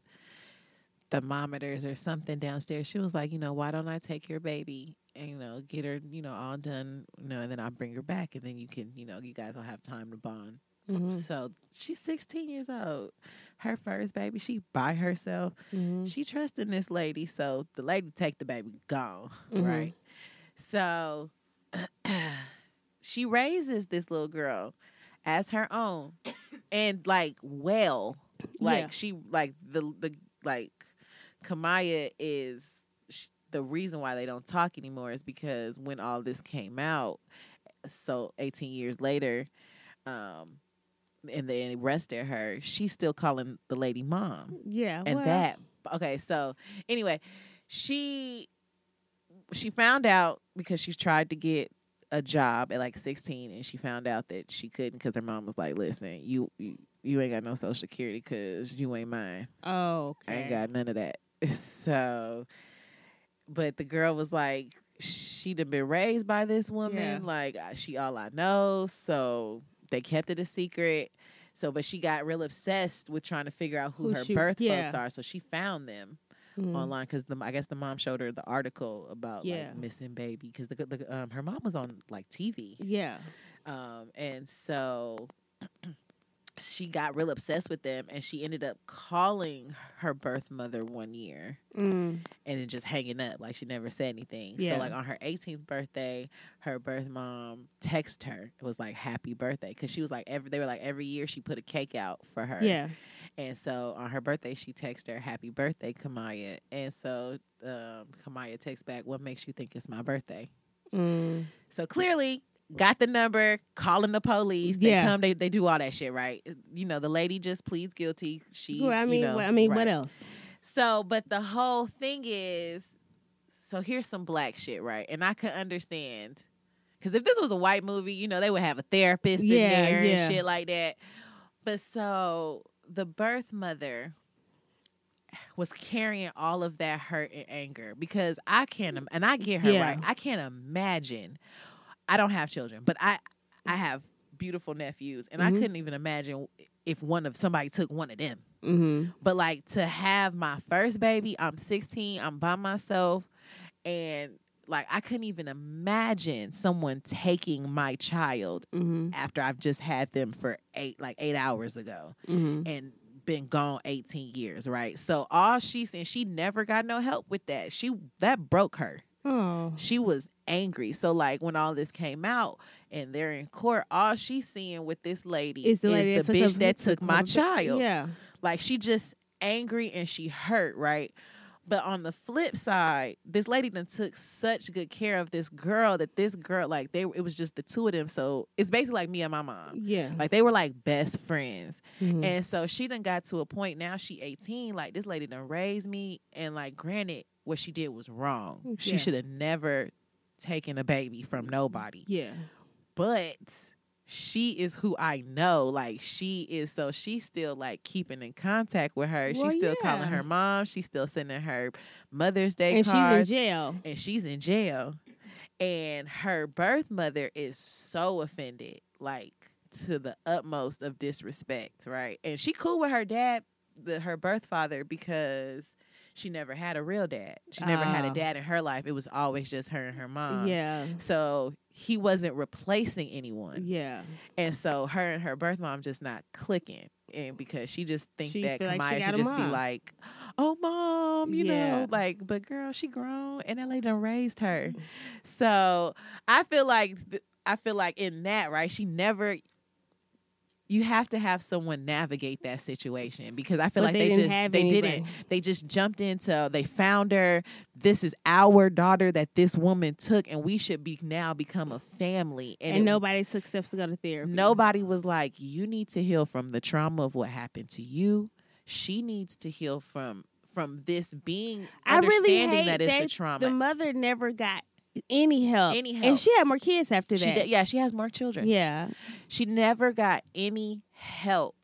Speaker 2: thermometers or something downstairs. She was like, you know, why don't I take your baby and you know get her, you know, all done, you know, and then I will bring her back, and then you can, you know, you guys will have time to bond.
Speaker 1: Mm-hmm.
Speaker 2: So she's 16 years old. Her first baby, she by herself.
Speaker 1: Mm-hmm.
Speaker 2: She trusting this lady, so the lady take the baby gone,
Speaker 1: Mhm.
Speaker 2: right? So she raises this little girl as her own, and like well, like
Speaker 1: Yeah.
Speaker 2: she like the the like Kamaya is sh- the reason why they don't talk anymore is because when all this came out, so 18 years later, um, and they arrested her, she's still calling the lady mom
Speaker 1: Yeah.
Speaker 2: and
Speaker 1: well,
Speaker 2: that okay so anyway she she found out because she tried to get a job at like 16 and she found out that she couldn't because her mom was like listen you you, you ain't got no social security because you ain't mine
Speaker 1: Oh,
Speaker 2: i
Speaker 1: okay.
Speaker 2: ain't got none of that so but the girl was like she'd have been raised by this
Speaker 1: Yeah.
Speaker 2: woman Like like I- she all i know so they kept it a secret so but she got real obsessed with trying to figure out who,
Speaker 1: Who
Speaker 2: her
Speaker 1: she-
Speaker 2: birth folks
Speaker 1: yeah.
Speaker 2: are so she found them
Speaker 1: Mhm.
Speaker 2: online because the I guess the mom showed her the article about
Speaker 1: Yeah.
Speaker 2: like missing baby because the, the um, her mom was on like TV,
Speaker 1: Yeah.
Speaker 2: um, and so she got real obsessed with them, and she ended up calling her birth mother one year
Speaker 1: Mm.
Speaker 2: and then just hanging up like she never said anything.
Speaker 1: Yeah.
Speaker 2: So like on her 18th birthday, her birth mom texted her. It was like happy birthday because she was like every they were like every year she put a cake out for her.
Speaker 1: Yeah.
Speaker 2: And so on her birthday, she texted her, Happy birthday, Kamaya. And so um, Kamaya texts back, What makes you think it's my birthday?
Speaker 1: Mm.
Speaker 2: So clearly, got the number, calling the police. They
Speaker 1: Yeah.
Speaker 2: come, they, they do all that shit, right? You know, the lady just pleads guilty. She,
Speaker 1: Well, I
Speaker 2: you
Speaker 1: mean,
Speaker 2: know,
Speaker 1: what, I mean,
Speaker 2: right.
Speaker 1: what else?
Speaker 2: So, but the whole thing is, so here's some black shit, right? And I could understand because if this was a white movie, you know, they would have a therapist in
Speaker 1: Yeah,
Speaker 2: there
Speaker 1: yeah.
Speaker 2: and shit like that. But so the birth mother was carrying all of that hurt and anger because I can't, im- and I get her
Speaker 1: Yeah.
Speaker 2: right. I can't imagine. I don't have children, but I, I have beautiful nephews, and I
Speaker 1: Mhm.
Speaker 2: couldn't even imagine if one of somebody took one of them.
Speaker 1: Mm-hmm.
Speaker 2: But like to have my first baby, I'm 16, I'm by myself, and like I couldn't even imagine someone taking my child
Speaker 1: Mm-hmm.
Speaker 2: after I've just had them for eight like eight hours ago
Speaker 1: Mm-hmm.
Speaker 2: and been gone 18 years, right? So all she's and she never got no help with that. She that broke her.
Speaker 1: Oh.
Speaker 2: She was angry. So like when all this came out and they're in court, all she's seeing with this lady is
Speaker 1: Is
Speaker 2: the,
Speaker 1: the lady that took
Speaker 2: bitch
Speaker 1: her-
Speaker 2: that took my child.
Speaker 1: Yeah.
Speaker 2: Like she just angry and she hurt, right? But on the flip side, this lady then took such good care of this girl that this girl, like they, it was just the two of them. So it's basically like me and my mom.
Speaker 1: Yeah.
Speaker 2: Like they were like best friends.
Speaker 1: Mhm.
Speaker 2: And so she done got to a point now she 18, like this lady done raised me and like granted what she did was wrong. She
Speaker 1: Yeah.
Speaker 2: should have never taken a baby from nobody.
Speaker 1: yeah.
Speaker 2: But she is who I know. Like she is so she's still like keeping in contact with her.
Speaker 1: Well,
Speaker 2: she's still calling
Speaker 1: yeah.
Speaker 2: her mom. She's still sending her Mother's Day
Speaker 1: And she's in
Speaker 2: cards.
Speaker 1: jail.
Speaker 2: and she's in jail. And her birth mother is so offended, like to the utmost of disrespect, right? And she cool with her dad, the, her birth father, because she never had a real dad. She never had a
Speaker 1: Ah.
Speaker 2: dad in her life. It was always just her and uh, her mom.
Speaker 1: yeah.
Speaker 2: So he wasn't replacing anyone.
Speaker 1: Yeah.
Speaker 2: And so her and her birth mom just not clicking. And because she just think
Speaker 1: She
Speaker 2: that
Speaker 1: feel like she
Speaker 2: Kamaya
Speaker 1: got
Speaker 2: should
Speaker 1: a
Speaker 2: just be
Speaker 1: mom.
Speaker 2: like, Oh mom, you know,
Speaker 1: Yeah.
Speaker 2: like, but girl, she grown and that lady done raised her.
Speaker 1: Mm-hmm.
Speaker 2: So I feel like th- I feel like in that, right, she never you have to have someone navigate that situation because I feel
Speaker 1: But
Speaker 2: like
Speaker 1: they
Speaker 2: they,
Speaker 1: didn't
Speaker 2: just
Speaker 1: have
Speaker 2: they didn't
Speaker 1: anybody.
Speaker 2: they just jumped into they found her. This is our daughter that this woman took, and we should be now become a family.
Speaker 1: And,
Speaker 2: it-
Speaker 1: nobody took steps to go to therapy.
Speaker 2: Nobody was like, you need to heal from the trauma of what happened to you. She needs to heal from from this being
Speaker 1: I really
Speaker 2: understanding
Speaker 1: hate
Speaker 2: that it's the
Speaker 1: that
Speaker 2: trauma.
Speaker 1: The mother never got any help.
Speaker 2: Any help.
Speaker 1: And she had more kids after
Speaker 2: she
Speaker 1: that.
Speaker 2: did- yeah, she has more children.
Speaker 1: yeah.
Speaker 2: She never got any help.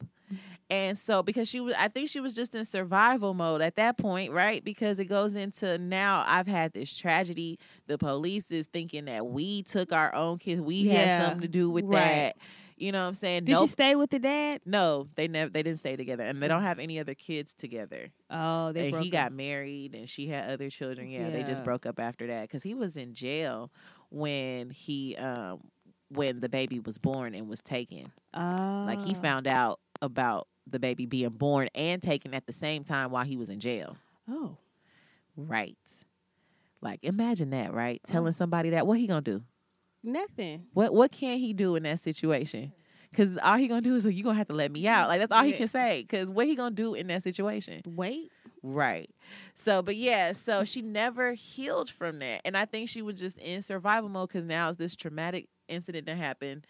Speaker 2: And so because she was I think she was just in survival mode at that point, right? Because it goes into now I've had this tragedy. The police is thinking that we took our own kids. We had
Speaker 1: Yeah,
Speaker 2: something to do with
Speaker 1: right.
Speaker 2: that. You know what I'm saying?
Speaker 1: Did
Speaker 2: Nope.
Speaker 1: she stay with the dad?
Speaker 2: No, they never. They didn't stay together, and they don't have any other kids together.
Speaker 1: Oh, they
Speaker 2: and
Speaker 1: broke
Speaker 2: he
Speaker 1: up.
Speaker 2: got married, and she had other children. Yeah, they just
Speaker 1: Yeah.
Speaker 2: broke up after that because he was in jail when he um when the baby was born and was taken.
Speaker 1: Oh.
Speaker 2: Like he found out about the baby being born and taken at the same time while he was in jail.
Speaker 1: Oh.
Speaker 2: Right. Like imagine that, right?
Speaker 1: Mm.
Speaker 2: Telling somebody that what he gonna do?
Speaker 1: Nothing.
Speaker 2: What what can he do in that situation? Cause all he gonna do is like, you gonna have to let me out. Like that's all he
Speaker 1: Yeah.
Speaker 2: can say. Cause what he gonna do in that situation?
Speaker 1: Wait.
Speaker 2: Right. So, but yeah, so she never healed from that, and I think she was just in survival mode because now this traumatic incident that happened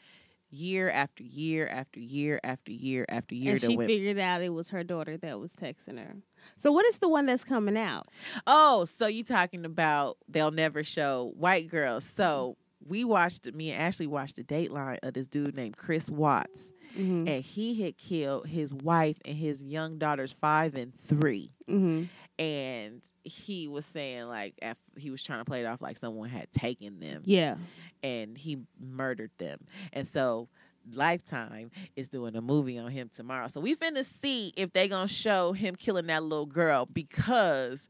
Speaker 2: year after year after year after year after year.
Speaker 1: and
Speaker 2: that
Speaker 1: she
Speaker 2: went-
Speaker 1: figured out it was her daughter that was texting her. So what is the one that's coming out?
Speaker 2: oh, so you talking about they'll never show white girls? So we watched, me and Ashley watched the Dateline of this dude named Chris Watts.
Speaker 1: Mm-hmm.
Speaker 2: and he had killed his wife and his young daughters five and three
Speaker 1: Mm-hmm.
Speaker 2: and he was saying like af- he was trying to play it off like someone had taken them
Speaker 1: Yeah.
Speaker 2: and he murdered them and so lifetime is doing a movie on him tomorrow so we finna see if they gonna show him killing that little girl because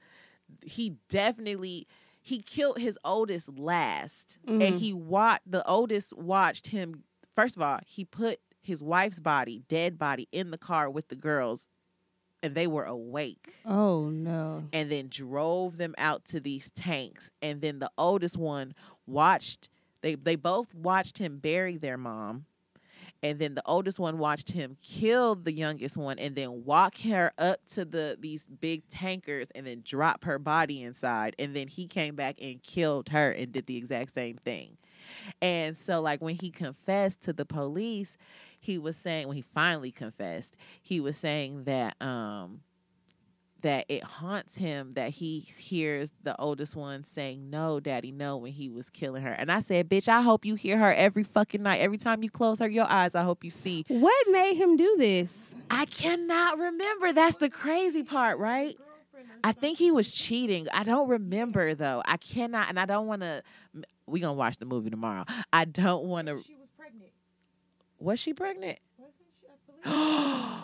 Speaker 2: he definitely he killed his oldest last and
Speaker 1: Mhm.
Speaker 2: he watched the oldest watched him first of all he put his wife's body dead body in the car with the girls and they were awake
Speaker 1: Oh no.
Speaker 2: and then drove them out to these tanks and then the oldest one watched they they both watched him bury their mom and then the oldest one watched him kill the youngest one and then walk her up to the these big tankers and then drop her body inside and then he came back and killed her and did the exact same thing and so like when he confessed to the police he was saying when he finally confessed he was saying that um that it haunts him that he hears the oldest one saying no daddy no when he was killing her and i said bitch i hope you hear her every fucking night every time you close her your eyes i hope you see
Speaker 1: What made him do this?
Speaker 2: i cannot remember that's the crazy part right i think he was cheating i don't remember though i cannot and i don't want to we gonna watch the movie tomorrow i don't want to
Speaker 4: She was pregnant,
Speaker 2: was she pregnant
Speaker 4: wasn't she? I believe.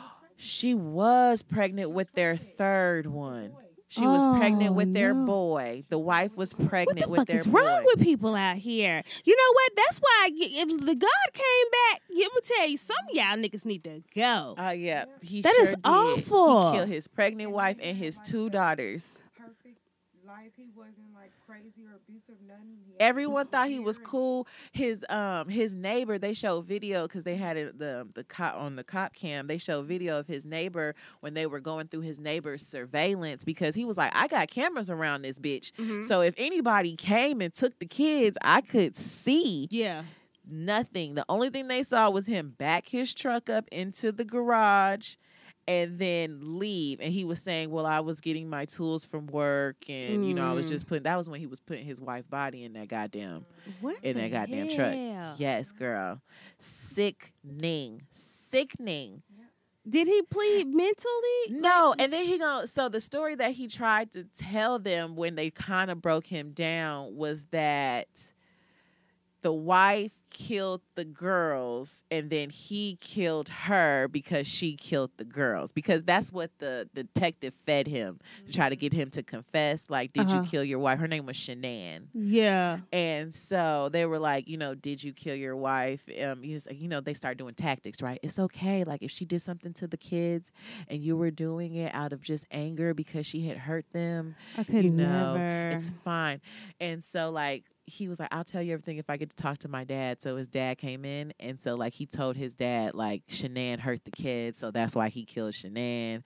Speaker 2: she
Speaker 4: she was pregnant.
Speaker 2: was pregnant with their third one
Speaker 4: Boy,
Speaker 2: She was pregnant
Speaker 1: Oh,
Speaker 2: with their
Speaker 1: no.
Speaker 2: boy. The wife was
Speaker 1: What
Speaker 2: pregnant
Speaker 1: the
Speaker 2: with
Speaker 1: fuck
Speaker 2: their
Speaker 1: is
Speaker 2: boy.
Speaker 1: wrong with people out here? You know what? That's why y- if the God came back, you me tell you, some of y'all niggas need to go.
Speaker 2: Oh yeah, he
Speaker 1: That
Speaker 2: sure
Speaker 1: is
Speaker 2: did.
Speaker 1: awful.
Speaker 2: He killed his pregnant wife and his two daughters.
Speaker 4: perfect life. He wasn't like crazy or abusive, nothing. He had
Speaker 2: Everyone
Speaker 4: people
Speaker 2: thought he was
Speaker 4: here and-
Speaker 2: cool. His um his neighbor, they showed video because they had it, the the cop on the cop cam. They showed video of his neighbor when they were going through his neighbor's surveillance because he was like, I got cameras around this bitch.
Speaker 1: Mhm.
Speaker 2: So if anybody came and took the kids, I could see
Speaker 1: yeah.
Speaker 2: nothing. The only thing they saw was him back his truck up into the garage and then leave. And he was saying, Well, I was getting my tools from work and you know, I was
Speaker 1: Mm.
Speaker 2: just putting that was when he was putting his wife's body in that goddamn
Speaker 1: What
Speaker 2: in
Speaker 1: the
Speaker 2: that goddamn
Speaker 1: hell?
Speaker 2: truck. Yes, girl. Sickening. Sickening.
Speaker 1: Did he plead mentally?
Speaker 2: No, and then he go. So the story that he tried to tell them when they kind of broke him down was that the wife killed the girls, and then he killed her because she killed the girls. Because that's what the detective fed him to try to get him to confess. Like, did you
Speaker 1: Uh-huh.
Speaker 2: kill your wife? Her name was Shanann.
Speaker 1: Yeah.
Speaker 2: And so they were like, you know, did you kill your wife? Um, he was like, you know, they start doing tactics, right? It's okay. Like if she did something to the kids and you were doing it out of just anger because she had hurt them,
Speaker 1: I could
Speaker 2: you know,
Speaker 1: never.
Speaker 2: it's fine. And so like he was like, I'll tell you everything if I get to talk to my dad. So his dad came in and so like he told his dad like Shanann hurt the kids, so that's why he killed Shanann.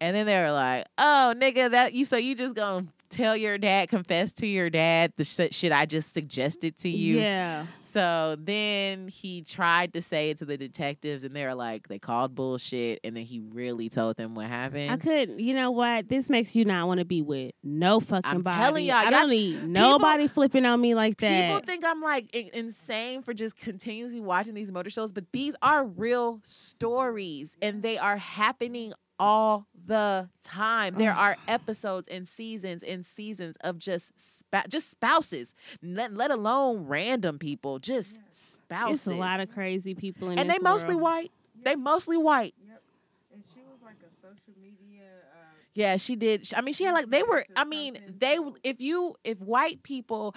Speaker 2: And then they were like, Oh nigga, that you so you just gonna tell your dad, confess to your dad the sh- shit I just suggested to you.
Speaker 1: Yeah.
Speaker 2: So then he tried to say it to the detectives and they were like, they called bullshit and then he really told them what happened.
Speaker 1: I couldn't. You know what? This makes you not want to be with no fucking
Speaker 2: I'm
Speaker 1: body.
Speaker 2: telling y'all,
Speaker 1: I
Speaker 2: y'all-
Speaker 1: don't need nobody flipping on me like
Speaker 2: People
Speaker 1: that.
Speaker 2: think I'm like in- insane for just continuously watching these motor shows, but these are real stories and they are happening all the time. There
Speaker 1: Ugh.
Speaker 2: are episodes and seasons and seasons of just spou- just spouses, let, let alone random people, just
Speaker 1: It's
Speaker 2: spouses.
Speaker 1: a lot of crazy people in
Speaker 2: and
Speaker 1: this
Speaker 2: they mostly
Speaker 1: world.
Speaker 2: white. They mostly white.
Speaker 4: Yep. And she was like a social media. Uh,
Speaker 2: Yeah, she did. Sh- I mean, she had like they were. I mean,
Speaker 4: Something.
Speaker 2: they if you if white people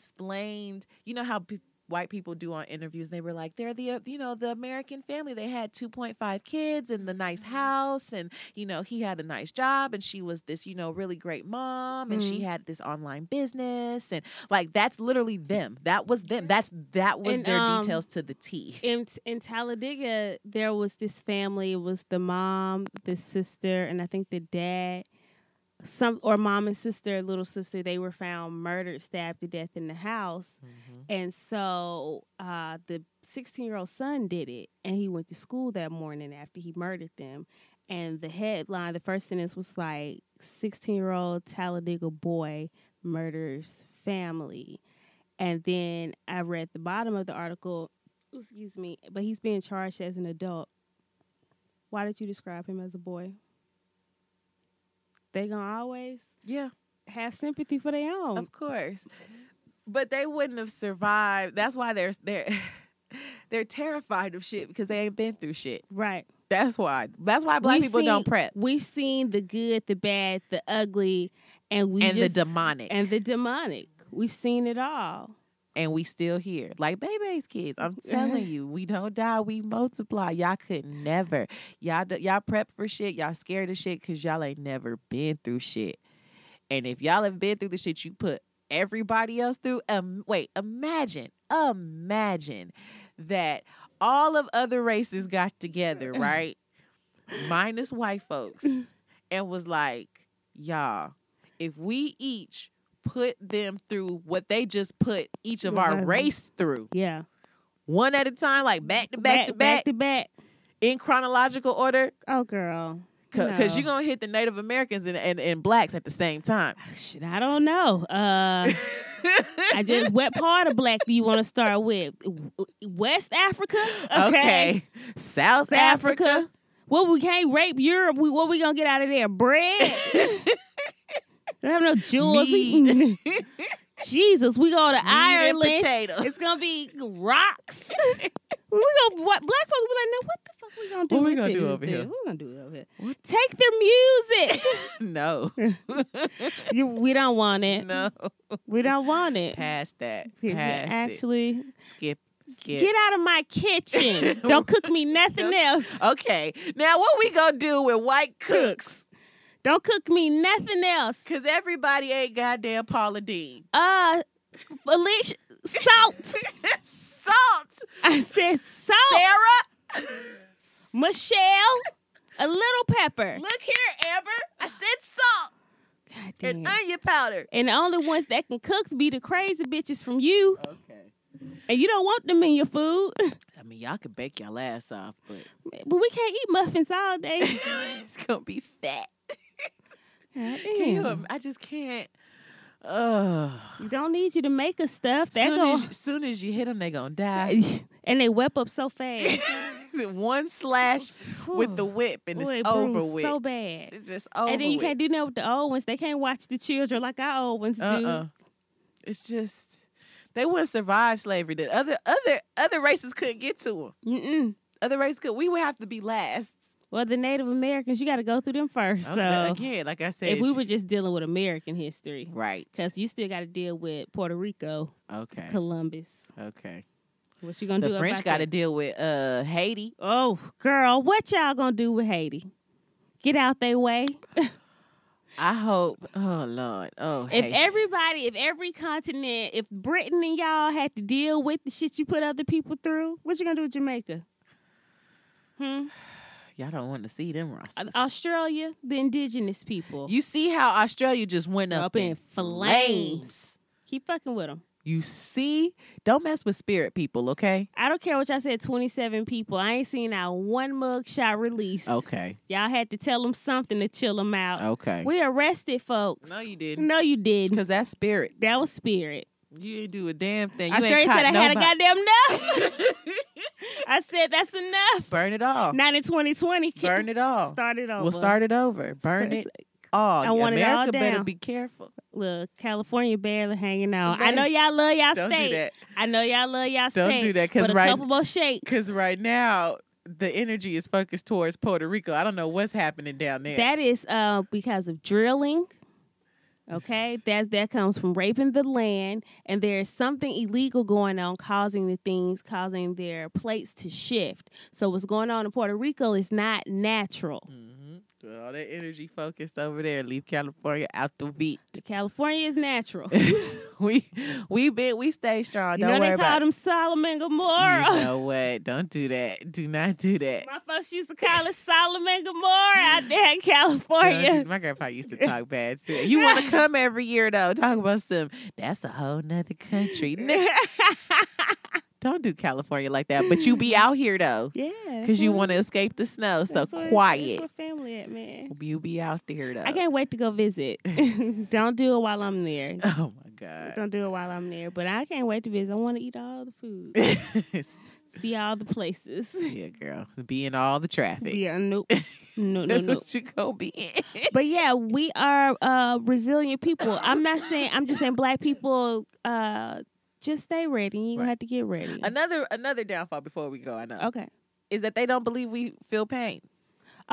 Speaker 2: explained, you know how p- white people do on interviews, they were like they're the uh, you know the American family. They had two point five kids and the nice
Speaker 1: Mm-hmm.
Speaker 2: house, and you know he had a nice job, and she was this you know really great mom, and
Speaker 1: Mm-hmm.
Speaker 2: she had this online business, and like that's literally them. That was them. That's that was
Speaker 1: And,
Speaker 2: their
Speaker 1: um,
Speaker 2: details to the T.
Speaker 1: in in Talladega, there was this family. It was the mom, the sister, and I think the dad. Some or mom and sister, little sister, they were found murdered, stabbed to death in the house. And so uh, the 16 year old son did it, and he went to school that morning after he murdered them. And the headline, the first sentence was like 16 year old Talladega boy murders family. And then I read the bottom of the article, excuse me, but he's being charged as an adult. Why did you describe him as a boy? They gonna always
Speaker 2: Yeah.
Speaker 1: have sympathy for their own.
Speaker 2: Of course. But they wouldn't have survived. That's why they're they're they're terrified of shit because they ain't been through shit.
Speaker 1: right.
Speaker 2: That's why. That's why black
Speaker 1: We've
Speaker 2: people don't
Speaker 1: seen-
Speaker 2: prep.
Speaker 1: We've seen the good, the bad, the ugly, and we
Speaker 2: and
Speaker 1: just,
Speaker 2: the demonic.
Speaker 1: and
Speaker 2: And,
Speaker 1: the demonic. We've seen it all.
Speaker 2: we still here. Like baby's kids. I'm telling you, we don't die, we multiply. Y'all could never. Y'all d- y'all prep for shit. Y'all scared of shit cuz y'all ain't never been through shit. And if y'all have been through the shit you put everybody else through, um, wait, imagine, imagine that all of other races got together, right? Minus white folks, and was like, y'all, if we each put them through what they just put each of our
Speaker 1: Right.
Speaker 2: race through,
Speaker 1: Yeah,
Speaker 2: one at a time, like back to back, to back,
Speaker 1: to back.
Speaker 2: in chronological order,
Speaker 1: Oh, girl.
Speaker 2: because
Speaker 1: No.
Speaker 2: you're going to hit the Native Americans and, and, and blacks at the same time.
Speaker 1: Shit, I don't know. Uh, I just what part of black do you want to start with? W- West Africa, okay.
Speaker 2: Okay. South,
Speaker 1: South Africa. Well, we can't rape Europe. We, what we gonna get out of there? Bread. don't have no jewels.
Speaker 2: Meat.
Speaker 1: Jesus, we go to
Speaker 2: Ireland.
Speaker 1: Ireland. It's gonna be rocks. we gonna what black folks be like, no, what the fuck we gonna do?
Speaker 2: What we
Speaker 1: with
Speaker 2: gonna
Speaker 1: it
Speaker 2: do
Speaker 1: and
Speaker 2: over
Speaker 1: thing?
Speaker 2: here?
Speaker 1: What we gonna do over here?
Speaker 2: What?
Speaker 1: Take their music.
Speaker 2: no,
Speaker 1: You- we don't want it.
Speaker 2: no,
Speaker 1: We don't want it.
Speaker 2: past that,
Speaker 1: If you
Speaker 2: past it.
Speaker 1: Actually,
Speaker 2: Skip, skip.
Speaker 1: get out of my kitchen. don't cook me nothing
Speaker 2: Don't-
Speaker 1: else.
Speaker 2: Okay, now what we gonna do with white cooks?
Speaker 1: Don't cook me nothing else.
Speaker 2: Cause everybody ain't goddamn Paula Dean.
Speaker 1: Uh, Felicia, salt.
Speaker 2: Salt,
Speaker 1: I said salt.
Speaker 2: Sarah.
Speaker 1: Michelle, a little pepper.
Speaker 2: Look here, Amber. I said salt
Speaker 1: God
Speaker 2: and
Speaker 1: damn.
Speaker 2: onion powder.
Speaker 1: And the only ones that can cook be the crazy bitches from you.
Speaker 2: Okay.
Speaker 1: And you don't want them in your food.
Speaker 2: I mean, y'all can bake your ass off, but
Speaker 1: But we can't eat muffins all day.
Speaker 2: it's gonna be fat.
Speaker 1: God
Speaker 2: Can you?
Speaker 1: damn.
Speaker 2: im- I just can't. Ugh.
Speaker 1: We don't need you to make us stuff. That
Speaker 2: Soon
Speaker 1: goes.
Speaker 2: as, soon as you hit them, they gonna die.
Speaker 1: and they whip up so fast.
Speaker 2: One slash with the whip, and
Speaker 1: Ooh,
Speaker 2: it's
Speaker 1: it
Speaker 2: over
Speaker 1: brings
Speaker 2: with.
Speaker 1: so bad.
Speaker 2: it's just over.
Speaker 1: and then you
Speaker 2: with.
Speaker 1: can't do nothing with the old ones. They can't watch the children like our old ones
Speaker 2: Uh-uh. It's just they wouldn't survive slavery. The other other other races couldn't get to them.
Speaker 1: do. Mm-mm.
Speaker 2: Other races could. We would have to be last.
Speaker 1: Well, the Native Americans, you got to go through them first.
Speaker 2: Um,
Speaker 1: So
Speaker 2: again, like I said,
Speaker 1: if we were just dealing with American history,
Speaker 2: right,
Speaker 1: because you still got to deal with Puerto Rico,
Speaker 2: okay,
Speaker 1: Columbus.
Speaker 2: okay.
Speaker 1: What you gonna do?
Speaker 2: The French
Speaker 1: got
Speaker 2: got to deal with uh Haiti.
Speaker 1: Oh, girl, what y'all gonna do with Haiti? Get out they way.
Speaker 2: I hope. Oh Lord. Oh,
Speaker 1: If
Speaker 2: Haiti.
Speaker 1: everybody, if every continent, if Britain and y'all had to deal with the shit you put other people through, what you gonna do with Jamaica? Hmm?
Speaker 2: y'all don't want to see
Speaker 1: Uh,
Speaker 2: them rosters.
Speaker 1: Australia, the indigenous people.
Speaker 2: you see how Australia just went up,
Speaker 1: Up in flames. Keep fucking with them.
Speaker 2: You see, don't mess with spirit people, okay?
Speaker 1: I don't care what y'all said, 27 people. I ain't seen out one mug shot released.
Speaker 2: Okay,
Speaker 1: Y'all had to tell them something to chill them out.
Speaker 2: Oh, okay.
Speaker 1: We arrested folks.
Speaker 2: No, you didn't,
Speaker 1: No, you didn't.
Speaker 2: because that's spirit.
Speaker 1: That was spirit.
Speaker 2: You didn't do a damn thing.
Speaker 1: I
Speaker 2: You ain't
Speaker 1: sure said
Speaker 2: caught
Speaker 1: I had a
Speaker 2: nobody.
Speaker 1: goddamn enough. I said that's enough.
Speaker 2: Burn it all.
Speaker 1: Not in 2020. Ki-
Speaker 2: Burn it all.
Speaker 1: Start it over.
Speaker 2: We'll start it over. Burn
Speaker 1: Start-
Speaker 2: it all.
Speaker 1: I want it all
Speaker 2: America better
Speaker 1: down.
Speaker 2: be careful.
Speaker 1: Look, California barely hanging out. I
Speaker 2: Exactly.
Speaker 1: know y'all love y'all
Speaker 2: Don't
Speaker 1: state.
Speaker 2: do that.
Speaker 1: I know y'all love y'all
Speaker 2: Don't
Speaker 1: state.
Speaker 2: do that, 'cause
Speaker 1: but a
Speaker 2: right-
Speaker 1: couple more shakes.
Speaker 2: Because right now, the energy is focused towards Puerto Rico. I don't know what's happening down there.
Speaker 1: That is uh, because of drilling. Okay, that that comes from raping the land, and there is something illegal going on, causing the things, causing their plates to shift. So what's going on in Puerto Rico is not natural.
Speaker 2: hmm All that energy focused over there. Leave California out the beat.
Speaker 1: California is natural.
Speaker 2: we we been we stay strong.
Speaker 1: you
Speaker 2: don't
Speaker 1: know
Speaker 2: worry
Speaker 1: they
Speaker 2: about
Speaker 1: called him Solomon Gomorrah.
Speaker 2: it. You know what? Don't do that. Do not do that.
Speaker 1: My folks used to call it Solomon Gomorrah out there in
Speaker 2: Don't do-
Speaker 1: California.
Speaker 2: My grandpa used to talk bad too. You want to come every year though? Talk about some. That's a whole nother country. Nigga, Don't do California like that. But you be out here though,
Speaker 1: yeah,
Speaker 2: because you want to escape the snow. So quiet.
Speaker 1: family at, man.
Speaker 2: You be out there though.
Speaker 1: I can't wait to go visit. Don't do it while I'm there.
Speaker 2: Oh my god.
Speaker 1: Don't do it while I'm there. But I can't wait to visit. I want to eat all the food, see all the places.
Speaker 2: yeah, girl. Be in all the traffic.
Speaker 1: Yeah, nope, no, no,
Speaker 2: That's
Speaker 1: no.
Speaker 2: what you go be in.
Speaker 1: But yeah, we are uh, resilient people. I'm not saying. I'm just saying, black people. Uh, just stay ready. You gonna
Speaker 2: Right.
Speaker 1: have to get ready.
Speaker 2: Another another downfall before we go. I know
Speaker 1: Okay.
Speaker 2: is that they don't believe we feel pain.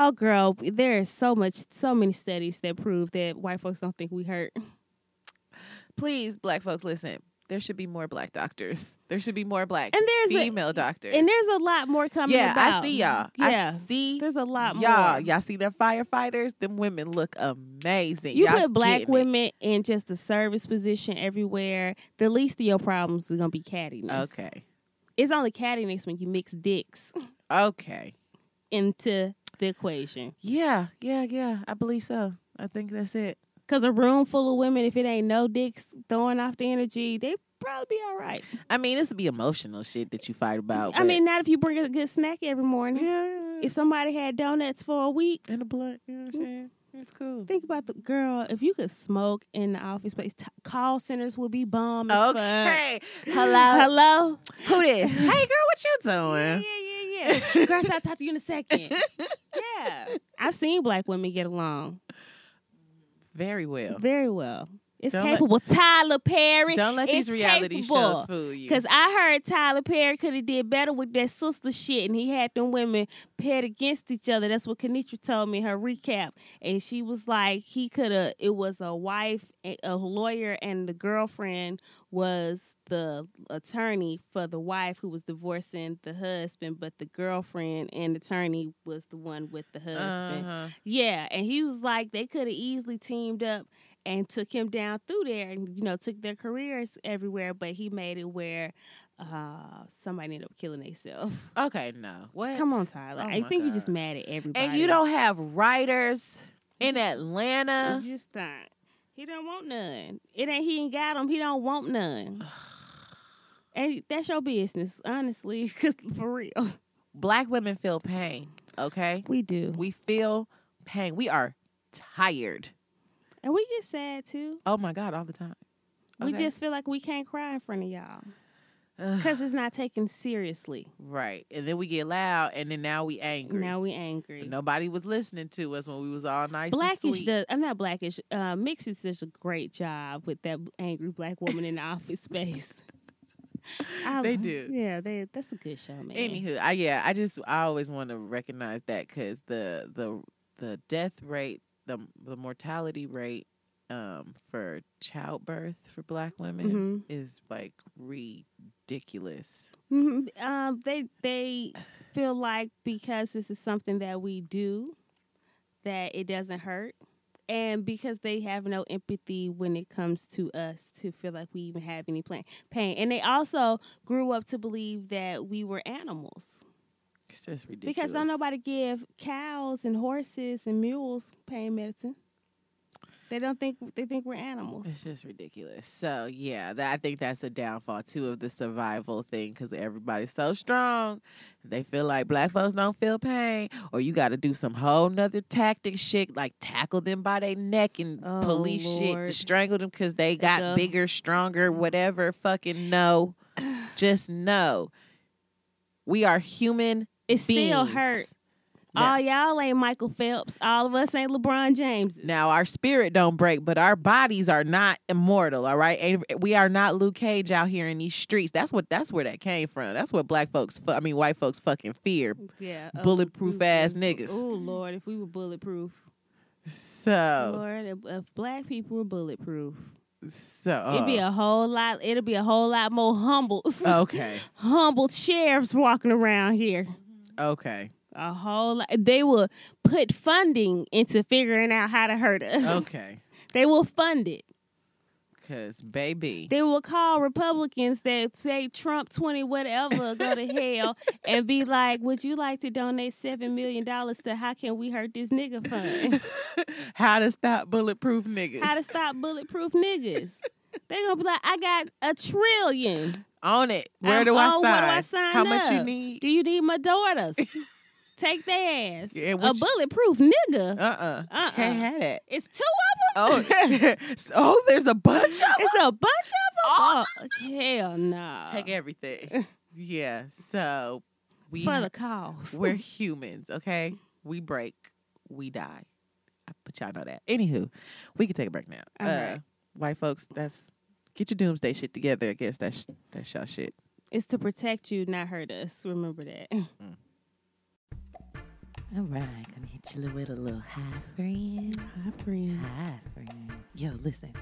Speaker 1: Oh, girl, there is so much, so many studies that prove that white folks don't think we hurt.
Speaker 2: Please, black folks, listen. There should be more black doctors. There should be more black
Speaker 1: And there's a,
Speaker 2: female doctors.
Speaker 1: and there's a lot more coming.
Speaker 2: yeah, I
Speaker 1: about.
Speaker 2: see y'all.
Speaker 1: Yeah,
Speaker 2: I see
Speaker 1: there's a lot
Speaker 2: y'all.
Speaker 1: more.
Speaker 2: Y'all see them firefighters? Them women look amazing.
Speaker 1: You
Speaker 2: Y'all
Speaker 1: put black
Speaker 2: getting it.
Speaker 1: women in just the service position everywhere. The least of your problems is gonna be cattiness.
Speaker 2: Okay.
Speaker 1: it's only cattiness when you mix dicks
Speaker 2: Okay.
Speaker 1: into the equation.
Speaker 2: Yeah. Yeah. Yeah. I believe so. I think that's it.
Speaker 1: Cause a room full of women, if it ain't no dicks throwing off the energy, they probably be all right.
Speaker 2: I mean, this would be emotional shit that you fight about.
Speaker 1: I
Speaker 2: but-
Speaker 1: mean, not if you bring a good snack every morning.
Speaker 2: yeah.
Speaker 1: If somebody had donuts for a week,
Speaker 2: in the blood. You know what I'm saying? It's cool.
Speaker 1: Think about the girl. If you could smoke in the office space, t- call centers would be bomb. As fuck.
Speaker 2: Okay. Hello.
Speaker 1: hello.
Speaker 2: Who this? Hey, girl, what you
Speaker 1: Yeah, yeah,
Speaker 2: doing?
Speaker 1: yeah, yeah. Girl, so I'll talk to you in a second. Yeah, I've seen black women get along
Speaker 2: Very well.
Speaker 1: very well. It's
Speaker 2: Don't let-
Speaker 1: capable. Tyler Perry.
Speaker 2: Don't let
Speaker 1: is
Speaker 2: these reality
Speaker 1: capable.
Speaker 2: shows fool you.
Speaker 1: Cause I heard Tyler Perry could have did better with that sister shit, and he had them women paired against each other. That's what Kenitra told me in her recap, and she was like, he could have. It was a wife, a a lawyer, and the girlfriend was the attorney for the wife who was divorcing the husband, but the girlfriend and attorney was the one with the husband.
Speaker 2: Uh-huh.
Speaker 1: Yeah, and he was like, they could have easily teamed up and took him down through there, and you know, took their careers everywhere. But he made it where uh, somebody ended up killing themselves.
Speaker 2: Okay, no. What?
Speaker 1: Come on, Tyler.
Speaker 2: Oh
Speaker 1: I
Speaker 2: my
Speaker 1: think you're just
Speaker 2: God.
Speaker 1: mad at everybody.
Speaker 2: And you don't have writers in Atlanta.
Speaker 1: You just not. He don't want none. It ain't he ain't got them. He don't want none. And that's your business, honestly, 'cause for real,
Speaker 2: Black women feel pain. Okay,
Speaker 1: we do,
Speaker 2: we feel pain. We are tired.
Speaker 1: and we get sad too.
Speaker 2: Oh my God, all the time.
Speaker 1: We
Speaker 2: Okay.
Speaker 1: just feel like we can't cry in front of y'all
Speaker 2: Ugh.
Speaker 1: because it's not taken seriously.
Speaker 2: Right, and then we get loud, and then now we angry.
Speaker 1: Now we angry.
Speaker 2: But nobody was listening to us when we was all nice. and
Speaker 1: Blackish
Speaker 2: sweet.
Speaker 1: does. I'm not blackish. Uh, Mix is such a great job with that angry black woman in the office space. I
Speaker 2: They
Speaker 1: lo-
Speaker 2: do.
Speaker 1: Yeah, they. That's a good show, man.
Speaker 2: Anywho, I yeah, I just I always want to recognize that because the the the death rate, the the mortality rate, um, for childbirth for Black
Speaker 1: Mhm.
Speaker 2: women is like ridiculous.
Speaker 1: Mhm. Um, they they feel like because this is something that we do, that it doesn't hurt, and because they have no empathy when it comes to us to feel like we even have any plan, pain, and they also grew up to believe that we were animals.
Speaker 2: It's just ridiculous
Speaker 1: Because don't nobody give cows and horses and mules pain medicine. They don't think they think we're animals.
Speaker 2: It's just ridiculous. So yeah, that, I think that's a downfall too of the survival thing because everybody's so strong, they feel like black folks don't feel pain, or you got to do some whole nother tactic shit like tackle them by their neck and
Speaker 1: Oh,
Speaker 2: police shit to
Speaker 1: Lord.
Speaker 2: strangle them because they got
Speaker 1: Duh.
Speaker 2: bigger, stronger, whatever. Fucking no, just no. We are human.
Speaker 1: It still
Speaker 2: beings.
Speaker 1: hurt.
Speaker 2: Now,
Speaker 1: All y'all ain't Michael Phelps. All of us ain't LeBron James.
Speaker 2: Now our spirit don't break, but our bodies are not immortal. All right, And we are not Luke Cage out here in these streets. That's what that's where that came from. That's what black folks, fu- I mean white folks, fucking fear.
Speaker 1: Yeah. uh,
Speaker 2: Bulletproof ass niggas.
Speaker 1: Oh Lord, if we were bulletproof.
Speaker 2: So,
Speaker 1: Lord, if, if black people were bulletproof,
Speaker 2: so oh,
Speaker 1: it'd be a whole lot. It'd be a whole lot more humble,
Speaker 2: okay,
Speaker 1: humble sheriffs walking around here.
Speaker 2: okay,
Speaker 1: A whole lot. They will put funding into figuring out how to hurt us.
Speaker 2: okay.
Speaker 1: They will fund it.
Speaker 2: Cause baby,
Speaker 1: They will call Republicans that say Trump 20 whatever go to hell and be like, "Would you like to donate 7 million dollars to how can we hurt this nigga fund?
Speaker 2: how to stop bulletproof niggas
Speaker 1: How to stop bulletproof niggas?" They going to be like, "I got a trillion.
Speaker 2: on it? Where
Speaker 1: I'm
Speaker 2: do I
Speaker 1: on,
Speaker 2: sign?
Speaker 1: where do I sign
Speaker 2: how much you
Speaker 1: up?
Speaker 2: need?
Speaker 1: Do you need my daughters? Take their ass.
Speaker 2: Yeah,
Speaker 1: a
Speaker 2: what you-
Speaker 1: bulletproof nigga.
Speaker 2: Uh uh
Speaker 1: Uh-uh.
Speaker 2: can't have that.
Speaker 1: it's two of them.
Speaker 2: Oh, oh, there's a bunch of 'em?
Speaker 1: it's a bunch of them.
Speaker 2: All
Speaker 1: hell no.
Speaker 2: take everything. yeah. So we
Speaker 1: for the cause.
Speaker 2: we're humans, okay? We break, we die. I but y'all know that. Anywho, we can take a break now. Uh,
Speaker 1: All right.
Speaker 2: White folks, that's get your doomsday shit together. I guess that's that's y'all shit.
Speaker 1: It's to protect you, not hurt us. Remember that.
Speaker 5: All right, gonna hit you with a little hi, friends.
Speaker 1: Hi, friends.
Speaker 5: Hi, friends. Yo, listen.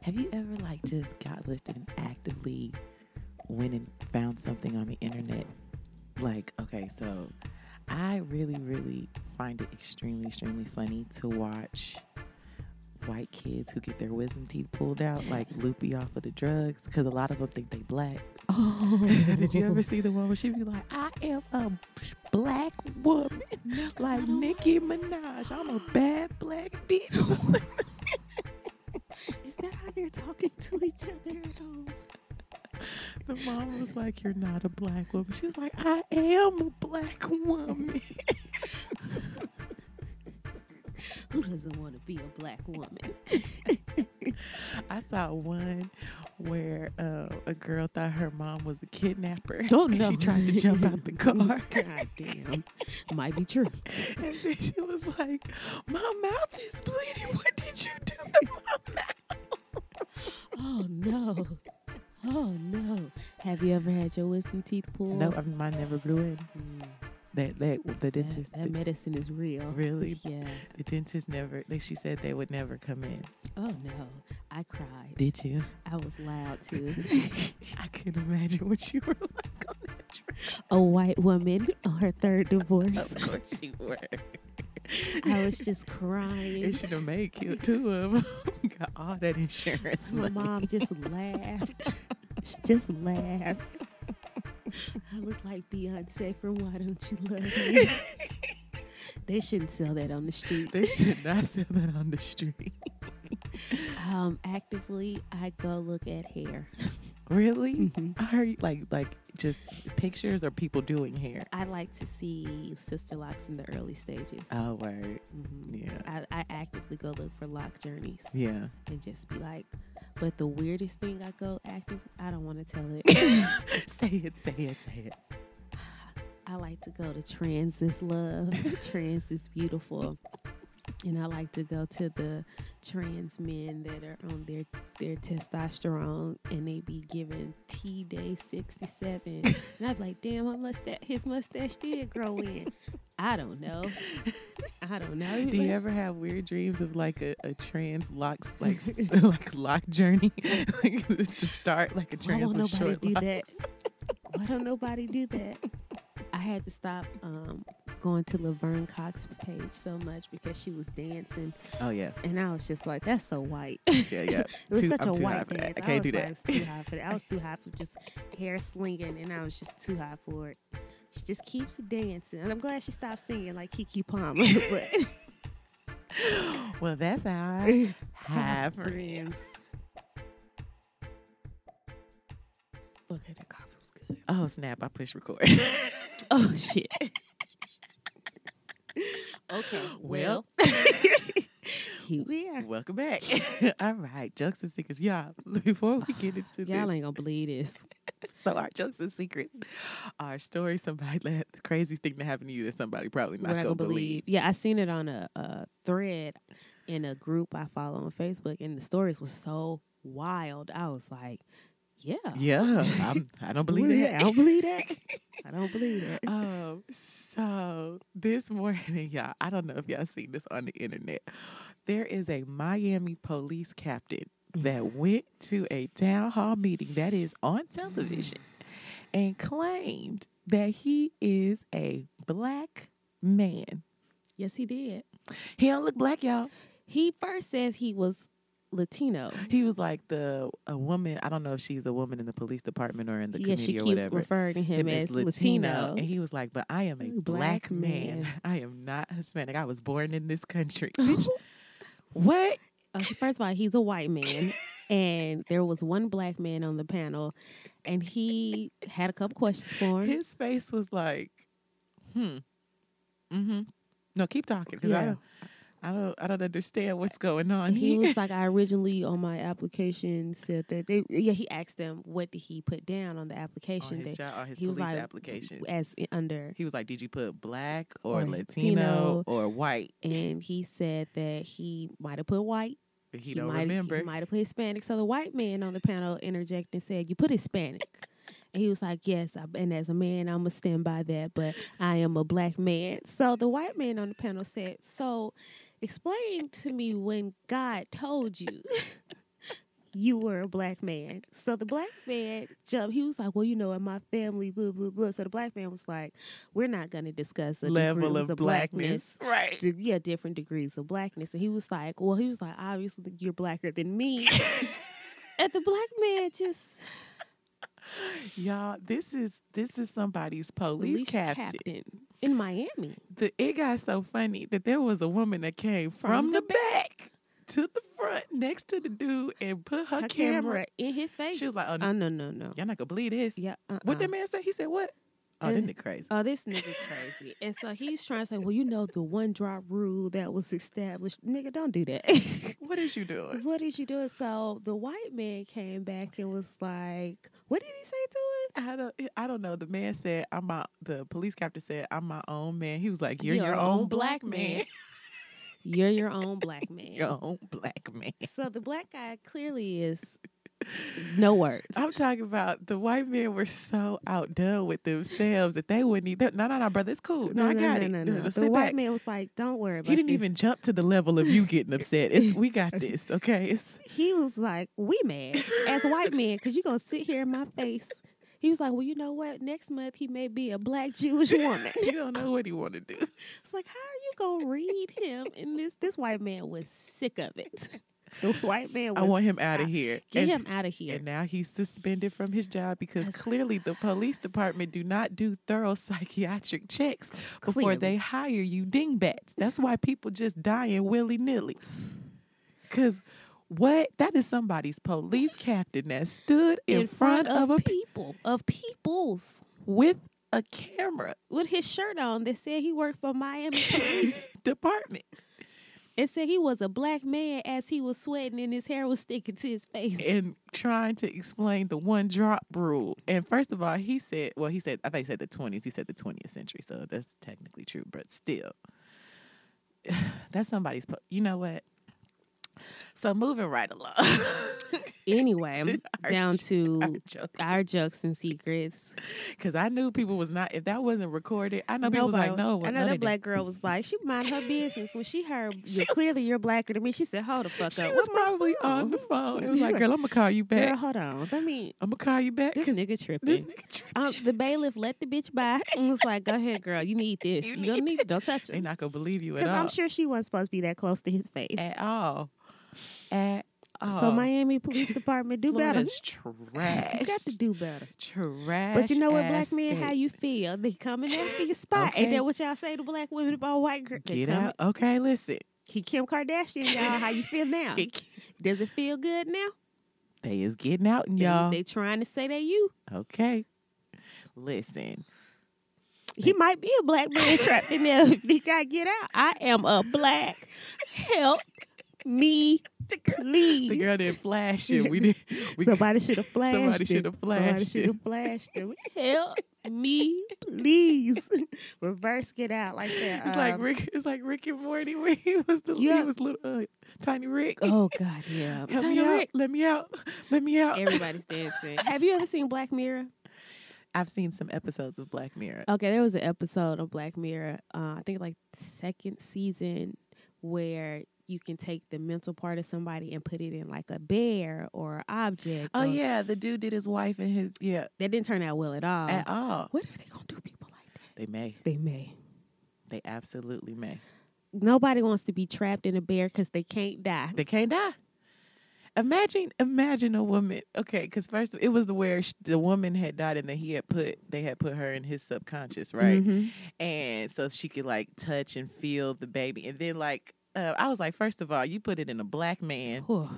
Speaker 5: Have you ever like just got lifted and actively went and found something on the internet? Like, okay, so I really, really find it extremely, extremely funny to watch white kids who get their wisdom teeth pulled out, like loopy off of the drugs, because a lot of them think they black. Did you ever see the one where she be like, I am a black woman, like Nicki Minaj. I'm a bad black bitch. or something.
Speaker 1: Is that how they're talking to each other at home?
Speaker 5: the mom was like, You're not a black woman. She was like, I am a black woman.
Speaker 1: Who doesn't want to be a black woman?
Speaker 5: I saw one where uh, a girl thought her mom was a kidnapper.
Speaker 1: Oh,
Speaker 5: and
Speaker 1: no.
Speaker 5: She tried to jump out the car.
Speaker 1: God damn. Might be true.
Speaker 5: And then she was like, My mouth is bleeding. What did you do to my mouth?
Speaker 1: Oh no. Oh no. Have you ever had your wisdom teeth pulled?
Speaker 2: No, I mean, mine never grew in.
Speaker 1: Mm,
Speaker 2: That that the
Speaker 1: that,
Speaker 2: dentist
Speaker 1: that
Speaker 2: the,
Speaker 1: medicine is real.
Speaker 2: really
Speaker 1: Yeah.
Speaker 2: the dentist never. They, she said they would never come in.
Speaker 1: Oh no. I cried.
Speaker 2: Did you?
Speaker 1: I was loud too.
Speaker 2: I couldn't imagine what you were like on that trip.
Speaker 1: A white woman on her third divorce.
Speaker 2: Of course you were.
Speaker 1: I was just crying.
Speaker 2: They should have made killed two of them. Got all that insurance
Speaker 1: My
Speaker 2: money.
Speaker 1: mom just laughed. She just laughed. I look like Beyonce from Why Don't You Love Me? they shouldn't sell that on the street.
Speaker 2: They should not sell that on the street.
Speaker 1: Um, actively, I go look at hair.
Speaker 2: Really? I heard you- like like just pictures or people doing hair.
Speaker 1: I like to see sister locks in the early stages.
Speaker 2: Oh word.
Speaker 1: Mhm.
Speaker 2: Yeah.
Speaker 1: I, I actively go look for lock journeys
Speaker 2: Yeah.
Speaker 1: and just be like, but the weirdest thing I go active, I don't want to tell it.
Speaker 2: say it, say it, say it.
Speaker 1: I like to go to Trans is Love, Trans is Beautiful. And I like to go to the trans men that are on their, their testosterone and they be giving T Day 67. And I'm like, damn, my mustache, his mustache did grow in. I don't know. I don't know.
Speaker 2: Do you ever have weird dreams of like a, a trans locks like s- like lock journey? like the the start like a
Speaker 1: Why
Speaker 2: trans
Speaker 1: won't
Speaker 2: with
Speaker 1: nobody
Speaker 2: short
Speaker 1: do
Speaker 2: lock?
Speaker 1: that? Why don't nobody do that? I had to stop um, going to Laverne Cox's page so much because she was dancing,
Speaker 2: Oh yeah.
Speaker 1: and I was just like, "That's so white."
Speaker 2: Yeah, yeah.
Speaker 1: It was
Speaker 2: Too-
Speaker 1: such
Speaker 2: I'm
Speaker 1: a
Speaker 2: too high
Speaker 1: white
Speaker 2: for that.
Speaker 1: dance.
Speaker 2: I can't
Speaker 1: was
Speaker 2: do
Speaker 1: like,
Speaker 2: that.
Speaker 1: I was too high for that. I was too high for just hair slinging, and I was just too high for it. She just keeps dancing, and I'm glad she stopped singing like Kiki Palmer. but
Speaker 2: Well that's how I have friends.
Speaker 1: okay, that coffee was good.
Speaker 2: Oh snap, I push record.
Speaker 1: Oh shit. okay. Well, here we are.
Speaker 2: Welcome back. All right, jokes and secrets. Y'all, before we get into
Speaker 1: Y'all
Speaker 2: this,
Speaker 1: ain't gonna believe this.
Speaker 2: so our jokes and secrets our story. Somebody, la- the craziest thing that happened to you that somebody probably
Speaker 1: We're
Speaker 2: not gonna believe.
Speaker 1: Yeah, I seen it on a, a thread in a group I follow on Facebook, and the stories were so wild. I was like, yeah.
Speaker 2: Yeah, I'm, I don't believe
Speaker 1: Well,
Speaker 2: that.
Speaker 1: yeah, I don't believe that. I don't believe that.
Speaker 2: um, so this morning, y'all, I don't know if y'all seen this on the internet. There is a Miami police captain
Speaker 1: Mm-hmm.
Speaker 2: that went to a town hall meeting that is on
Speaker 1: Mm.
Speaker 2: television and claimed that he is a black man.
Speaker 1: Yes, he did.
Speaker 2: He don't look black, y'all.
Speaker 1: He first says he was Latino.
Speaker 2: He was like the a woman. I don't know if she's a woman in the police department or in the
Speaker 1: yeah,
Speaker 2: community
Speaker 1: she keeps
Speaker 2: or whatever.
Speaker 1: referring to him,
Speaker 2: him
Speaker 1: as
Speaker 2: as
Speaker 1: Latino.
Speaker 2: And he was like, "But I am a
Speaker 1: Black
Speaker 2: black, man.
Speaker 1: man.
Speaker 2: I am not Hispanic. I was born in this country." Bitch, what?
Speaker 1: Okay, Uh, first of all, he's a white man, and there was one black man on the panel, and he had a couple questions for him.
Speaker 2: His face was like, "Hmm, mm-hmm." No, keep talking because
Speaker 1: Yeah.
Speaker 2: I don't, I don't, I don't understand what's going on.
Speaker 1: And he
Speaker 2: here.
Speaker 1: was like, I originally on my application said that they, yeah, he asked them what did he put down on the application
Speaker 2: on Oh, his,
Speaker 1: that
Speaker 2: job, on his
Speaker 1: he was
Speaker 2: police
Speaker 1: like,
Speaker 2: application.
Speaker 1: as i- under,
Speaker 2: He was like, "Did you put black or,
Speaker 1: Or Latino.
Speaker 2: Latino or white?"
Speaker 1: and he said that he might have put white.
Speaker 2: But he, don't
Speaker 1: might,
Speaker 2: remember.
Speaker 1: He might have put Hispanic. So the white man on the panel interjected and said, "You put Hispanic." And he was like, "Yes, I, and as a man, I'm gonna stand by that, but I am a black man." So the white man on the panel said, "So, explain to me when God told you." You were a black man. So the black man jumped. He was like, Well, you know, in my family, blah, blah, blah. So the black man was like, We're not going to discuss the
Speaker 2: Level
Speaker 1: degrees
Speaker 2: of blackness, right?
Speaker 1: de- yeah, different degrees of blackness. And he was like, well, he was like, obviously you're blacker than me. and the black man just
Speaker 2: Y'all, this is this is somebody's police,
Speaker 1: released
Speaker 2: captain.
Speaker 1: in Miami.
Speaker 2: The it got so funny that there was a woman that came from,
Speaker 1: From the
Speaker 2: the, back. to the front next to the dude and put her,
Speaker 1: Her
Speaker 2: camera.
Speaker 1: camera in his face.
Speaker 2: She was like, oh,
Speaker 1: oh, no, no, no.
Speaker 2: Y'all not gonna believe this.
Speaker 1: Yeah. Uh-uh.
Speaker 2: What that man said? He said what? Oh,
Speaker 1: Uh,
Speaker 2: isn't it crazy?
Speaker 1: Oh, this nigga crazy. And so he's trying to say, well, you know, the one drop rule that was established. Nigga, don't do that.
Speaker 2: what is you doing?
Speaker 1: what did you do? So the white man came back and was like, what did he say to it?
Speaker 2: I don't. I don't know. The man said, "I'm my." The police captain said, "I'm my own man." He was like, "You're, your own, black man.
Speaker 1: You're your own black man.
Speaker 2: your own black man."
Speaker 1: So the black guy clearly is No words.
Speaker 2: I'm talking about the white men were so outdone with themselves that they wouldn't even. No, no, no, brother, it's cool. No, I got it.
Speaker 1: No,
Speaker 2: No,
Speaker 1: no,
Speaker 2: no,
Speaker 1: The
Speaker 2: sit
Speaker 1: white
Speaker 2: back.
Speaker 1: man was like, "Don't worry about
Speaker 2: he didn't
Speaker 1: this."
Speaker 2: even jump to the level of you getting upset. It's we got this, okay? It's
Speaker 1: He was like, "We mad as white men because you gonna sit here in my face." He was like, "Well, you know what? Next month he may be a black Jewish woman."
Speaker 2: you don't know what he want to do.
Speaker 1: It's like, how are you gonna read him? And this this white man was sick of it. The white man. Was
Speaker 2: I want him out
Speaker 1: out.
Speaker 2: of here.
Speaker 1: Get
Speaker 2: and,
Speaker 1: him out of here.
Speaker 2: And now he's suspended from his job because
Speaker 1: 'Cause-
Speaker 2: clearly the police department do not do thorough psychiatric checks before
Speaker 1: Clearly.
Speaker 2: they hire you dingbats. That's why people just dying willy nilly. Because what? That is somebody's police captain that stood in, front, of, a pe-
Speaker 1: people of peoples
Speaker 2: with a camera
Speaker 1: with his shirt on that said he worked for Miami police.
Speaker 2: department.
Speaker 1: It said he was a black man as he was sweating and his hair was sticking to his face.
Speaker 2: and trying to explain the one drop rule. And first of all, he said, well, he said, I think he said the 20s. He said the 20th century. So that's technically true, but still, that's somebody's, po- you know what? So moving right along.
Speaker 1: Anyway,
Speaker 2: Our
Speaker 1: down to
Speaker 2: Because
Speaker 1: our jokes and secrets.
Speaker 2: I knew people was not, if that wasn't recorded, I know people was like, no,
Speaker 1: I
Speaker 2: well,
Speaker 1: know
Speaker 2: none
Speaker 1: that
Speaker 2: of them.
Speaker 1: black girl was like, she mind her business when she heard you're clearly you're blacker than me. She said, "Hold the fuck
Speaker 2: She
Speaker 1: up."
Speaker 2: was
Speaker 1: Where my
Speaker 2: probably on
Speaker 1: phone?
Speaker 2: the phone. It was like,
Speaker 1: Like,
Speaker 2: girl, I'm going to call you back.
Speaker 1: Girl, hold on. Let me.
Speaker 2: I'm going to call you back
Speaker 1: This
Speaker 2: because
Speaker 1: nigga
Speaker 2: this
Speaker 1: tripping.
Speaker 2: nigga tripping.
Speaker 1: Um, the bailiff let the bitch by and was like, "Go ahead, girl. You need this.
Speaker 2: You
Speaker 1: You, don't
Speaker 2: need
Speaker 1: need. Don't touch
Speaker 2: They
Speaker 1: it."
Speaker 2: not going to believe you at
Speaker 1: Because
Speaker 2: all.
Speaker 1: I'm sure she wasn't supposed to be that close to his face.
Speaker 2: at all. At all.
Speaker 1: So Miami Police Department, do better.
Speaker 2: Florida's trash.
Speaker 1: You got to do better.
Speaker 2: trash.
Speaker 1: But you know what, black
Speaker 2: ass
Speaker 1: men, how
Speaker 2: state.
Speaker 1: you feel? They coming after your spot.
Speaker 2: Okay.
Speaker 1: Ain't that what y'all say to black women about white girls? They
Speaker 2: get
Speaker 1: coming.
Speaker 2: out? Okay, listen.
Speaker 1: He Kim Kardashian, y'all. How you feel now?
Speaker 2: They
Speaker 1: Does it feel good now?
Speaker 2: is getting out, and
Speaker 1: They-
Speaker 2: y'all.
Speaker 1: They, trying to say they you.
Speaker 2: Okay, listen.
Speaker 1: He might be a black man trapped in there if he got get out. I am a black. Help me, please.
Speaker 2: The girl didn't flash it. We did. We
Speaker 1: Somebody should have flashed
Speaker 2: Somebody
Speaker 1: him.
Speaker 2: shoulda
Speaker 1: Somebody
Speaker 2: flashed
Speaker 1: should have flashed him. Help me, please. Reverse get out like that.
Speaker 2: It's like
Speaker 1: um,
Speaker 2: Rick. It's like Rick and Morty when he was the
Speaker 1: yeah.
Speaker 2: he was little uh, tiny Rick.
Speaker 1: Oh God, yeah.
Speaker 2: Help
Speaker 1: Tiny
Speaker 2: me
Speaker 1: Rick.
Speaker 2: out! Let me out! Let me out!
Speaker 1: Everybody's dancing. Have you ever seen Black Mirror?
Speaker 2: I've seen some episodes of Black Mirror.
Speaker 1: Okay, there was an episode of Black Mirror, uh, I think like the second season, where you can take the mental part of somebody and put it in like a bear or an object.
Speaker 2: Oh
Speaker 1: or-
Speaker 2: yeah, the dude did his wife and his yeah
Speaker 1: That didn't turn out well at all.
Speaker 2: at all.
Speaker 1: What if they gonna do people like that?
Speaker 2: Uh. They may.
Speaker 1: They may.
Speaker 2: They absolutely may.
Speaker 1: Nobody wants to be trapped in a bear because they can't die.
Speaker 2: They can't die. Imagine, imagine a woman. Okay, because first it was the where sh- the woman had died, and then he had put they had put her in his subconscious, right?
Speaker 1: Mhm.
Speaker 2: And so she could like touch and feel the baby, and then like. Uh, I was like, first of all, you put it in a black man,
Speaker 1: Whew.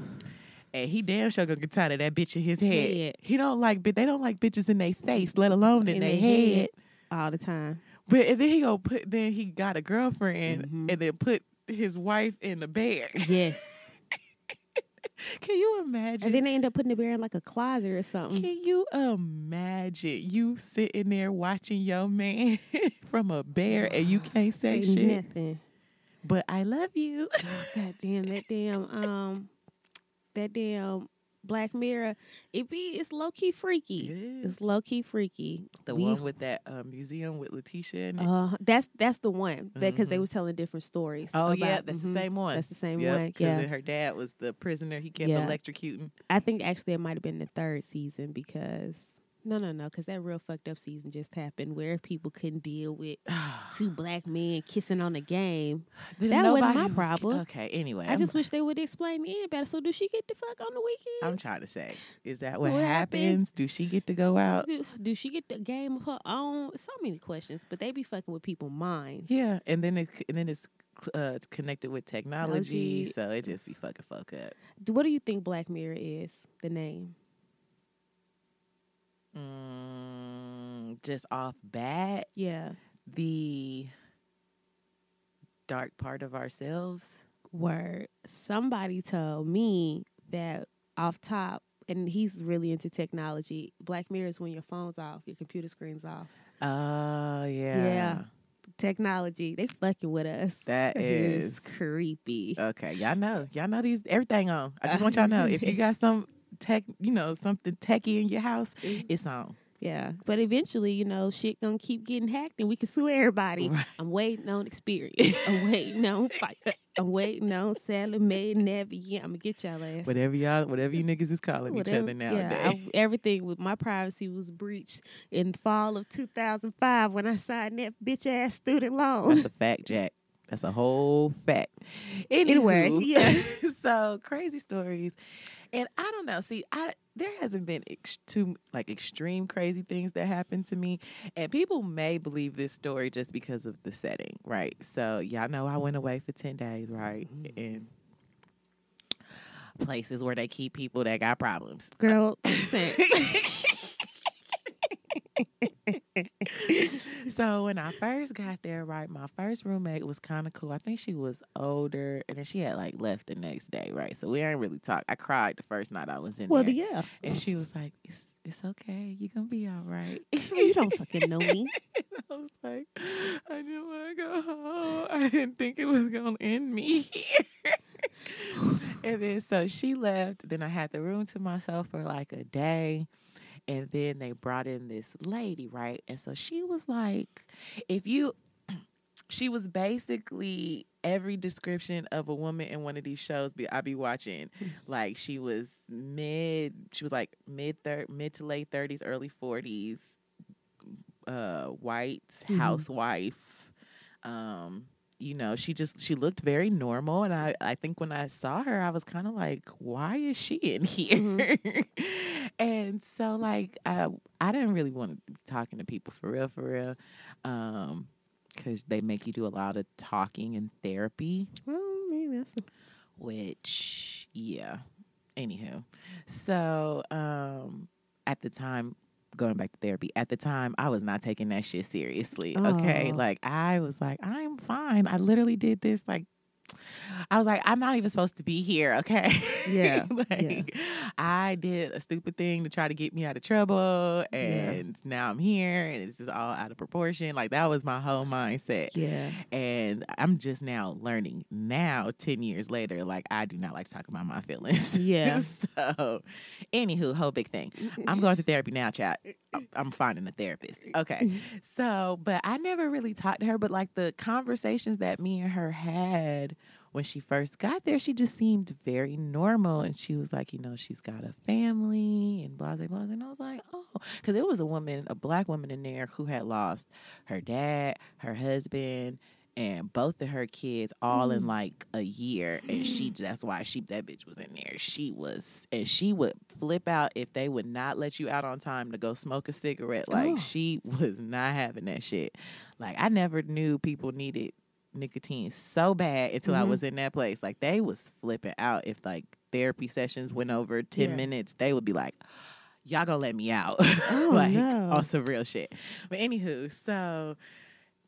Speaker 2: and he damn sure gonna get tired of that bitch in his head.
Speaker 1: Head.
Speaker 2: He don't like, but they don't like bitches in their face, let alone in,
Speaker 1: In
Speaker 2: their
Speaker 1: they
Speaker 2: head.
Speaker 1: head. all the time.
Speaker 2: But and then he go put, then he got a girlfriend,
Speaker 1: Mhm.
Speaker 2: and then put his wife in the bear.
Speaker 1: Yes.
Speaker 2: Can you imagine?
Speaker 1: and then they end up putting the bear in like a closet or something.
Speaker 2: Can you imagine you sitting there watching your man from a bear and you can't say
Speaker 1: Say
Speaker 2: shit?
Speaker 1: nothing.
Speaker 2: But I love you.
Speaker 1: God damn that damn um that damn Black Mirror. It be it's low key freaky. It's low key freaky.
Speaker 2: The
Speaker 1: We-
Speaker 2: one with that um, museum with Letitia in it.
Speaker 1: Uh, that's that's the one that because they
Speaker 2: Mhm.
Speaker 1: was telling different stories.
Speaker 2: Mm. oh yeah,
Speaker 1: about-
Speaker 2: that's
Speaker 1: mhm.
Speaker 2: the same one.
Speaker 1: That's the same
Speaker 2: Yep,
Speaker 1: one.
Speaker 2: 'cause
Speaker 1: Yeah,
Speaker 2: then her dad was the prisoner. He kept
Speaker 1: Yeah.
Speaker 2: electrocuting.
Speaker 1: I think actually it might have been the third season because no, no, no, because that real fucked up season just happened where people couldn't deal with two black men kissing on the game.
Speaker 2: Then
Speaker 1: That wasn't
Speaker 2: nobody
Speaker 1: my
Speaker 2: was-
Speaker 1: problem.
Speaker 2: Okay, anyway,
Speaker 1: I
Speaker 2: I'm-
Speaker 1: just wish they would explain the end better. So do she get the fuck on the weekend?
Speaker 2: I'm trying to say, is that what,
Speaker 1: What happened?
Speaker 2: happens? Do she get to go out?
Speaker 1: Do, do she get the game of her own? So many questions, but they be fucking with people's minds.
Speaker 2: Yeah, and then it, and then it's uh, it's connected with technology,
Speaker 1: Technology.
Speaker 2: so it just be fucking fuck up.
Speaker 1: Do- What do you think Black Mirror is? The name?
Speaker 2: Mm, just off bat,
Speaker 1: Yeah.
Speaker 2: the dark part of ourselves.
Speaker 1: Word. Somebody told me that off top, and he's really into technology. Black Mirror is when your phone's off, your computer screen's off.
Speaker 2: Oh yeah,
Speaker 1: Technology, they fucking with us.
Speaker 2: That is
Speaker 1: creepy.
Speaker 2: okay. Y'all know, y'all know these everything on. I just want y'all to know if you got some tech, you know, something techie in your house, it's on.
Speaker 1: Yeah, but eventually, you know, shit gonna keep getting hacked, and we can sue everybody.
Speaker 2: Right.
Speaker 1: I'm waiting on Experience. I'm waiting on Fica. I'm waiting on Sally Mae Navy. Yeah, I'm gonna get y'all ass.
Speaker 2: Whatever y'all, whatever you niggas is calling each
Speaker 1: Whatever-
Speaker 2: other nowadays.
Speaker 1: Yeah, I- everything with my privacy was breached in the fall of 2005 when I signed that bitch ass student loan.
Speaker 2: That's a fact, Jack. That's a whole fact.
Speaker 1: Anyway,
Speaker 2: Anywho,
Speaker 1: yeah.
Speaker 2: so crazy stories, and I don't know. See, I there hasn't been ex- too like extreme crazy things that happened to me, and people may believe this story just because of the setting, right? So y'all know I went away for ten days, right? And places where they keep people that got problems.
Speaker 1: Girl, percent.
Speaker 2: so when I first got there, right, my first roommate was kind of cool. I think she was older, and then she had like left the next day, right? So we ain't really talk. I cried the first night I was in
Speaker 1: well,
Speaker 2: there,
Speaker 1: yeah,
Speaker 2: and she was like, "It's it's okay. You gonna be all right."
Speaker 1: you don't fucking know me.
Speaker 2: I was like, "I didn't want to go home. I didn't think it was gonna end me here." and then so she left. Then I had the room to myself for like a day and then they brought in this lady, right? And so she was like, if you, she was basically every description of a woman in one of these shows be I be watching. Like she was mid, she was like mid thir- mid to late thirties, early forties, uh, white housewife. Um, you know, she just she looked very normal, and I I think when I saw her, I was kind of like, why is she in here? and so like I I didn't really want to be talking to people for real for real, um, because they make you do a lot of talking in therapy,
Speaker 1: Well, I mean, Oh, that's
Speaker 2: which yeah. Anywho, so um, at the time going back to therapy at the time i was not taking that shit seriously okay
Speaker 1: Oh.
Speaker 2: like i was like i'm fine i literally did this like i was like i'm not even supposed to be here okay
Speaker 1: Yeah, yeah.
Speaker 2: like i did a stupid thing to try to get me out of trouble
Speaker 1: Yeah.
Speaker 2: and now i'm here and it's just all out of proportion like that was my whole mindset
Speaker 1: yeah.
Speaker 2: and i'm just now learning now 10 years later like i do not like to talk about my feelings
Speaker 1: Yeah.
Speaker 2: so anywho whole big thing I'm going to therapy now, chat. I'm- I'm finding a therapist. Okay. So, but I never really talked to her, but like the conversations that me and her had when she first got there, she just seemed very normal. And she was like, you know, she's got a family and blah, blah, blah. And I was like, oh, because it was a woman, a black woman in there who had lost her dad, her husband, and both of her kids all in like a year and she that's why she that bitch was in there she was and she would flip out if they would not let you out on time to go smoke a cigarette like
Speaker 1: Oh.
Speaker 2: she was not having that shit like i never knew people needed nicotine so bad until i
Speaker 1: Mhm.
Speaker 2: was in that place like they was flipping out if like therapy sessions went over 10
Speaker 1: Yeah.
Speaker 2: minutes they would be like y'all gonna let me out
Speaker 1: Oh,
Speaker 2: like
Speaker 1: no.
Speaker 2: on some real shit but anywho so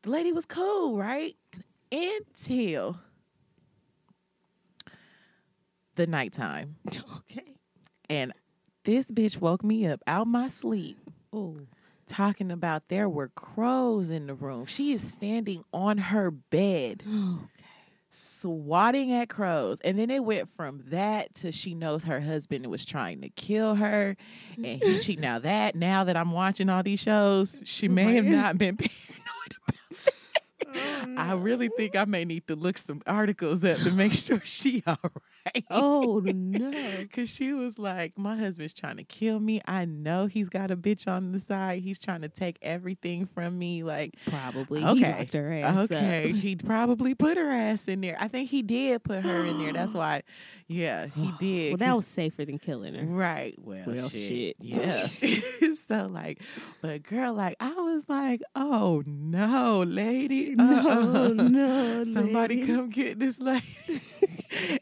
Speaker 2: the lady was cool, right? Until the nighttime.
Speaker 1: Okay.
Speaker 2: And this bitch woke me up out my sleep
Speaker 1: Oh,
Speaker 2: talking about there were crows in the room. She is standing on her bed swatting at crows. And then it went from that to she knows her husband was trying to kill her. And he she now that now that I'm watching all these shows, she may have
Speaker 1: Right.
Speaker 2: not been paranoid I really think I may need to look some articles up to make sure she all right.
Speaker 1: oh no.
Speaker 2: Cause she was like, my husband's trying to kill me. I know he's got a bitch on the side. He's trying to take everything from me. Like,
Speaker 1: Probably. He
Speaker 2: Okay.
Speaker 1: locked her ass up.
Speaker 2: okay, he probably put her ass in there. I think he did put her in there. That's why, yeah, he did.
Speaker 1: Well, that
Speaker 2: 'cause-
Speaker 1: was safer than killing her.
Speaker 2: Right. Well,
Speaker 1: Well, shit.
Speaker 2: Yeah. so like, but girl, like I was like, oh no, lady,
Speaker 1: No,
Speaker 2: uh-uh.
Speaker 1: no,
Speaker 2: somebody
Speaker 1: lady.
Speaker 2: come get this lady.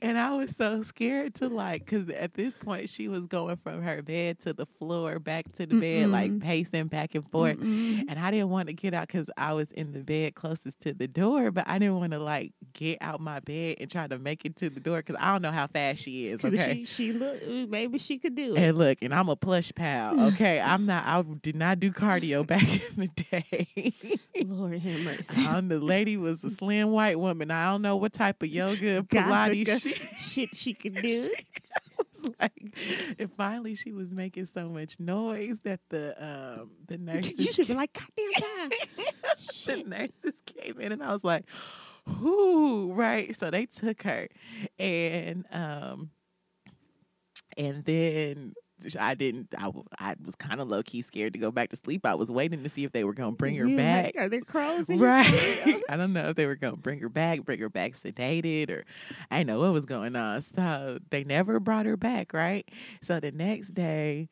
Speaker 2: and I was so scared to like, because at this point she was going from her bed to the floor, back to the bed, like pacing back and forth. And I didn't want to get out because I was in the bed closest to the door, but I didn't want to like get out my bed and try to make it to the door because I don't know how fast she is.
Speaker 1: 'Cause
Speaker 2: Okay.
Speaker 1: She, she look. Maybe she could do it.
Speaker 2: And look, and I'm a plush pal. Okay, I'm not. I did not do cardio back in the day.
Speaker 1: Lord have mercy.
Speaker 2: um, the lady was a slim white woman. I don't know what type of yoga
Speaker 1: God, the
Speaker 2: Pilates
Speaker 1: go-
Speaker 2: she.
Speaker 1: shit she could do.
Speaker 2: was like, and finally she was making so much noise that the um the nurses
Speaker 1: you should be like, goddamn time.
Speaker 2: the nurses came in and I was like, whoo, right. So they took her and um and then I didn't I, w- I was kind of low key scared to go back to sleep. I was waiting to see if they were going to bring her
Speaker 1: Yeah,
Speaker 2: back.
Speaker 1: Are there crows in here?
Speaker 2: Right. I don't know if they were going to bring her back, bring her back sedated, or I didn't know what was going on. So they never brought her back, right? So the next day,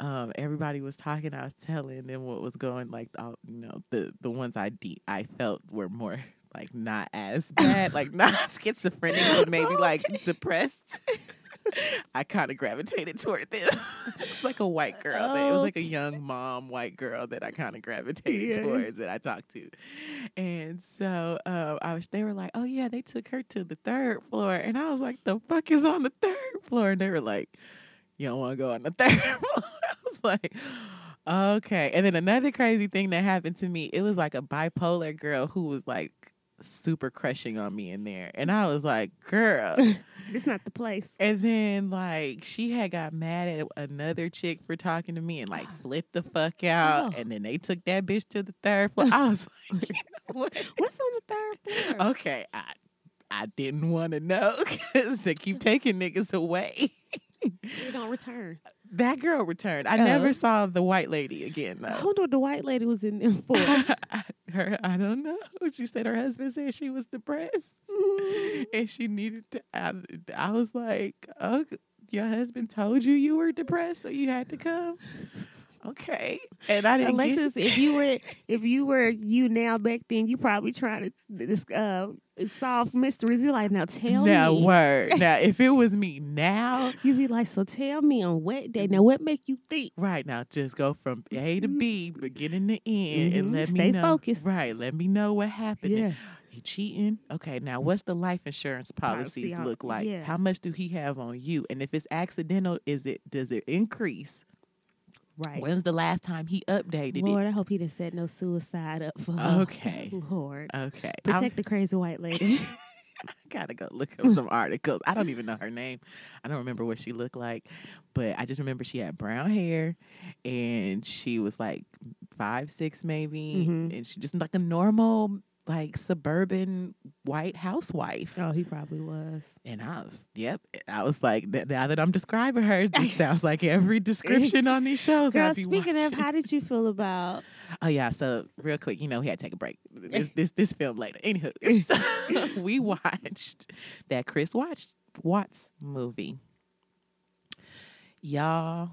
Speaker 2: um, everybody was talking. I was telling them what was going, like, all, you know, the, the ones I, de- I felt were more. Like not as bad, like not schizophrenic, but maybe like depressed. I kind of gravitated toward them. it's like a white girl. that- It was like a young mom, white girl that I kind of gravitated
Speaker 1: Yeah.
Speaker 2: towards that I talked to. And so um, I was. They were like, "Oh yeah, they took her to the third floor," and I was like, "The fuck is on the third floor?" And they were like, "You don't want to go on the third floor." I was like. Okay. And then another crazy thing that happened to me, it was like a bipolar girl who was like super crushing on me in there. And I was like, girl,
Speaker 1: It's not the place.
Speaker 2: and then like she had got mad at another chick for talking to me and like flipped the fuck
Speaker 1: Oh.
Speaker 2: out. And then they took that bitch to the third floor. I was like, you know what? Oh.
Speaker 1: What's on the third floor?
Speaker 2: okay, I I didn't want to know because they keep taking niggas away.
Speaker 1: We don't return.
Speaker 2: That girl returned. I
Speaker 1: Oh.
Speaker 2: never saw the white lady again
Speaker 1: I
Speaker 2: though.
Speaker 1: wonder what the white lady was in there for.
Speaker 2: her, I don't know. She said her husband said she was depressed and she needed to. I, I was like, oh, your husband told you you were depressed, so you had to come. Okay, and I didn't. get-
Speaker 1: Alexis, if you were if you were you now back then, you probably trying to this uh solve mysteries. You're like, now tell
Speaker 2: now
Speaker 1: me.
Speaker 2: word. Now, if it was me now,
Speaker 1: You be like, so tell me on what day. Now what make you think?
Speaker 2: Right now, just go from A to B, beginning to end,
Speaker 1: Mhm.
Speaker 2: and let me
Speaker 1: Mm-hmm. Stay
Speaker 2: know.
Speaker 1: focused.
Speaker 2: Right, let me know what happened. He cheating? Okay, now what's the life insurance policies
Speaker 1: Policy on-
Speaker 2: look like?
Speaker 1: yeah.
Speaker 2: How much do he have on you? And if it's accidental, is it does it increase?
Speaker 1: Right.
Speaker 2: When's the last time he updated
Speaker 1: Lord, I hope he didn't set no suicide up for
Speaker 2: it?
Speaker 1: her.
Speaker 2: Okay,
Speaker 1: Lord.
Speaker 2: okay.
Speaker 1: Protect
Speaker 2: I'm-
Speaker 1: the crazy white lady.
Speaker 2: I gotta go look up some articles. I don't even know her name. I don't remember what she looked like, but I just remember she had brown hair and she was like five, six maybe,
Speaker 1: Mhm.
Speaker 2: and she just like a normal, like suburban white housewife.
Speaker 1: oh, he probably was.
Speaker 2: And I was, yep, I was like, "Th- now that I'm describing her, it just sounds like every description on these shows.
Speaker 1: Girl,
Speaker 2: I'd be
Speaker 1: speaking of,
Speaker 2: watching.
Speaker 1: how did you feel about
Speaker 2: Oh yeah, so real quick, you know, we had to take a break. This this, this film later. Anywho, so we watched that Chris watched Watts movie. Y'all,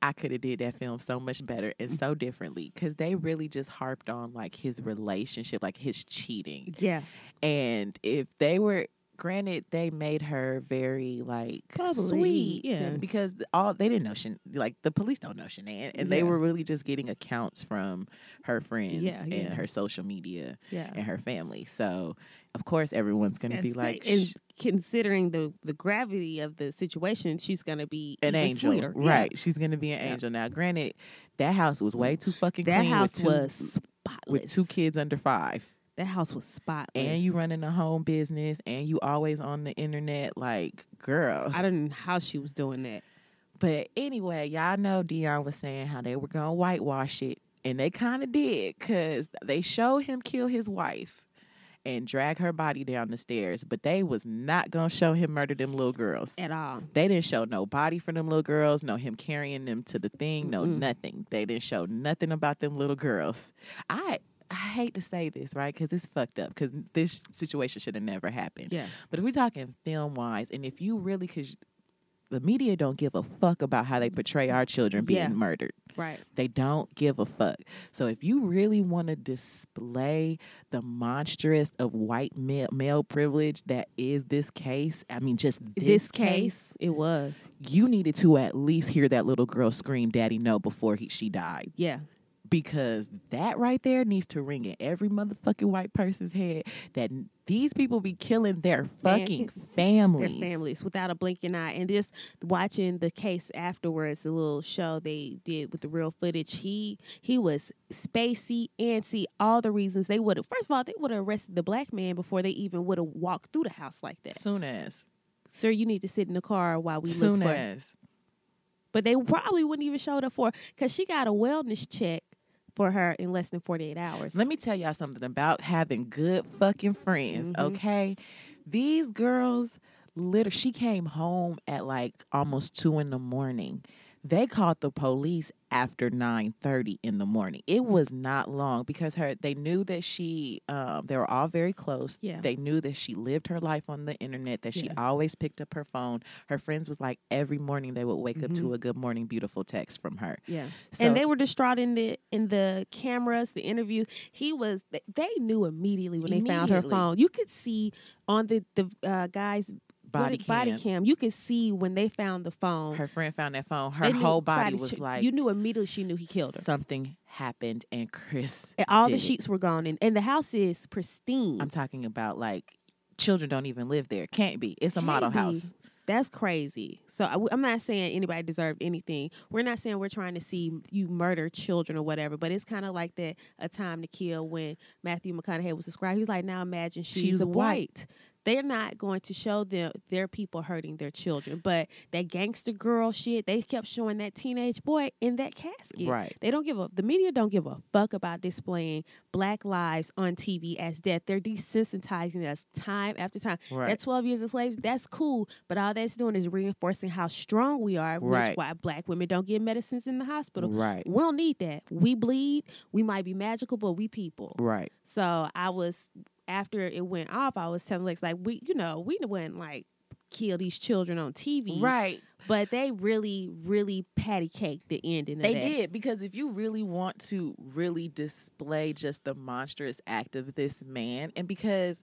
Speaker 2: I could have did that film so much better and so differently because they really just harped on like his relationship, like his cheating,
Speaker 1: Yeah.
Speaker 2: and if they were. Granted, they made her very like
Speaker 1: Bubbly,
Speaker 2: sweet,
Speaker 1: yeah.
Speaker 2: and because all they didn't know, Shan- like the police don't know Shanann, and they
Speaker 1: Yeah.
Speaker 2: were really just getting accounts from her friends
Speaker 1: Yeah,
Speaker 2: and
Speaker 1: yeah.
Speaker 2: her social media
Speaker 1: Yeah.
Speaker 2: and her family. So, of course, everyone's going to be
Speaker 1: That's
Speaker 2: like,
Speaker 1: right. and
Speaker 2: "Sh-
Speaker 1: considering the the gravity of the situation, she's gonna be
Speaker 2: an
Speaker 1: even
Speaker 2: angel,
Speaker 1: sweeter. Yeah.
Speaker 2: right? She's going to be an
Speaker 1: Yeah.
Speaker 2: angel. Now, granted, that house was way too fucking
Speaker 1: That
Speaker 2: clean
Speaker 1: house
Speaker 2: with two,
Speaker 1: was spotless.
Speaker 2: with two kids under five,
Speaker 1: That house was spotless.
Speaker 2: and you running a home business, and you always on the internet, like girl.
Speaker 1: I don't know how she was doing that.
Speaker 2: But anyway, y'all know Dion was saying how they were gonna whitewash it, and they kind of did, cause they show him kill his wife and drag her body down the stairs. But they was not gonna show him murder them little girls.
Speaker 1: at all.
Speaker 2: They didn't show no body for them little girls, no him carrying them to the thing, no
Speaker 1: Mm-mm.
Speaker 2: nothing. They didn't show nothing about them little girls. I I hate to say this, right? Because it's fucked up. Because this situation should have never happened.
Speaker 1: Yeah.
Speaker 2: But if we're talking film wise, and if you really, because the media don't give a fuck about how they portray our children being
Speaker 1: Yeah.
Speaker 2: murdered,
Speaker 1: Right.
Speaker 2: they don't give a fuck. So if you really want to display the monstrous of white male, male privilege that is this case, I mean, just this,
Speaker 1: This, case, it was.
Speaker 2: you needed to at least hear that little girl scream, "Daddy, no!" before he, she died
Speaker 1: Yeah.
Speaker 2: because that right there needs to ring in every motherfucking white person's head that n- these people be killing their fucking
Speaker 1: Their
Speaker 2: families.
Speaker 1: families without a blinking eye. And just watching the case afterwards, the little show they did with the real footage, he he was spacey, antsy, all the reasons they would have first of all, they would have arrested the black man before they even would have walked through the house like that.
Speaker 2: Soon as
Speaker 1: sir, you need to sit in the car while we
Speaker 2: Soon
Speaker 1: look for.
Speaker 2: as.
Speaker 1: But they probably wouldn't even show it up for because she got a wellness check for her in less than forty eight hours.
Speaker 2: Let me tell y'all something about having good fucking friends,
Speaker 1: Mhm.
Speaker 2: okay? These girls, literally, she came home at like almost two in the morning. They called the police after nine thirty in the morning. It was not long because her they knew that she um, they were all very close.
Speaker 1: Yeah.
Speaker 2: They knew that she lived her life on the internet. That she
Speaker 1: Yeah.
Speaker 2: always picked up her phone. Her friends was like every morning they would wake up to a good morning beautiful text from her.
Speaker 1: Mm-hmm. yeah,
Speaker 2: So-
Speaker 1: and they were distraught in the in the cameras, the interview. He was. th- They knew immediately when they found her
Speaker 2: Immediately.
Speaker 1: phone. You could see on the the uh, guy's
Speaker 2: body
Speaker 1: what-
Speaker 2: cam.
Speaker 1: body cam. You could see when they found the phone.
Speaker 2: Her friend found that phone.
Speaker 1: they
Speaker 2: Her
Speaker 1: knew-
Speaker 2: whole body was
Speaker 1: sh-
Speaker 2: like
Speaker 1: you knew immediately. She knew he killed her.
Speaker 2: Something happened, and Chris.
Speaker 1: And all
Speaker 2: did
Speaker 1: the
Speaker 2: it.
Speaker 1: sheets were gone, and, and the house is pristine.
Speaker 2: I'm talking about like children don't even live there. Can't be. It's a
Speaker 1: Can't
Speaker 2: model
Speaker 1: be.
Speaker 2: house.
Speaker 1: That's crazy. So I, am not saying anybody deserved anything. We're not saying we're trying to see you murder children or whatever, but it's kind of like that a time to kill when Matthew McConaughey was described. He was like, now imagine she's,
Speaker 2: She's
Speaker 1: a
Speaker 2: white.
Speaker 1: white. They're not going to show them their people hurting their children, but that gangster girl shit. They kept showing that teenage boy in that casket.
Speaker 2: Right.
Speaker 1: They don't give a the media don't give a fuck about displaying black lives on TV as death. They're desensitizing us time after time.
Speaker 2: Right.
Speaker 1: That 12 years of slaves, that's cool, but all that's doing is reinforcing how strong we are,
Speaker 2: Right.
Speaker 1: which why black women don't get medicines in the hospital.
Speaker 2: Right.
Speaker 1: We don't need that. We bleed, we might be magical, but we people.
Speaker 2: Right.
Speaker 1: So I was after it went off, I was telling Lex like we you know, we wouldn't like kill these children on TV.
Speaker 2: Right.
Speaker 1: But they really, really patty caked the ending of
Speaker 2: They
Speaker 1: that.
Speaker 2: did because if you really want to really display just the monstrous act of this man, and because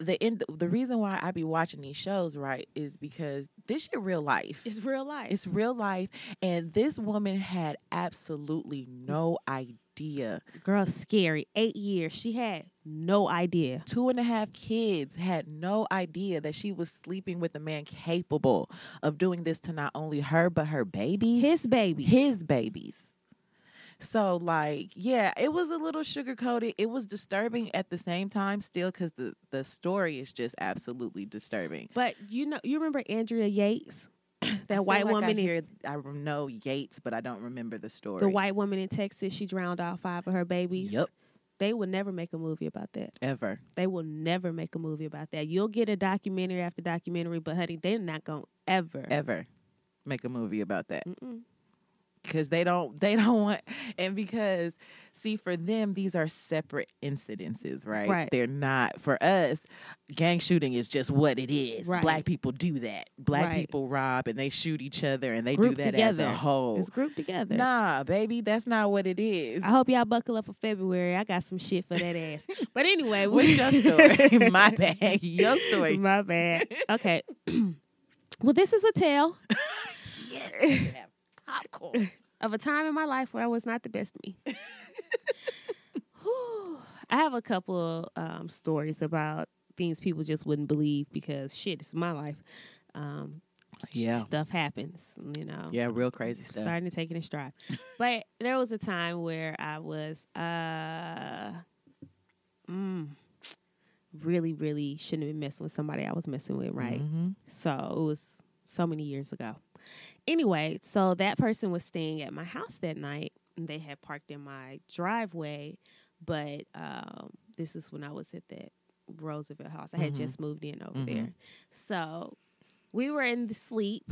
Speaker 2: the end, the reason why I be watching these shows, right, is because this shit real life.
Speaker 1: It's real life.
Speaker 2: It's real life, and this woman had absolutely no idea.
Speaker 1: Girl, scary. Eight years. She had no idea.
Speaker 2: Two and a half kids had no idea that she was sleeping with a man capable of doing this to not only her but her babies,
Speaker 1: His baby.
Speaker 2: his babies. So, like, yeah, it was a little sugar coated. It was disturbing at the same time, still, because the the story is just absolutely disturbing.
Speaker 1: But you know, you remember Andrea Yates,
Speaker 2: I
Speaker 1: that
Speaker 2: feel
Speaker 1: white
Speaker 2: like
Speaker 1: woman
Speaker 2: I,
Speaker 1: in
Speaker 2: hear, I know Yates, but I don't remember the story.
Speaker 1: the white woman in Texas. She drowned all five of her babies.
Speaker 2: Yup.
Speaker 1: They will never make a movie about that.
Speaker 2: ever.
Speaker 1: They will never make a movie about that. You'll get a documentary after documentary, but honey, they're not gonna ever.
Speaker 2: ever make a movie about that
Speaker 1: Mm-mm.
Speaker 2: because they don't they don't want and because see for them these are separate incidences right,
Speaker 1: Right.
Speaker 2: they're not for us gang shooting is just what it is
Speaker 1: Right.
Speaker 2: black people do that black
Speaker 1: Right.
Speaker 2: people rob and they shoot each other and they
Speaker 1: Group
Speaker 2: do that as a
Speaker 1: together.
Speaker 2: whole
Speaker 1: It's grouped together.
Speaker 2: nah baby that's not what it is
Speaker 1: I hope y'all buckle up for February. I got some shit for that ass. But anyway,
Speaker 2: what's your story my bad your story
Speaker 1: My bad. Okay. well, this is a tale
Speaker 2: yes I should have popcorn
Speaker 1: of a time in my life where I was not the best me. Whew. I have a couple um, stories about things people just wouldn't believe because shit, it's my life. Um,
Speaker 2: Yeah.
Speaker 1: stuff happens, you know.
Speaker 2: yeah real crazy stuff
Speaker 1: Starting to take it in stride, but there was a time where I was uh, mm, really, really shouldn't have been messing with somebody I was messing with, right?
Speaker 2: Mhm.
Speaker 1: So it was so many years ago. Anyway, so that person was staying at my house that night. And they had parked in my driveway, but um, this is when I was at that Roosevelt house. I had
Speaker 2: Mhm.
Speaker 1: just moved in over
Speaker 2: Mhm.
Speaker 1: there. So we were in the sleep.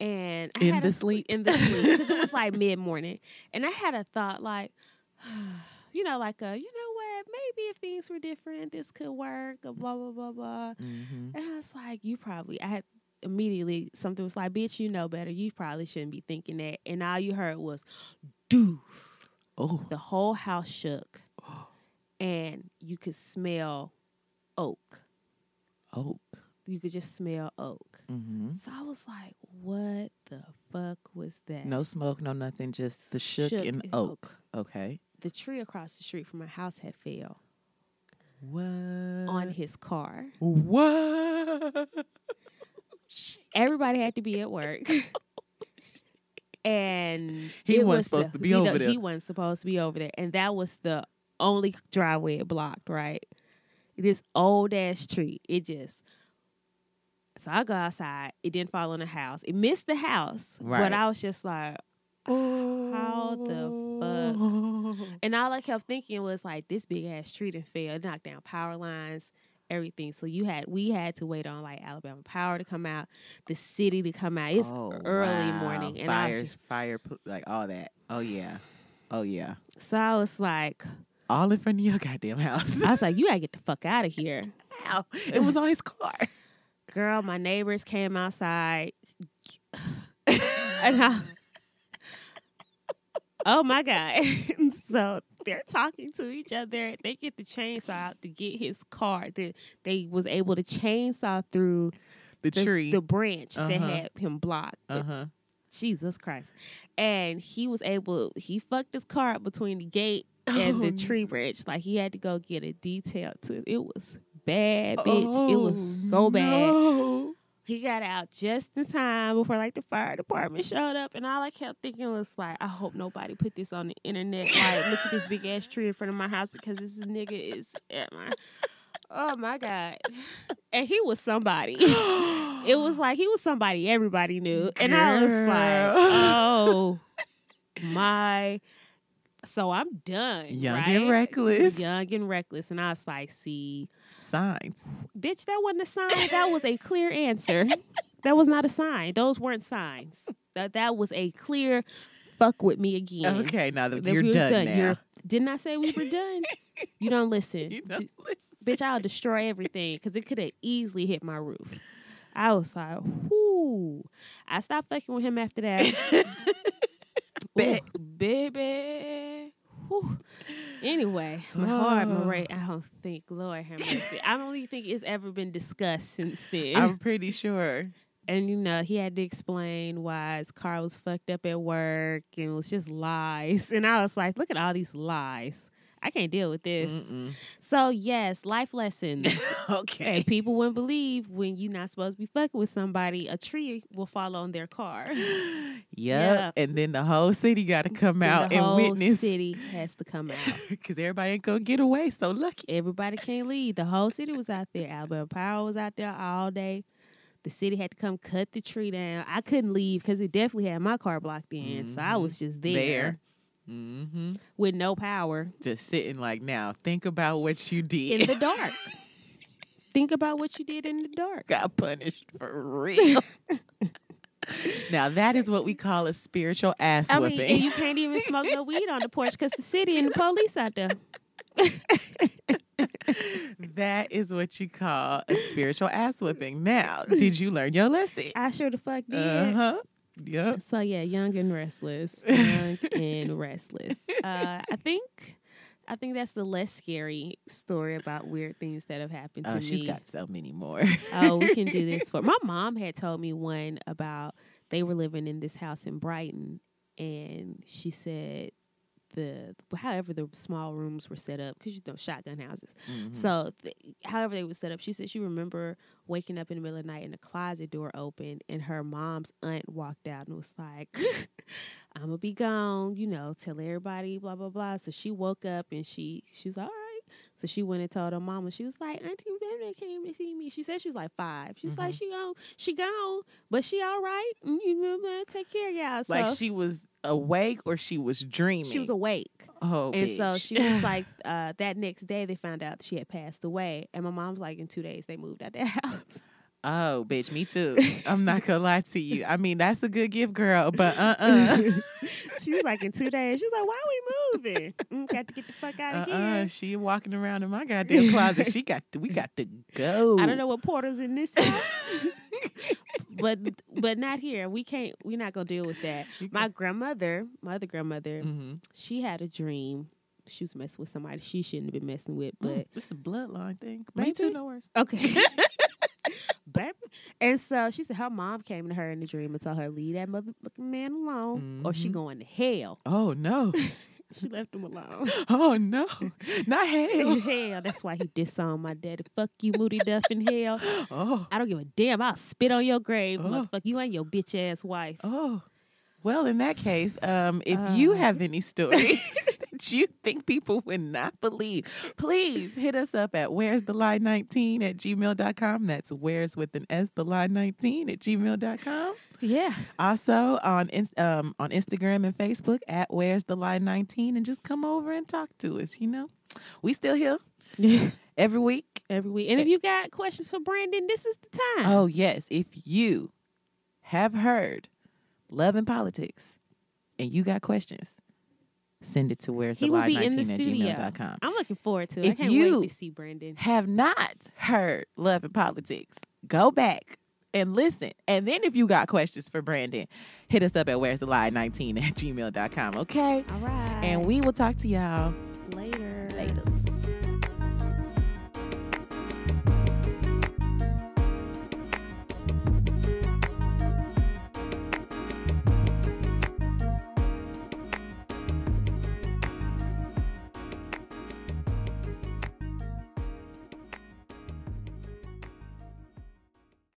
Speaker 1: And I
Speaker 2: In
Speaker 1: had
Speaker 2: the
Speaker 1: a-
Speaker 2: sleep?
Speaker 1: in the sleep, because it was like mid morning, and I had a thought like, you know, like a, you know what, maybe if things were different, this could work. Blah blah blah blah.
Speaker 2: Mhm.
Speaker 1: And I was like, you probably, I had immediately something was like, bitch, you know better. You probably shouldn't be thinking that. And all you heard was, doof.
Speaker 2: oh
Speaker 1: The whole house shook. And you could smell oak.
Speaker 2: oh
Speaker 1: You could just smell oak.
Speaker 2: mm-hmm.
Speaker 1: So I was like, what the fuck was that?
Speaker 2: No smoke, no nothing, just the shook,
Speaker 1: Shook
Speaker 2: and
Speaker 1: and
Speaker 2: oak. Okay.
Speaker 1: The tree across the street from my house had fell
Speaker 2: What? Uh.
Speaker 1: on his car.
Speaker 2: What?
Speaker 1: Everybody had to be at work. and
Speaker 2: He
Speaker 1: it
Speaker 2: wasn't
Speaker 1: was
Speaker 2: supposed
Speaker 1: the-
Speaker 2: to be
Speaker 1: he
Speaker 2: over
Speaker 1: don't-
Speaker 2: there.
Speaker 1: He wasn't supposed to be over there. And that was the only driveway it blocked, right? This old ass tree. It just So I go outside. It didn't fall on the house. It missed the house.
Speaker 2: Right.
Speaker 1: But I was just like, how the fuck? And all I kept thinking was like, this big ass tree done fell, It knocked down power lines, everything. So you had we had to wait on like Alabama Power to come out, the city to come out. It's
Speaker 2: Oh,
Speaker 1: early
Speaker 2: wow.
Speaker 1: morning, and I
Speaker 2: fires,
Speaker 1: was just,
Speaker 2: fire, pl- like all that. Oh yeah, oh yeah,
Speaker 1: so I was like,
Speaker 2: all in front of your goddamn house.
Speaker 1: I was like, you gotta get the fuck out of here.
Speaker 2: Ow. It was on his car.
Speaker 1: girl, my neighbors came outside, and I, oh my god! so they're talking to each other. They get the chainsaw out to get his car. That they was able to chainsaw through
Speaker 2: The,
Speaker 1: the,
Speaker 2: tree.
Speaker 1: the branch that
Speaker 2: Uh-huh.
Speaker 1: had him blocked.
Speaker 2: uh huh.
Speaker 1: Jesus Christ! And he was able. He fucked his car up between the gate and
Speaker 2: Oh,
Speaker 1: the
Speaker 2: no.
Speaker 1: tree branch. Like he had to go get a detail to. It was bad, bitch. it
Speaker 2: Oh,
Speaker 1: was so bad. He got out just in time before like the fire department showed up, and all I kept thinking was like, I hope nobody put this on the internet. Like, look at this big ass tree in front of my house because this nigga is at my. Oh my god, and he was somebody. It was like he was somebody everybody knew, and I was like,
Speaker 2: Girl.
Speaker 1: oh my. So I'm done.
Speaker 2: Young
Speaker 1: right?
Speaker 2: and reckless.
Speaker 1: Young and reckless, and I was like, see
Speaker 2: Signs.
Speaker 1: bitch, that wasn't a sign. That was a clear answer. that was not a sign. Those weren't signs. That that was a clear fuck with me again.
Speaker 2: Okay, now that
Speaker 1: That
Speaker 2: you're
Speaker 1: we were
Speaker 2: done, now.
Speaker 1: You're- didn't I say we were done? you don't listen.
Speaker 2: You know,
Speaker 1: D-
Speaker 2: listen.
Speaker 1: bitch, I'll destroy everything because it could have easily hit my roof. I was like, whoo. I stopped fucking with him after that.
Speaker 2: Bet.
Speaker 1: Ooh, baby. Whew. Anyway, my heart, my
Speaker 2: Oh.
Speaker 1: right. I don't think, Lord have mercy. I don't even think it's ever been discussed since then.
Speaker 2: I'm pretty sure.
Speaker 1: and you know, he had to explain why his car was fucked up at work and it was just lies. And I was like, look at all these lies. I can't deal with this.
Speaker 2: Mm-mm.
Speaker 1: So yes, life lessons.
Speaker 2: Okay.
Speaker 1: and people wouldn't believe when you're not supposed to be fucking with somebody, a tree will fall on their car.
Speaker 2: Yep.
Speaker 1: Yeah.
Speaker 2: And then the whole city got to come out
Speaker 1: the
Speaker 2: and
Speaker 1: whole
Speaker 2: witness
Speaker 1: city has to come out.
Speaker 2: because everybody ain't gonna get away. So lucky.
Speaker 1: Everybody can't leave. The whole city was out there. Alabama Power was out there all day. The city had to come cut the tree down. I couldn't leave because it definitely had my car blocked in. So I
Speaker 2: Mhm.
Speaker 1: was just there,
Speaker 2: Mm-hmm.
Speaker 1: with no power
Speaker 2: Just sitting like now. Think about what you did.
Speaker 1: in the dark. Think about what you did in the dark.
Speaker 2: got punished for real. now that is what we call a spiritual ass
Speaker 1: I mean,
Speaker 2: whipping.
Speaker 1: and you can't even smoke no weed on the porch because the city and the police out there.
Speaker 2: that is what you call a spiritual ass whipping. Now, did you learn your lesson?
Speaker 1: I sure the fuck did.
Speaker 2: Uh huh. Yep.
Speaker 1: So yeah, young and restless, young and restless. Uh, I think, I think that's the less scary story about weird things that have happened to
Speaker 2: Oh,
Speaker 1: me.
Speaker 2: she's got so many more.
Speaker 1: oh, we can do this for. My mom had told me one about they were living in this house in Brighton, and she said the however the small rooms were set up because you know shotgun houses.
Speaker 2: Mhm.
Speaker 1: So, th- however they was set up, she said she remember waking up in the middle of the night and the closet door opened, and her mom's aunt walked out and was like, "I'm gonna be gone," you know, tell everybody, blah blah blah. So she woke up and she she was like, all right. So she went and told her mama. She was like, "Auntie Remna came to see me." She said she was like five. She was like,
Speaker 2: Mm-hmm.
Speaker 1: "She gone, she gone, but she all right. Mm, You remember, take care, of y'all." So
Speaker 2: like she was awake or she was dreaming.
Speaker 1: she was awake.
Speaker 2: oh,
Speaker 1: And so
Speaker 2: bitch.
Speaker 1: she was like, uh, that next day they found out she had passed away. And my mom's like, in two days they moved out the house.
Speaker 2: "Oh, bitch, me too. I'm not gonna lie to you. I mean, that's a good gift, girl, but uh uh
Speaker 1: she was like, in two days. She was like, why we moving? Mm, got to get the fuck out of
Speaker 2: Uh uh
Speaker 1: here.
Speaker 2: She walking around in my goddamn closet. She got to, we got to go.
Speaker 1: I don't know what portals in this house, but but not here. We can't. We're not gonna deal with that. My grandmother, my other grandmother,
Speaker 2: Mhm.
Speaker 1: she had a dream. She was messing with somebody she shouldn't have been messing with, but
Speaker 2: Mm, it's a bloodline thing.
Speaker 1: Maybe.
Speaker 2: Me too, no worries.
Speaker 1: Okay. Baby. And so she said her mom came to her in the dream and told her, leave that motherfucking man alone or she
Speaker 2: Mhm.
Speaker 1: going to hell.
Speaker 2: Oh no!
Speaker 1: She left him alone.
Speaker 2: Oh no! Not hell!
Speaker 1: hell. That's why he disowned my daddy. Fuck you, Moody Duff in hell.
Speaker 2: Oh
Speaker 1: I don't give a damn. I'll spit on your grave,
Speaker 2: Oh.
Speaker 1: motherfucker. You ain't your bitch ass wife.
Speaker 2: oh. Well, in that case, um, if you
Speaker 1: Uh.
Speaker 2: have any stories that you think people would not believe, please hit us up at where's the lie 19 at gmail.com. That's where's with an S the lie 19 at gmail.com.
Speaker 1: Yeah.
Speaker 2: Also on Ins- um, on Instagram and Facebook at where's the lie 19 and just come over and talk to us. You know, we still here every week.
Speaker 1: Every week. And if you got questions for Brandon, this is the time.
Speaker 2: Oh, yes. If you have heard Love and Politics and you got questions, send it to where's the
Speaker 1: He will
Speaker 2: lie
Speaker 1: be in the
Speaker 2: 19 at
Speaker 1: studio.
Speaker 2: gmail.com.
Speaker 1: I'm looking forward to it. I
Speaker 2: If
Speaker 1: can't
Speaker 2: you-
Speaker 1: wait to see Brandon.
Speaker 2: Have not heard Love and Politics, go back and listen. And then if you got questions for Brandon, hit us up at where's the lie 19 at gmail.com. Okay.
Speaker 1: All right.
Speaker 2: And we will talk to y'all
Speaker 1: later.
Speaker 2: later.